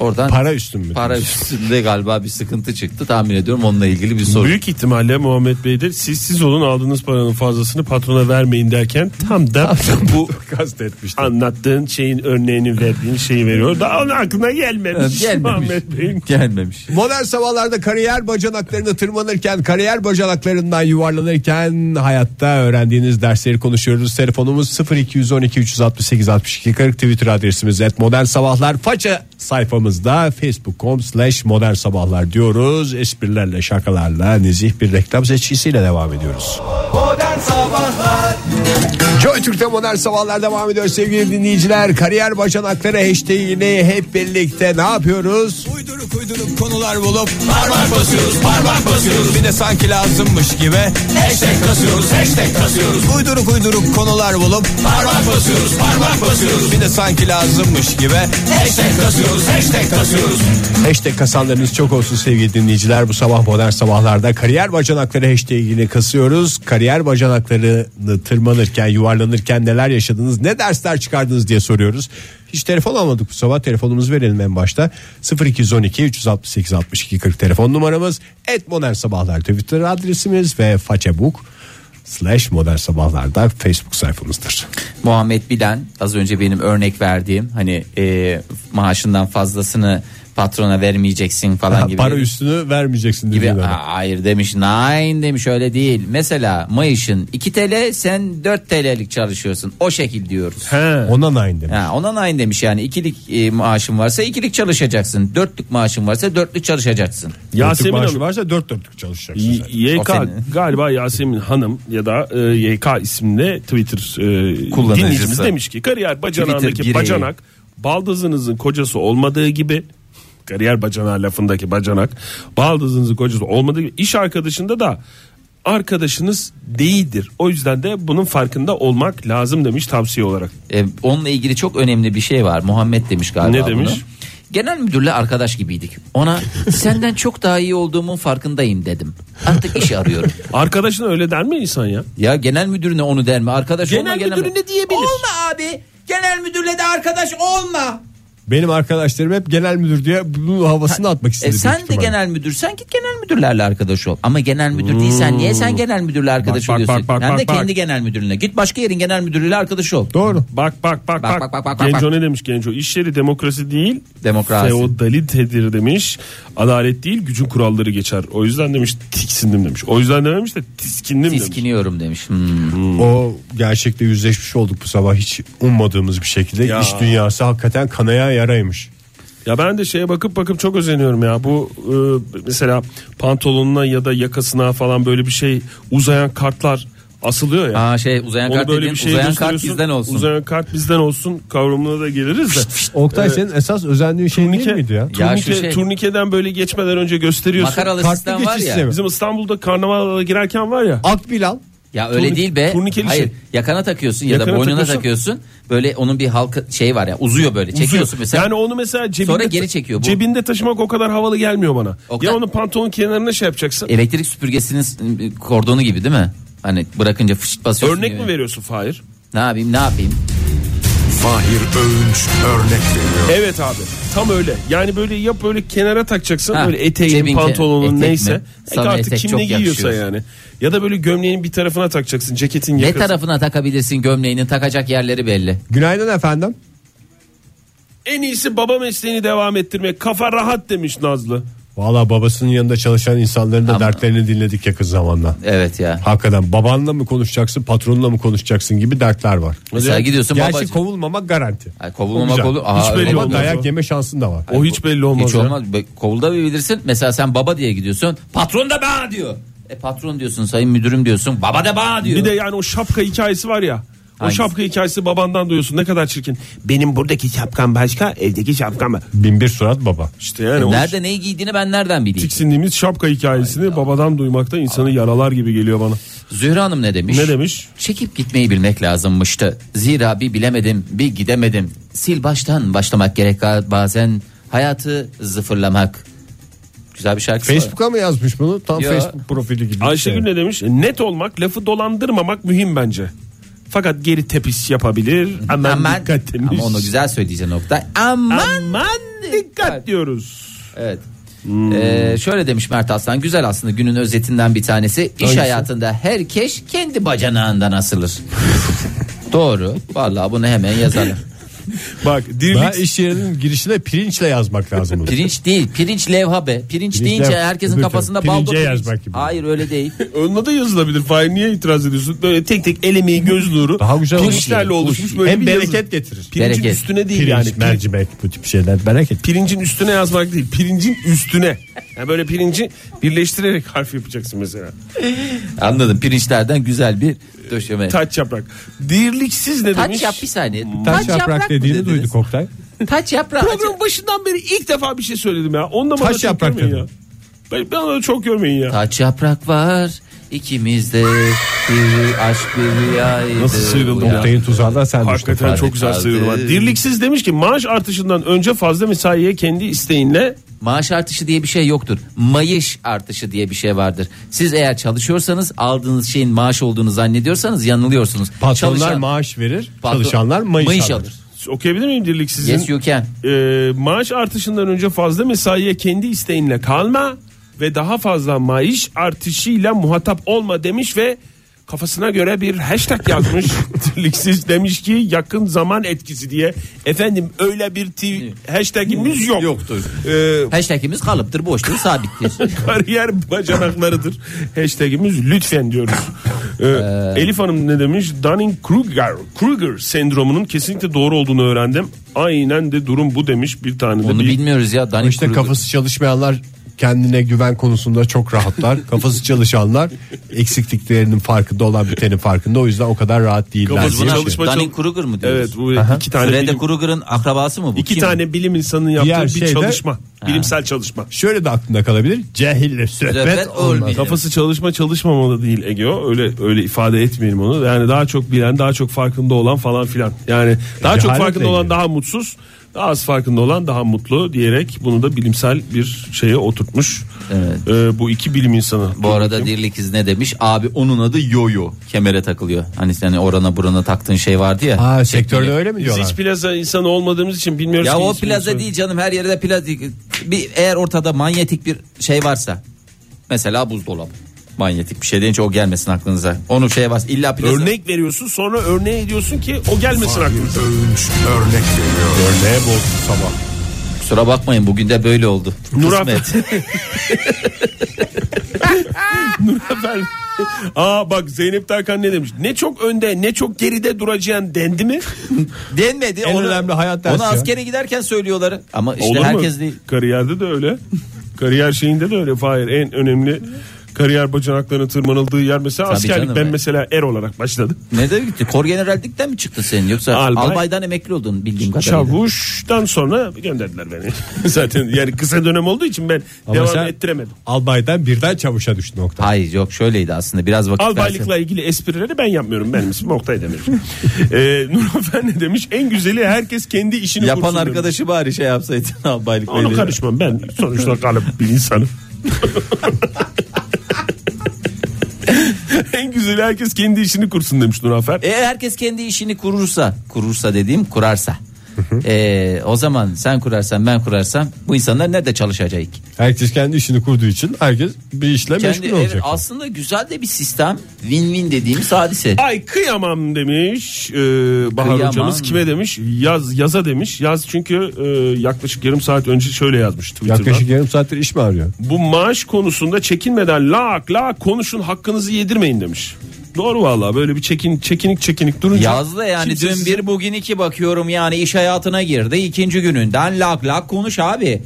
Speaker 5: Oradan
Speaker 3: Para üstün mü?
Speaker 5: para üstünde galiba bir sıkıntı çıktı tahmin ediyorum onunla ilgili bir sorun.
Speaker 4: Büyük ihtimalle Muhammed Bey de siz siz olun aldığınız paranın fazlasını patrona vermeyin derken tam da bu
Speaker 3: kastetmiştim.
Speaker 4: anlattığın şeyin örneğini verdiğin şeyi veriyor. Daha onun aklına gelmemiş,
Speaker 5: Gelmemiş.
Speaker 4: Muhammed Bey'in.
Speaker 5: Gelmemiş.
Speaker 3: Modern sabahlarda kariyer bacanaklarını tırmanırken, kariyer bacanaklarından yuvarlanırken hayatta öğrendiğiniz dersleri konuşuyoruz. Telefonumuz 0212 368 62 40 Twitter adresimiz et modern sabahlar. Faça sayfamızda facebook.com slash modern sabahlar diyoruz. Esprilerle şakalarla nezih bir reklam seçkisiyle devam ediyoruz.
Speaker 2: Modern Sabahlar
Speaker 3: Joy Türk'te modern sabahlar devam ediyor sevgili dinleyiciler. Kariyer bacanakları hashtag ile hep birlikte ne yapıyoruz?
Speaker 7: Uyduruk uyduruk konular bulup parmak basıyoruz parmak basıyoruz bir de sanki lazımmış gibi hashtag kasıyoruz hashtag kasıyoruz uyduruk uyduruk konular bulup parmak basıyoruz parmak basıyoruz bir de sanki lazımmış gibi hashtag kasıyoruz hashtag kasıyoruz
Speaker 3: Hashtag kasanlarınız çok olsun sevgili dinleyiciler. Bu sabah modern sabahlarda kariyer bacanakları hashtagini kasıyoruz. Kariyer bacanaklarını tırmanırken, yuvarlanırken neler yaşadınız, ne dersler çıkardınız diye soruyoruz. Hiç telefon almadık bu sabah. Telefonumuzu verelim en başta. 0212 368 62 40 telefon numaramız. Et modern sabahlar Twitter adresimiz ve facebook slash modern sabahlarda Facebook sayfamızdır.
Speaker 5: Muhammed Bilen az önce benim örnek verdiğim hani e, maaşından fazlasını patrona vermeyeceksin falan gibi.
Speaker 3: Para üstünü vermeyeceksin
Speaker 5: gibi.
Speaker 3: dediğin adam.
Speaker 5: "Aa, hayır demiş. Nein demiş öyle değil. Mesela Mayış'ın 2 TL sen 4 TL'lik çalışıyorsun. O şekil diyoruz.
Speaker 4: He.
Speaker 3: Ona nine demiş.
Speaker 5: Ha, ona nein demiş yani ikilik e, maaşın varsa ikilik çalışacaksın. Dörtlük maaşın varsa dörtlük çalışacaksın.
Speaker 3: Dörtlük
Speaker 4: Yasemin
Speaker 3: maaşı
Speaker 4: Hanım.
Speaker 3: varsa dört dörtlük çalışacaksın. sen.
Speaker 4: Y- YK
Speaker 5: Aferin.
Speaker 4: galiba Yasemin Hanım ya da e, YK isimli Twitter e,
Speaker 5: Kullanıcısı.
Speaker 4: dinleyicimiz demiş ki kariyer
Speaker 5: Twitter
Speaker 4: bacanağındaki
Speaker 5: bireyi.
Speaker 4: bacanak baldızınızın kocası olmadığı gibi kariyer bacanağı lafındaki bacanak baldızınızın kocası olmadığı gibi iş arkadaşında da arkadaşınız değildir. O yüzden de bunun farkında olmak lazım demiş tavsiye olarak.
Speaker 5: E, onunla ilgili çok önemli bir şey var. Muhammed demiş galiba
Speaker 4: Ne demiş?
Speaker 5: bunu. Genel müdürle arkadaş gibiydik. Ona senden çok daha iyi olduğumun farkındayım dedim. Artık iş arıyorum.
Speaker 4: Arkadaşına öyle der mi insan ya?
Speaker 5: Ya genel müdürüne onu der mi? Arkadaş
Speaker 4: Genel
Speaker 5: olma genel
Speaker 4: müdürüne diyebilir.
Speaker 5: Olma abi. Genel müdürle de arkadaş olma.
Speaker 3: Benim arkadaşlarım hep genel müdür diye bunun havasını atmak istedi.
Speaker 5: E
Speaker 3: büyük
Speaker 5: sen de
Speaker 3: ihtimalle.
Speaker 5: genel müdürsen git genel müdürlerle arkadaş ol. Ama genel müdür değilsen niye sen genel müdürle arkadaş
Speaker 4: Bak, bak,
Speaker 5: oluyorsun?
Speaker 4: bak, bak,
Speaker 5: Hem de
Speaker 4: bak,
Speaker 5: kendi
Speaker 4: bak.
Speaker 5: genel müdürüne. Git başka yerin genel müdürüyle arkadaş ol.
Speaker 3: Doğru.
Speaker 4: Bak bak bak
Speaker 5: Bak,
Speaker 4: bak.
Speaker 5: bak, bak, bak,
Speaker 4: Genco
Speaker 5: bak.
Speaker 4: ne demiş Genco? İş yeri demokrasi değil.
Speaker 5: Demokrasi.
Speaker 4: Feodalitedir demiş. Adalet değil gücün kuralları geçer. O yüzden demiş tiksindim demiş. O yüzden dememiş de tiskindim demiş.
Speaker 5: Tiskiniyorum demiş. Hmm.
Speaker 3: O gerçekle yüzleşmiş olduk bu sabah hiç ummadığımız bir şekilde.
Speaker 4: Ya.
Speaker 3: İş dünyası hakikaten kanaya yaraymış.
Speaker 4: Ya ben de şeye bakıp bakıp çok özeniyorum ya. Bu e, mesela pantolonuna ya da yakasına falan böyle bir şey uzayan kartlar asılıyor ya.
Speaker 5: Aa şey uzayan
Speaker 4: Onu
Speaker 5: kart
Speaker 4: böyle
Speaker 5: dediğin,
Speaker 4: bir şey
Speaker 5: uzayan kart
Speaker 4: gösteriyorsun.
Speaker 5: bizden olsun.
Speaker 4: Uzayan kart bizden olsun kavramına da geliriz de.
Speaker 3: Oktay senin esas özendiğin şey
Speaker 4: Turnike-
Speaker 3: değil miydi ya?
Speaker 5: Ya
Speaker 4: Turnike-
Speaker 5: şu şey-
Speaker 4: Turnikeden böyle geçmeden önce gösteriyorsun.
Speaker 5: Makaralı
Speaker 3: Kartlı
Speaker 5: sistem var
Speaker 3: geçiş
Speaker 5: ya.
Speaker 3: sistemi.
Speaker 4: Bizim İstanbul'da karnavala girerken var ya.
Speaker 3: Ak Bilal.
Speaker 5: Ya öyle
Speaker 4: Turnik-
Speaker 5: değil be.
Speaker 4: turnikeli
Speaker 5: Hayır.
Speaker 4: şey.
Speaker 5: Yakana takıyorsun ya da
Speaker 4: Yakana
Speaker 5: boynuna takıyorsun.
Speaker 4: takıyorsun.
Speaker 5: Böyle onun bir halka şey var ya uzuyor böyle. Çekiyorsun
Speaker 4: Uzuyor.
Speaker 5: mesela.
Speaker 4: Yani onu mesela cebinde,
Speaker 5: Sonra geri çekiyor bu.
Speaker 4: cebinde taşımak o kadar havalı gelmiyor bana.
Speaker 5: Oktay-
Speaker 4: Ya onu pantolon kenarına şey yapacaksın.
Speaker 5: Elektrik süpürgesinin e, kordonu gibi değil mi? Hani bırakınca fışt basıyorsun
Speaker 4: Örnek
Speaker 5: gibi.
Speaker 4: mi veriyorsun Fahir?
Speaker 5: Ne yapayım ne yapayım?
Speaker 6: Fahir Öğünç örnek veriyor.
Speaker 4: Evet abi tam öyle. Yani böyle yap böyle kenara takacaksın.
Speaker 5: Ha,
Speaker 4: böyle eteğin,
Speaker 5: cebin ke- etek
Speaker 4: pantolonun
Speaker 5: mi?
Speaker 4: neyse. E
Speaker 5: Sana
Speaker 4: artık
Speaker 5: etek
Speaker 4: kim
Speaker 5: çok
Speaker 4: ne giyiyorsa
Speaker 5: yakışıyor.
Speaker 4: yani. Ya da böyle gömleğin bir tarafına takacaksın. Ceketin
Speaker 5: Ne
Speaker 4: yakası.
Speaker 5: tarafına takabilirsin gömleğinin takacak yerleri belli.
Speaker 3: Günaydın efendim.
Speaker 4: En iyisi baba mesleğini devam ettirmek. Kafa rahat demiş Nazlı.
Speaker 3: Valla babasının yanında çalışan insanların da
Speaker 5: Ama-
Speaker 3: dertlerini dinledik yakın zamanda.
Speaker 5: Evet ya.
Speaker 3: Hakikaten babanla mı konuşacaksın patronla mı konuşacaksın gibi dertler var.
Speaker 5: Mesela gidiyorsun
Speaker 3: Gerçi
Speaker 5: babacığım.
Speaker 3: kovulmamak garanti.
Speaker 5: Ay,
Speaker 3: O
Speaker 5: kovulmamak
Speaker 3: güzel.
Speaker 5: olur. Aa,
Speaker 4: Hiç
Speaker 5: öyle
Speaker 4: belli
Speaker 5: mi?
Speaker 3: Ama
Speaker 4: olmaz
Speaker 3: dayak
Speaker 4: o.
Speaker 3: yeme şansın da var.
Speaker 4: O hiç belli olmaz.
Speaker 5: Hiç
Speaker 4: ya.
Speaker 5: olmaz. Be- Kovulda bir bilirsin. Mesela sen baba diye gidiyorsun. Patron da bana diyor. E patron diyorsun sayın müdürüm diyorsun. Baba da bana diyor.
Speaker 4: Bir de yani o şapka hikayesi var ya. O
Speaker 5: Hangisi?
Speaker 4: şapka hikayesi babandan duyuyorsun. Ne kadar çirkin. Benim buradaki şapkam başka, evdeki şapkam başka. E,
Speaker 3: Bin bir surat baba.
Speaker 4: İşte yani o
Speaker 5: Nerede neyi giydiğini ben nereden bileyim?
Speaker 4: tiksindiğimiz şapka hikayesini babadan duymakta insanı yaralar gibi geliyor bana.
Speaker 5: Zühre Hanım ne demiş?
Speaker 4: Ne demiş?
Speaker 5: Çekip gitmeyi bilmek lazımmıştı. Zira bir bilemedim, bir gidemedim. Sil baştan başlamak gerek bazen. Hayatı zıfırlamak. Güzel bir şarkı.
Speaker 3: Facebook'a mı yazmış bunu? Tam
Speaker 5: Ya.
Speaker 3: Facebook profili gibi. bir
Speaker 4: Ayşegül
Speaker 3: şey.
Speaker 4: ne demiş? E, Net olmak, lafı dolandırmamak mühim bence. Fakat geri tepiş yapabilir. Aman, dikkat demiş.
Speaker 5: ama onu güzel söyleyeceksin nokta. Aman.
Speaker 4: Aman dikkat diyoruz.
Speaker 5: Evet.
Speaker 3: Hmm.
Speaker 5: Ee, şöyle demiş Mert Aslan güzel aslında günün özetinden bir tanesi iş hayatında herkes kendi bacanağından asılır. Doğru. Vallahi bunu hemen yazalım.
Speaker 4: Bak
Speaker 3: Ben
Speaker 4: dirlik
Speaker 3: iş yerinin girişine pirinçle yazmak lazım. bunu.
Speaker 5: Pirinç değil, pirinç levha be. Pirinç,
Speaker 3: Pirinç
Speaker 5: deyince
Speaker 3: levha.
Speaker 5: herkesin
Speaker 3: Öbür
Speaker 5: kafasında
Speaker 3: taraf.
Speaker 5: baldo
Speaker 3: Pirince
Speaker 5: pirinç.
Speaker 3: yazmak gibi.
Speaker 5: Hayır öyle değil.
Speaker 4: Önüne de yazılabilir. Fahir niye itiraz ediyorsun? Böyle tek tek el emeği göz nuru.
Speaker 3: Daha güzel olur.
Speaker 4: Pirinçlerle oluşmuş böyle
Speaker 3: Hem
Speaker 4: bir
Speaker 3: bereket
Speaker 4: yazı.
Speaker 3: getirir.
Speaker 4: Pirincin
Speaker 5: Bereket.
Speaker 4: üstüne değil
Speaker 3: Pirinç,
Speaker 4: yani. Pirinç-
Speaker 3: mercimek bu tip şeyler bereket.
Speaker 4: Pirincin üstüne yazmak değil. Pirincin üstüne. Yani böyle pirinci birleştirerek harf yapacaksın mesela.
Speaker 5: Anladım. Pirinçlerden güzel bir döşeme.
Speaker 4: Taç yaprak. Dirliksiz ne
Speaker 5: Taç
Speaker 4: demiş?
Speaker 5: yap bir saniye.
Speaker 3: Taş yaprak
Speaker 5: mı
Speaker 3: dediğini
Speaker 5: dediniz?
Speaker 3: duyduk Oktay.
Speaker 5: Taç yaprağı.
Speaker 4: Programın başından beri ilk defa bir şey söyledim ya. Onunla bana
Speaker 3: Taş
Speaker 4: çok
Speaker 3: yaprak
Speaker 4: görmeyin ya.
Speaker 3: dedim.
Speaker 4: Ben, ben onu çok görmeyin ya.
Speaker 5: Taç yaprak var ikimizde. Bir aşk bir rüyaydı.
Speaker 4: Nasıl sıyrıldım ya?
Speaker 3: Oktay'ın Ee, tuzağından sen düştün. Ee,
Speaker 4: Hakikaten çok güzel
Speaker 5: kaldı.
Speaker 4: sıyrılma. Dirliksiz demiş ki maaş artışından önce fazla mesaiye kendi isteğinle
Speaker 5: Maaş artışı diye bir şey yoktur. Mayış artışı diye bir şey vardır. Siz eğer çalışıyorsanız aldığınız şeyin maaş olduğunu zannediyorsanız yanılıyorsunuz.
Speaker 3: Patronlar
Speaker 5: Çalışan-
Speaker 3: maaş verir,
Speaker 5: Patron-
Speaker 3: çalışanlar mayış, alır.
Speaker 4: okuyabilir miyim dirliksizin?
Speaker 5: Yes you can.
Speaker 4: Ee, maaş artışından önce fazla mesaiye kendi isteğinle kalma ve daha fazla maaş artışıyla muhatap olma demiş ve kafasına göre bir hashtag yazmış. Dirliksiz demiş ki yakın zaman etkisi diye. Efendim öyle bir tw- hashtagimiz yok. Ee, Yoktur.
Speaker 5: Hashtag'imiz kalıptır, boştur, sabittir.
Speaker 4: kariyer bacanaklarıdır. Hashtagimiz lütfen diyoruz. Ee, Elif Hanım ne demiş? Dunning-Kruger Kruger sendromunun kesinlikle doğru olduğunu öğrendim. Aynen de durum bu demiş bir tane de.
Speaker 5: Onu
Speaker 4: bir-
Speaker 5: bilmiyoruz ya. Danny
Speaker 3: İşte
Speaker 5: Kruger.
Speaker 3: kafası çalışmayanlar kendine güven konusunda çok rahatlar. kafası çalışanlar eksikliklerinin farkında olan bitenin farkında. O yüzden o kadar rahat değiller.
Speaker 4: Kafası
Speaker 3: diye bir
Speaker 4: çalışma-
Speaker 5: Danny Kruger mı diyoruz?
Speaker 4: Evet bu iki tane
Speaker 5: Freddy
Speaker 4: bilim,
Speaker 5: Kruger'ın akrabası mı bu?
Speaker 4: iki
Speaker 5: Kim?
Speaker 4: tane bilim insanının yaptığı
Speaker 3: Diğer
Speaker 4: bir
Speaker 3: şey de-
Speaker 4: çalışma. Bilimsel çalışma.
Speaker 3: Şöyle de aklında kalabilir. Cehille
Speaker 5: Sohbet
Speaker 3: sohbet
Speaker 5: olmuyor.
Speaker 3: olmaz.
Speaker 4: Kafası çalışma çalışmamalı değil Egeo. Öyle öyle ifade etmeyelim onu. Yani daha çok bilen, daha çok farkında olan falan filan. Yani daha çok
Speaker 5: E,
Speaker 3: Cehaletle
Speaker 4: farkında olan
Speaker 3: ilgili.
Speaker 4: daha mutsuz, Daha az farkında olan daha mutlu diyerek bunu da bilimsel bir şeye oturtmuş.
Speaker 5: Evet.
Speaker 4: Ee, bu iki bilim insanı.
Speaker 5: Bu arada Dirlikiz ne demiş? Abi onun adı yoyo. Kemere takılıyor. Hani sen orana burana taktığın şey vardı ya.
Speaker 3: Aa, sektörde öyle mi
Speaker 4: biz
Speaker 3: diyorlar?
Speaker 4: hiç plaza insanı olmadığımız için bilmiyoruz.
Speaker 5: Ya
Speaker 4: ki
Speaker 5: o
Speaker 4: ismini
Speaker 5: plaza
Speaker 4: söyle-
Speaker 5: değil canım her yerde plaza. Bir, eğer ortada manyetik bir şey varsa. Mesela buzdolabı. Manyetik bir şey deyince o gelmesin aklınıza. Onu şey varsa illa plaza.
Speaker 4: Örnek veriyorsun sonra örneğe ediyorsun ki o gelmesin
Speaker 6: Fahir
Speaker 4: aklınıza.
Speaker 6: Öğünç örnek veriyor.
Speaker 3: Örneğe bozdu sabah.
Speaker 5: Kusura bakmayın bugün de böyle oldu.
Speaker 4: Nurat.
Speaker 5: Kısmet.
Speaker 4: Efendim. Aa bak Zeynep Tarkan ne demiş? Ne çok önde ne çok geride duracağın dendi mi?
Speaker 5: Denmedi.
Speaker 3: En önemli hayat dersi
Speaker 5: Onu
Speaker 3: ya.
Speaker 5: askere giderken söylüyorlar. Ama işte
Speaker 4: Olur mu?
Speaker 5: herkes değil.
Speaker 4: Kariyerde de öyle. Kariyer şeyinde de öyle. Fahir en önemli kariyer bacanaklarının tırmanıldığı yer mesela
Speaker 5: Tabii
Speaker 4: askerlik.
Speaker 5: canım,
Speaker 4: ben
Speaker 5: evet.
Speaker 4: mesela er olarak başladım.
Speaker 5: Ne de gitti? Kor generallikten mi çıktı senin yoksa
Speaker 4: Albay.
Speaker 5: albaydan emekli oldun bildiğim kadarıyla.
Speaker 4: Çavuştan sonra gönderdiler beni. Zaten yani kısa dönem olduğu için ben devam
Speaker 3: sen-
Speaker 4: ettiremedim.
Speaker 3: Albay'dan birden çavuşa düştü nokta.
Speaker 5: Hayır yok şöyleydi aslında biraz vakit versin.
Speaker 4: Albaylıkla ilgili esprileri ben yapmıyorum. Benim ismim Oktay Demir. ee, Nur Efendi demiş en güzeli herkes kendi işini
Speaker 5: Yapan
Speaker 4: kursun demiş.
Speaker 5: arkadaşı bari şey yapsaydın albaylıkla.
Speaker 4: Onu
Speaker 5: ilgili.
Speaker 4: karışmam ben sonuçta kalıp bir insanım. en güzeli herkes kendi işini kursun demiş Nurafer.
Speaker 5: E herkes kendi işini kurursa, kurursa dediğim kurarsa. E, o zaman sen kurarsan ben kurarsam bu insanlar nerede çalışacak?
Speaker 3: Herkes kendi işini kurduğu için herkes bir işle
Speaker 5: Kendi
Speaker 3: meşgul
Speaker 5: evet,
Speaker 3: olacak.
Speaker 5: aslında güzel de bir sistem. Win-win dediğimiz hadise.
Speaker 4: Ay kıyamam demiş e, Bahar
Speaker 5: Kıyamam.
Speaker 4: hocamız kime demiş yaz yaza demiş yaz çünkü e, yaklaşık yarım saat önce şöyle yazmış Twitter'da.
Speaker 3: Yaklaşık yarım saattir iş mi arıyor?
Speaker 4: Bu maaş konusunda çekinmeden lak lak konuşun hakkınızı yedirmeyin demiş. Doğru vallahi böyle bir çekin çekinik çekinik durunca.
Speaker 5: Yazdı yani
Speaker 4: kimse
Speaker 5: dün
Speaker 4: sizi-
Speaker 5: bir bugün iki bakıyorum yani iş hayatına girdi ikinci gününden lak lak konuş abi.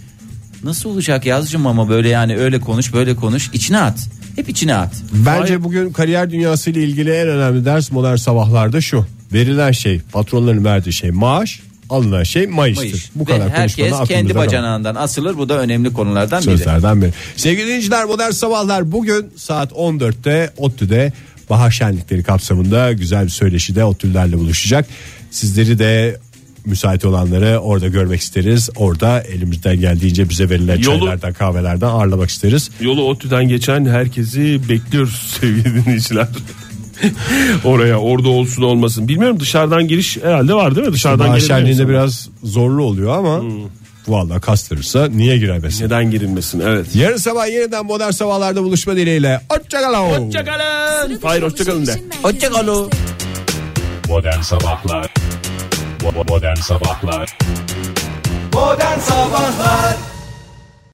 Speaker 5: Nasıl olacak yazcım ama böyle yani öyle konuş böyle konuş içine at. Hep içine at.
Speaker 3: Bence bugün kariyer dünyası ile ilgili en önemli ders modern sabahlarda şu. Verilen şey, patronların verdiği şey maaş, alınan şey mayıştır.
Speaker 5: Mayış.
Speaker 3: Bu
Speaker 5: Ve
Speaker 3: kadar
Speaker 5: herkes
Speaker 3: konuşmanın
Speaker 5: kendi
Speaker 3: aklımızdan al-
Speaker 5: bacanağından asılır bu da önemli konulardan biri.
Speaker 3: sözlerden biri. Sevgili dinleyiciler modern sabahlar bugün saat 14'te ODTÜ'de bahar şenlikleri kapsamında güzel bir söyleşide ODTÜ'lerle buluşacak. Sizleri de müsait olanları orada görmek isteriz. Orada elimizden geldiğince bize verilen
Speaker 4: Yolu-
Speaker 3: çaylardan kahvelerden ağırlamak isteriz.
Speaker 4: Yolu ODTÜ'den geçen herkesi bekliyoruz sevgili dinleyiciler. Oraya orada olsun olmasın. Bilmiyorum dışarıdan giriş herhalde var değil mi? Dışarıdan
Speaker 3: Bahar
Speaker 4: girebiliyor
Speaker 3: şenliğinde
Speaker 4: musun?
Speaker 3: biraz zorlu oluyor ama vallahi kastırırsa niye giremesin?
Speaker 4: Neden girilmesin evet.
Speaker 3: Yarın sabah yeniden modern sabahlarda buluşma dileğiyle. Hoşçakalın.
Speaker 4: Hoşçakalın. Hayır hoşçakalın de.
Speaker 5: Hoşçakalın.
Speaker 1: Modern Sabahlar Bo- bo- Modern Sabahlar
Speaker 2: Modern Sabahlar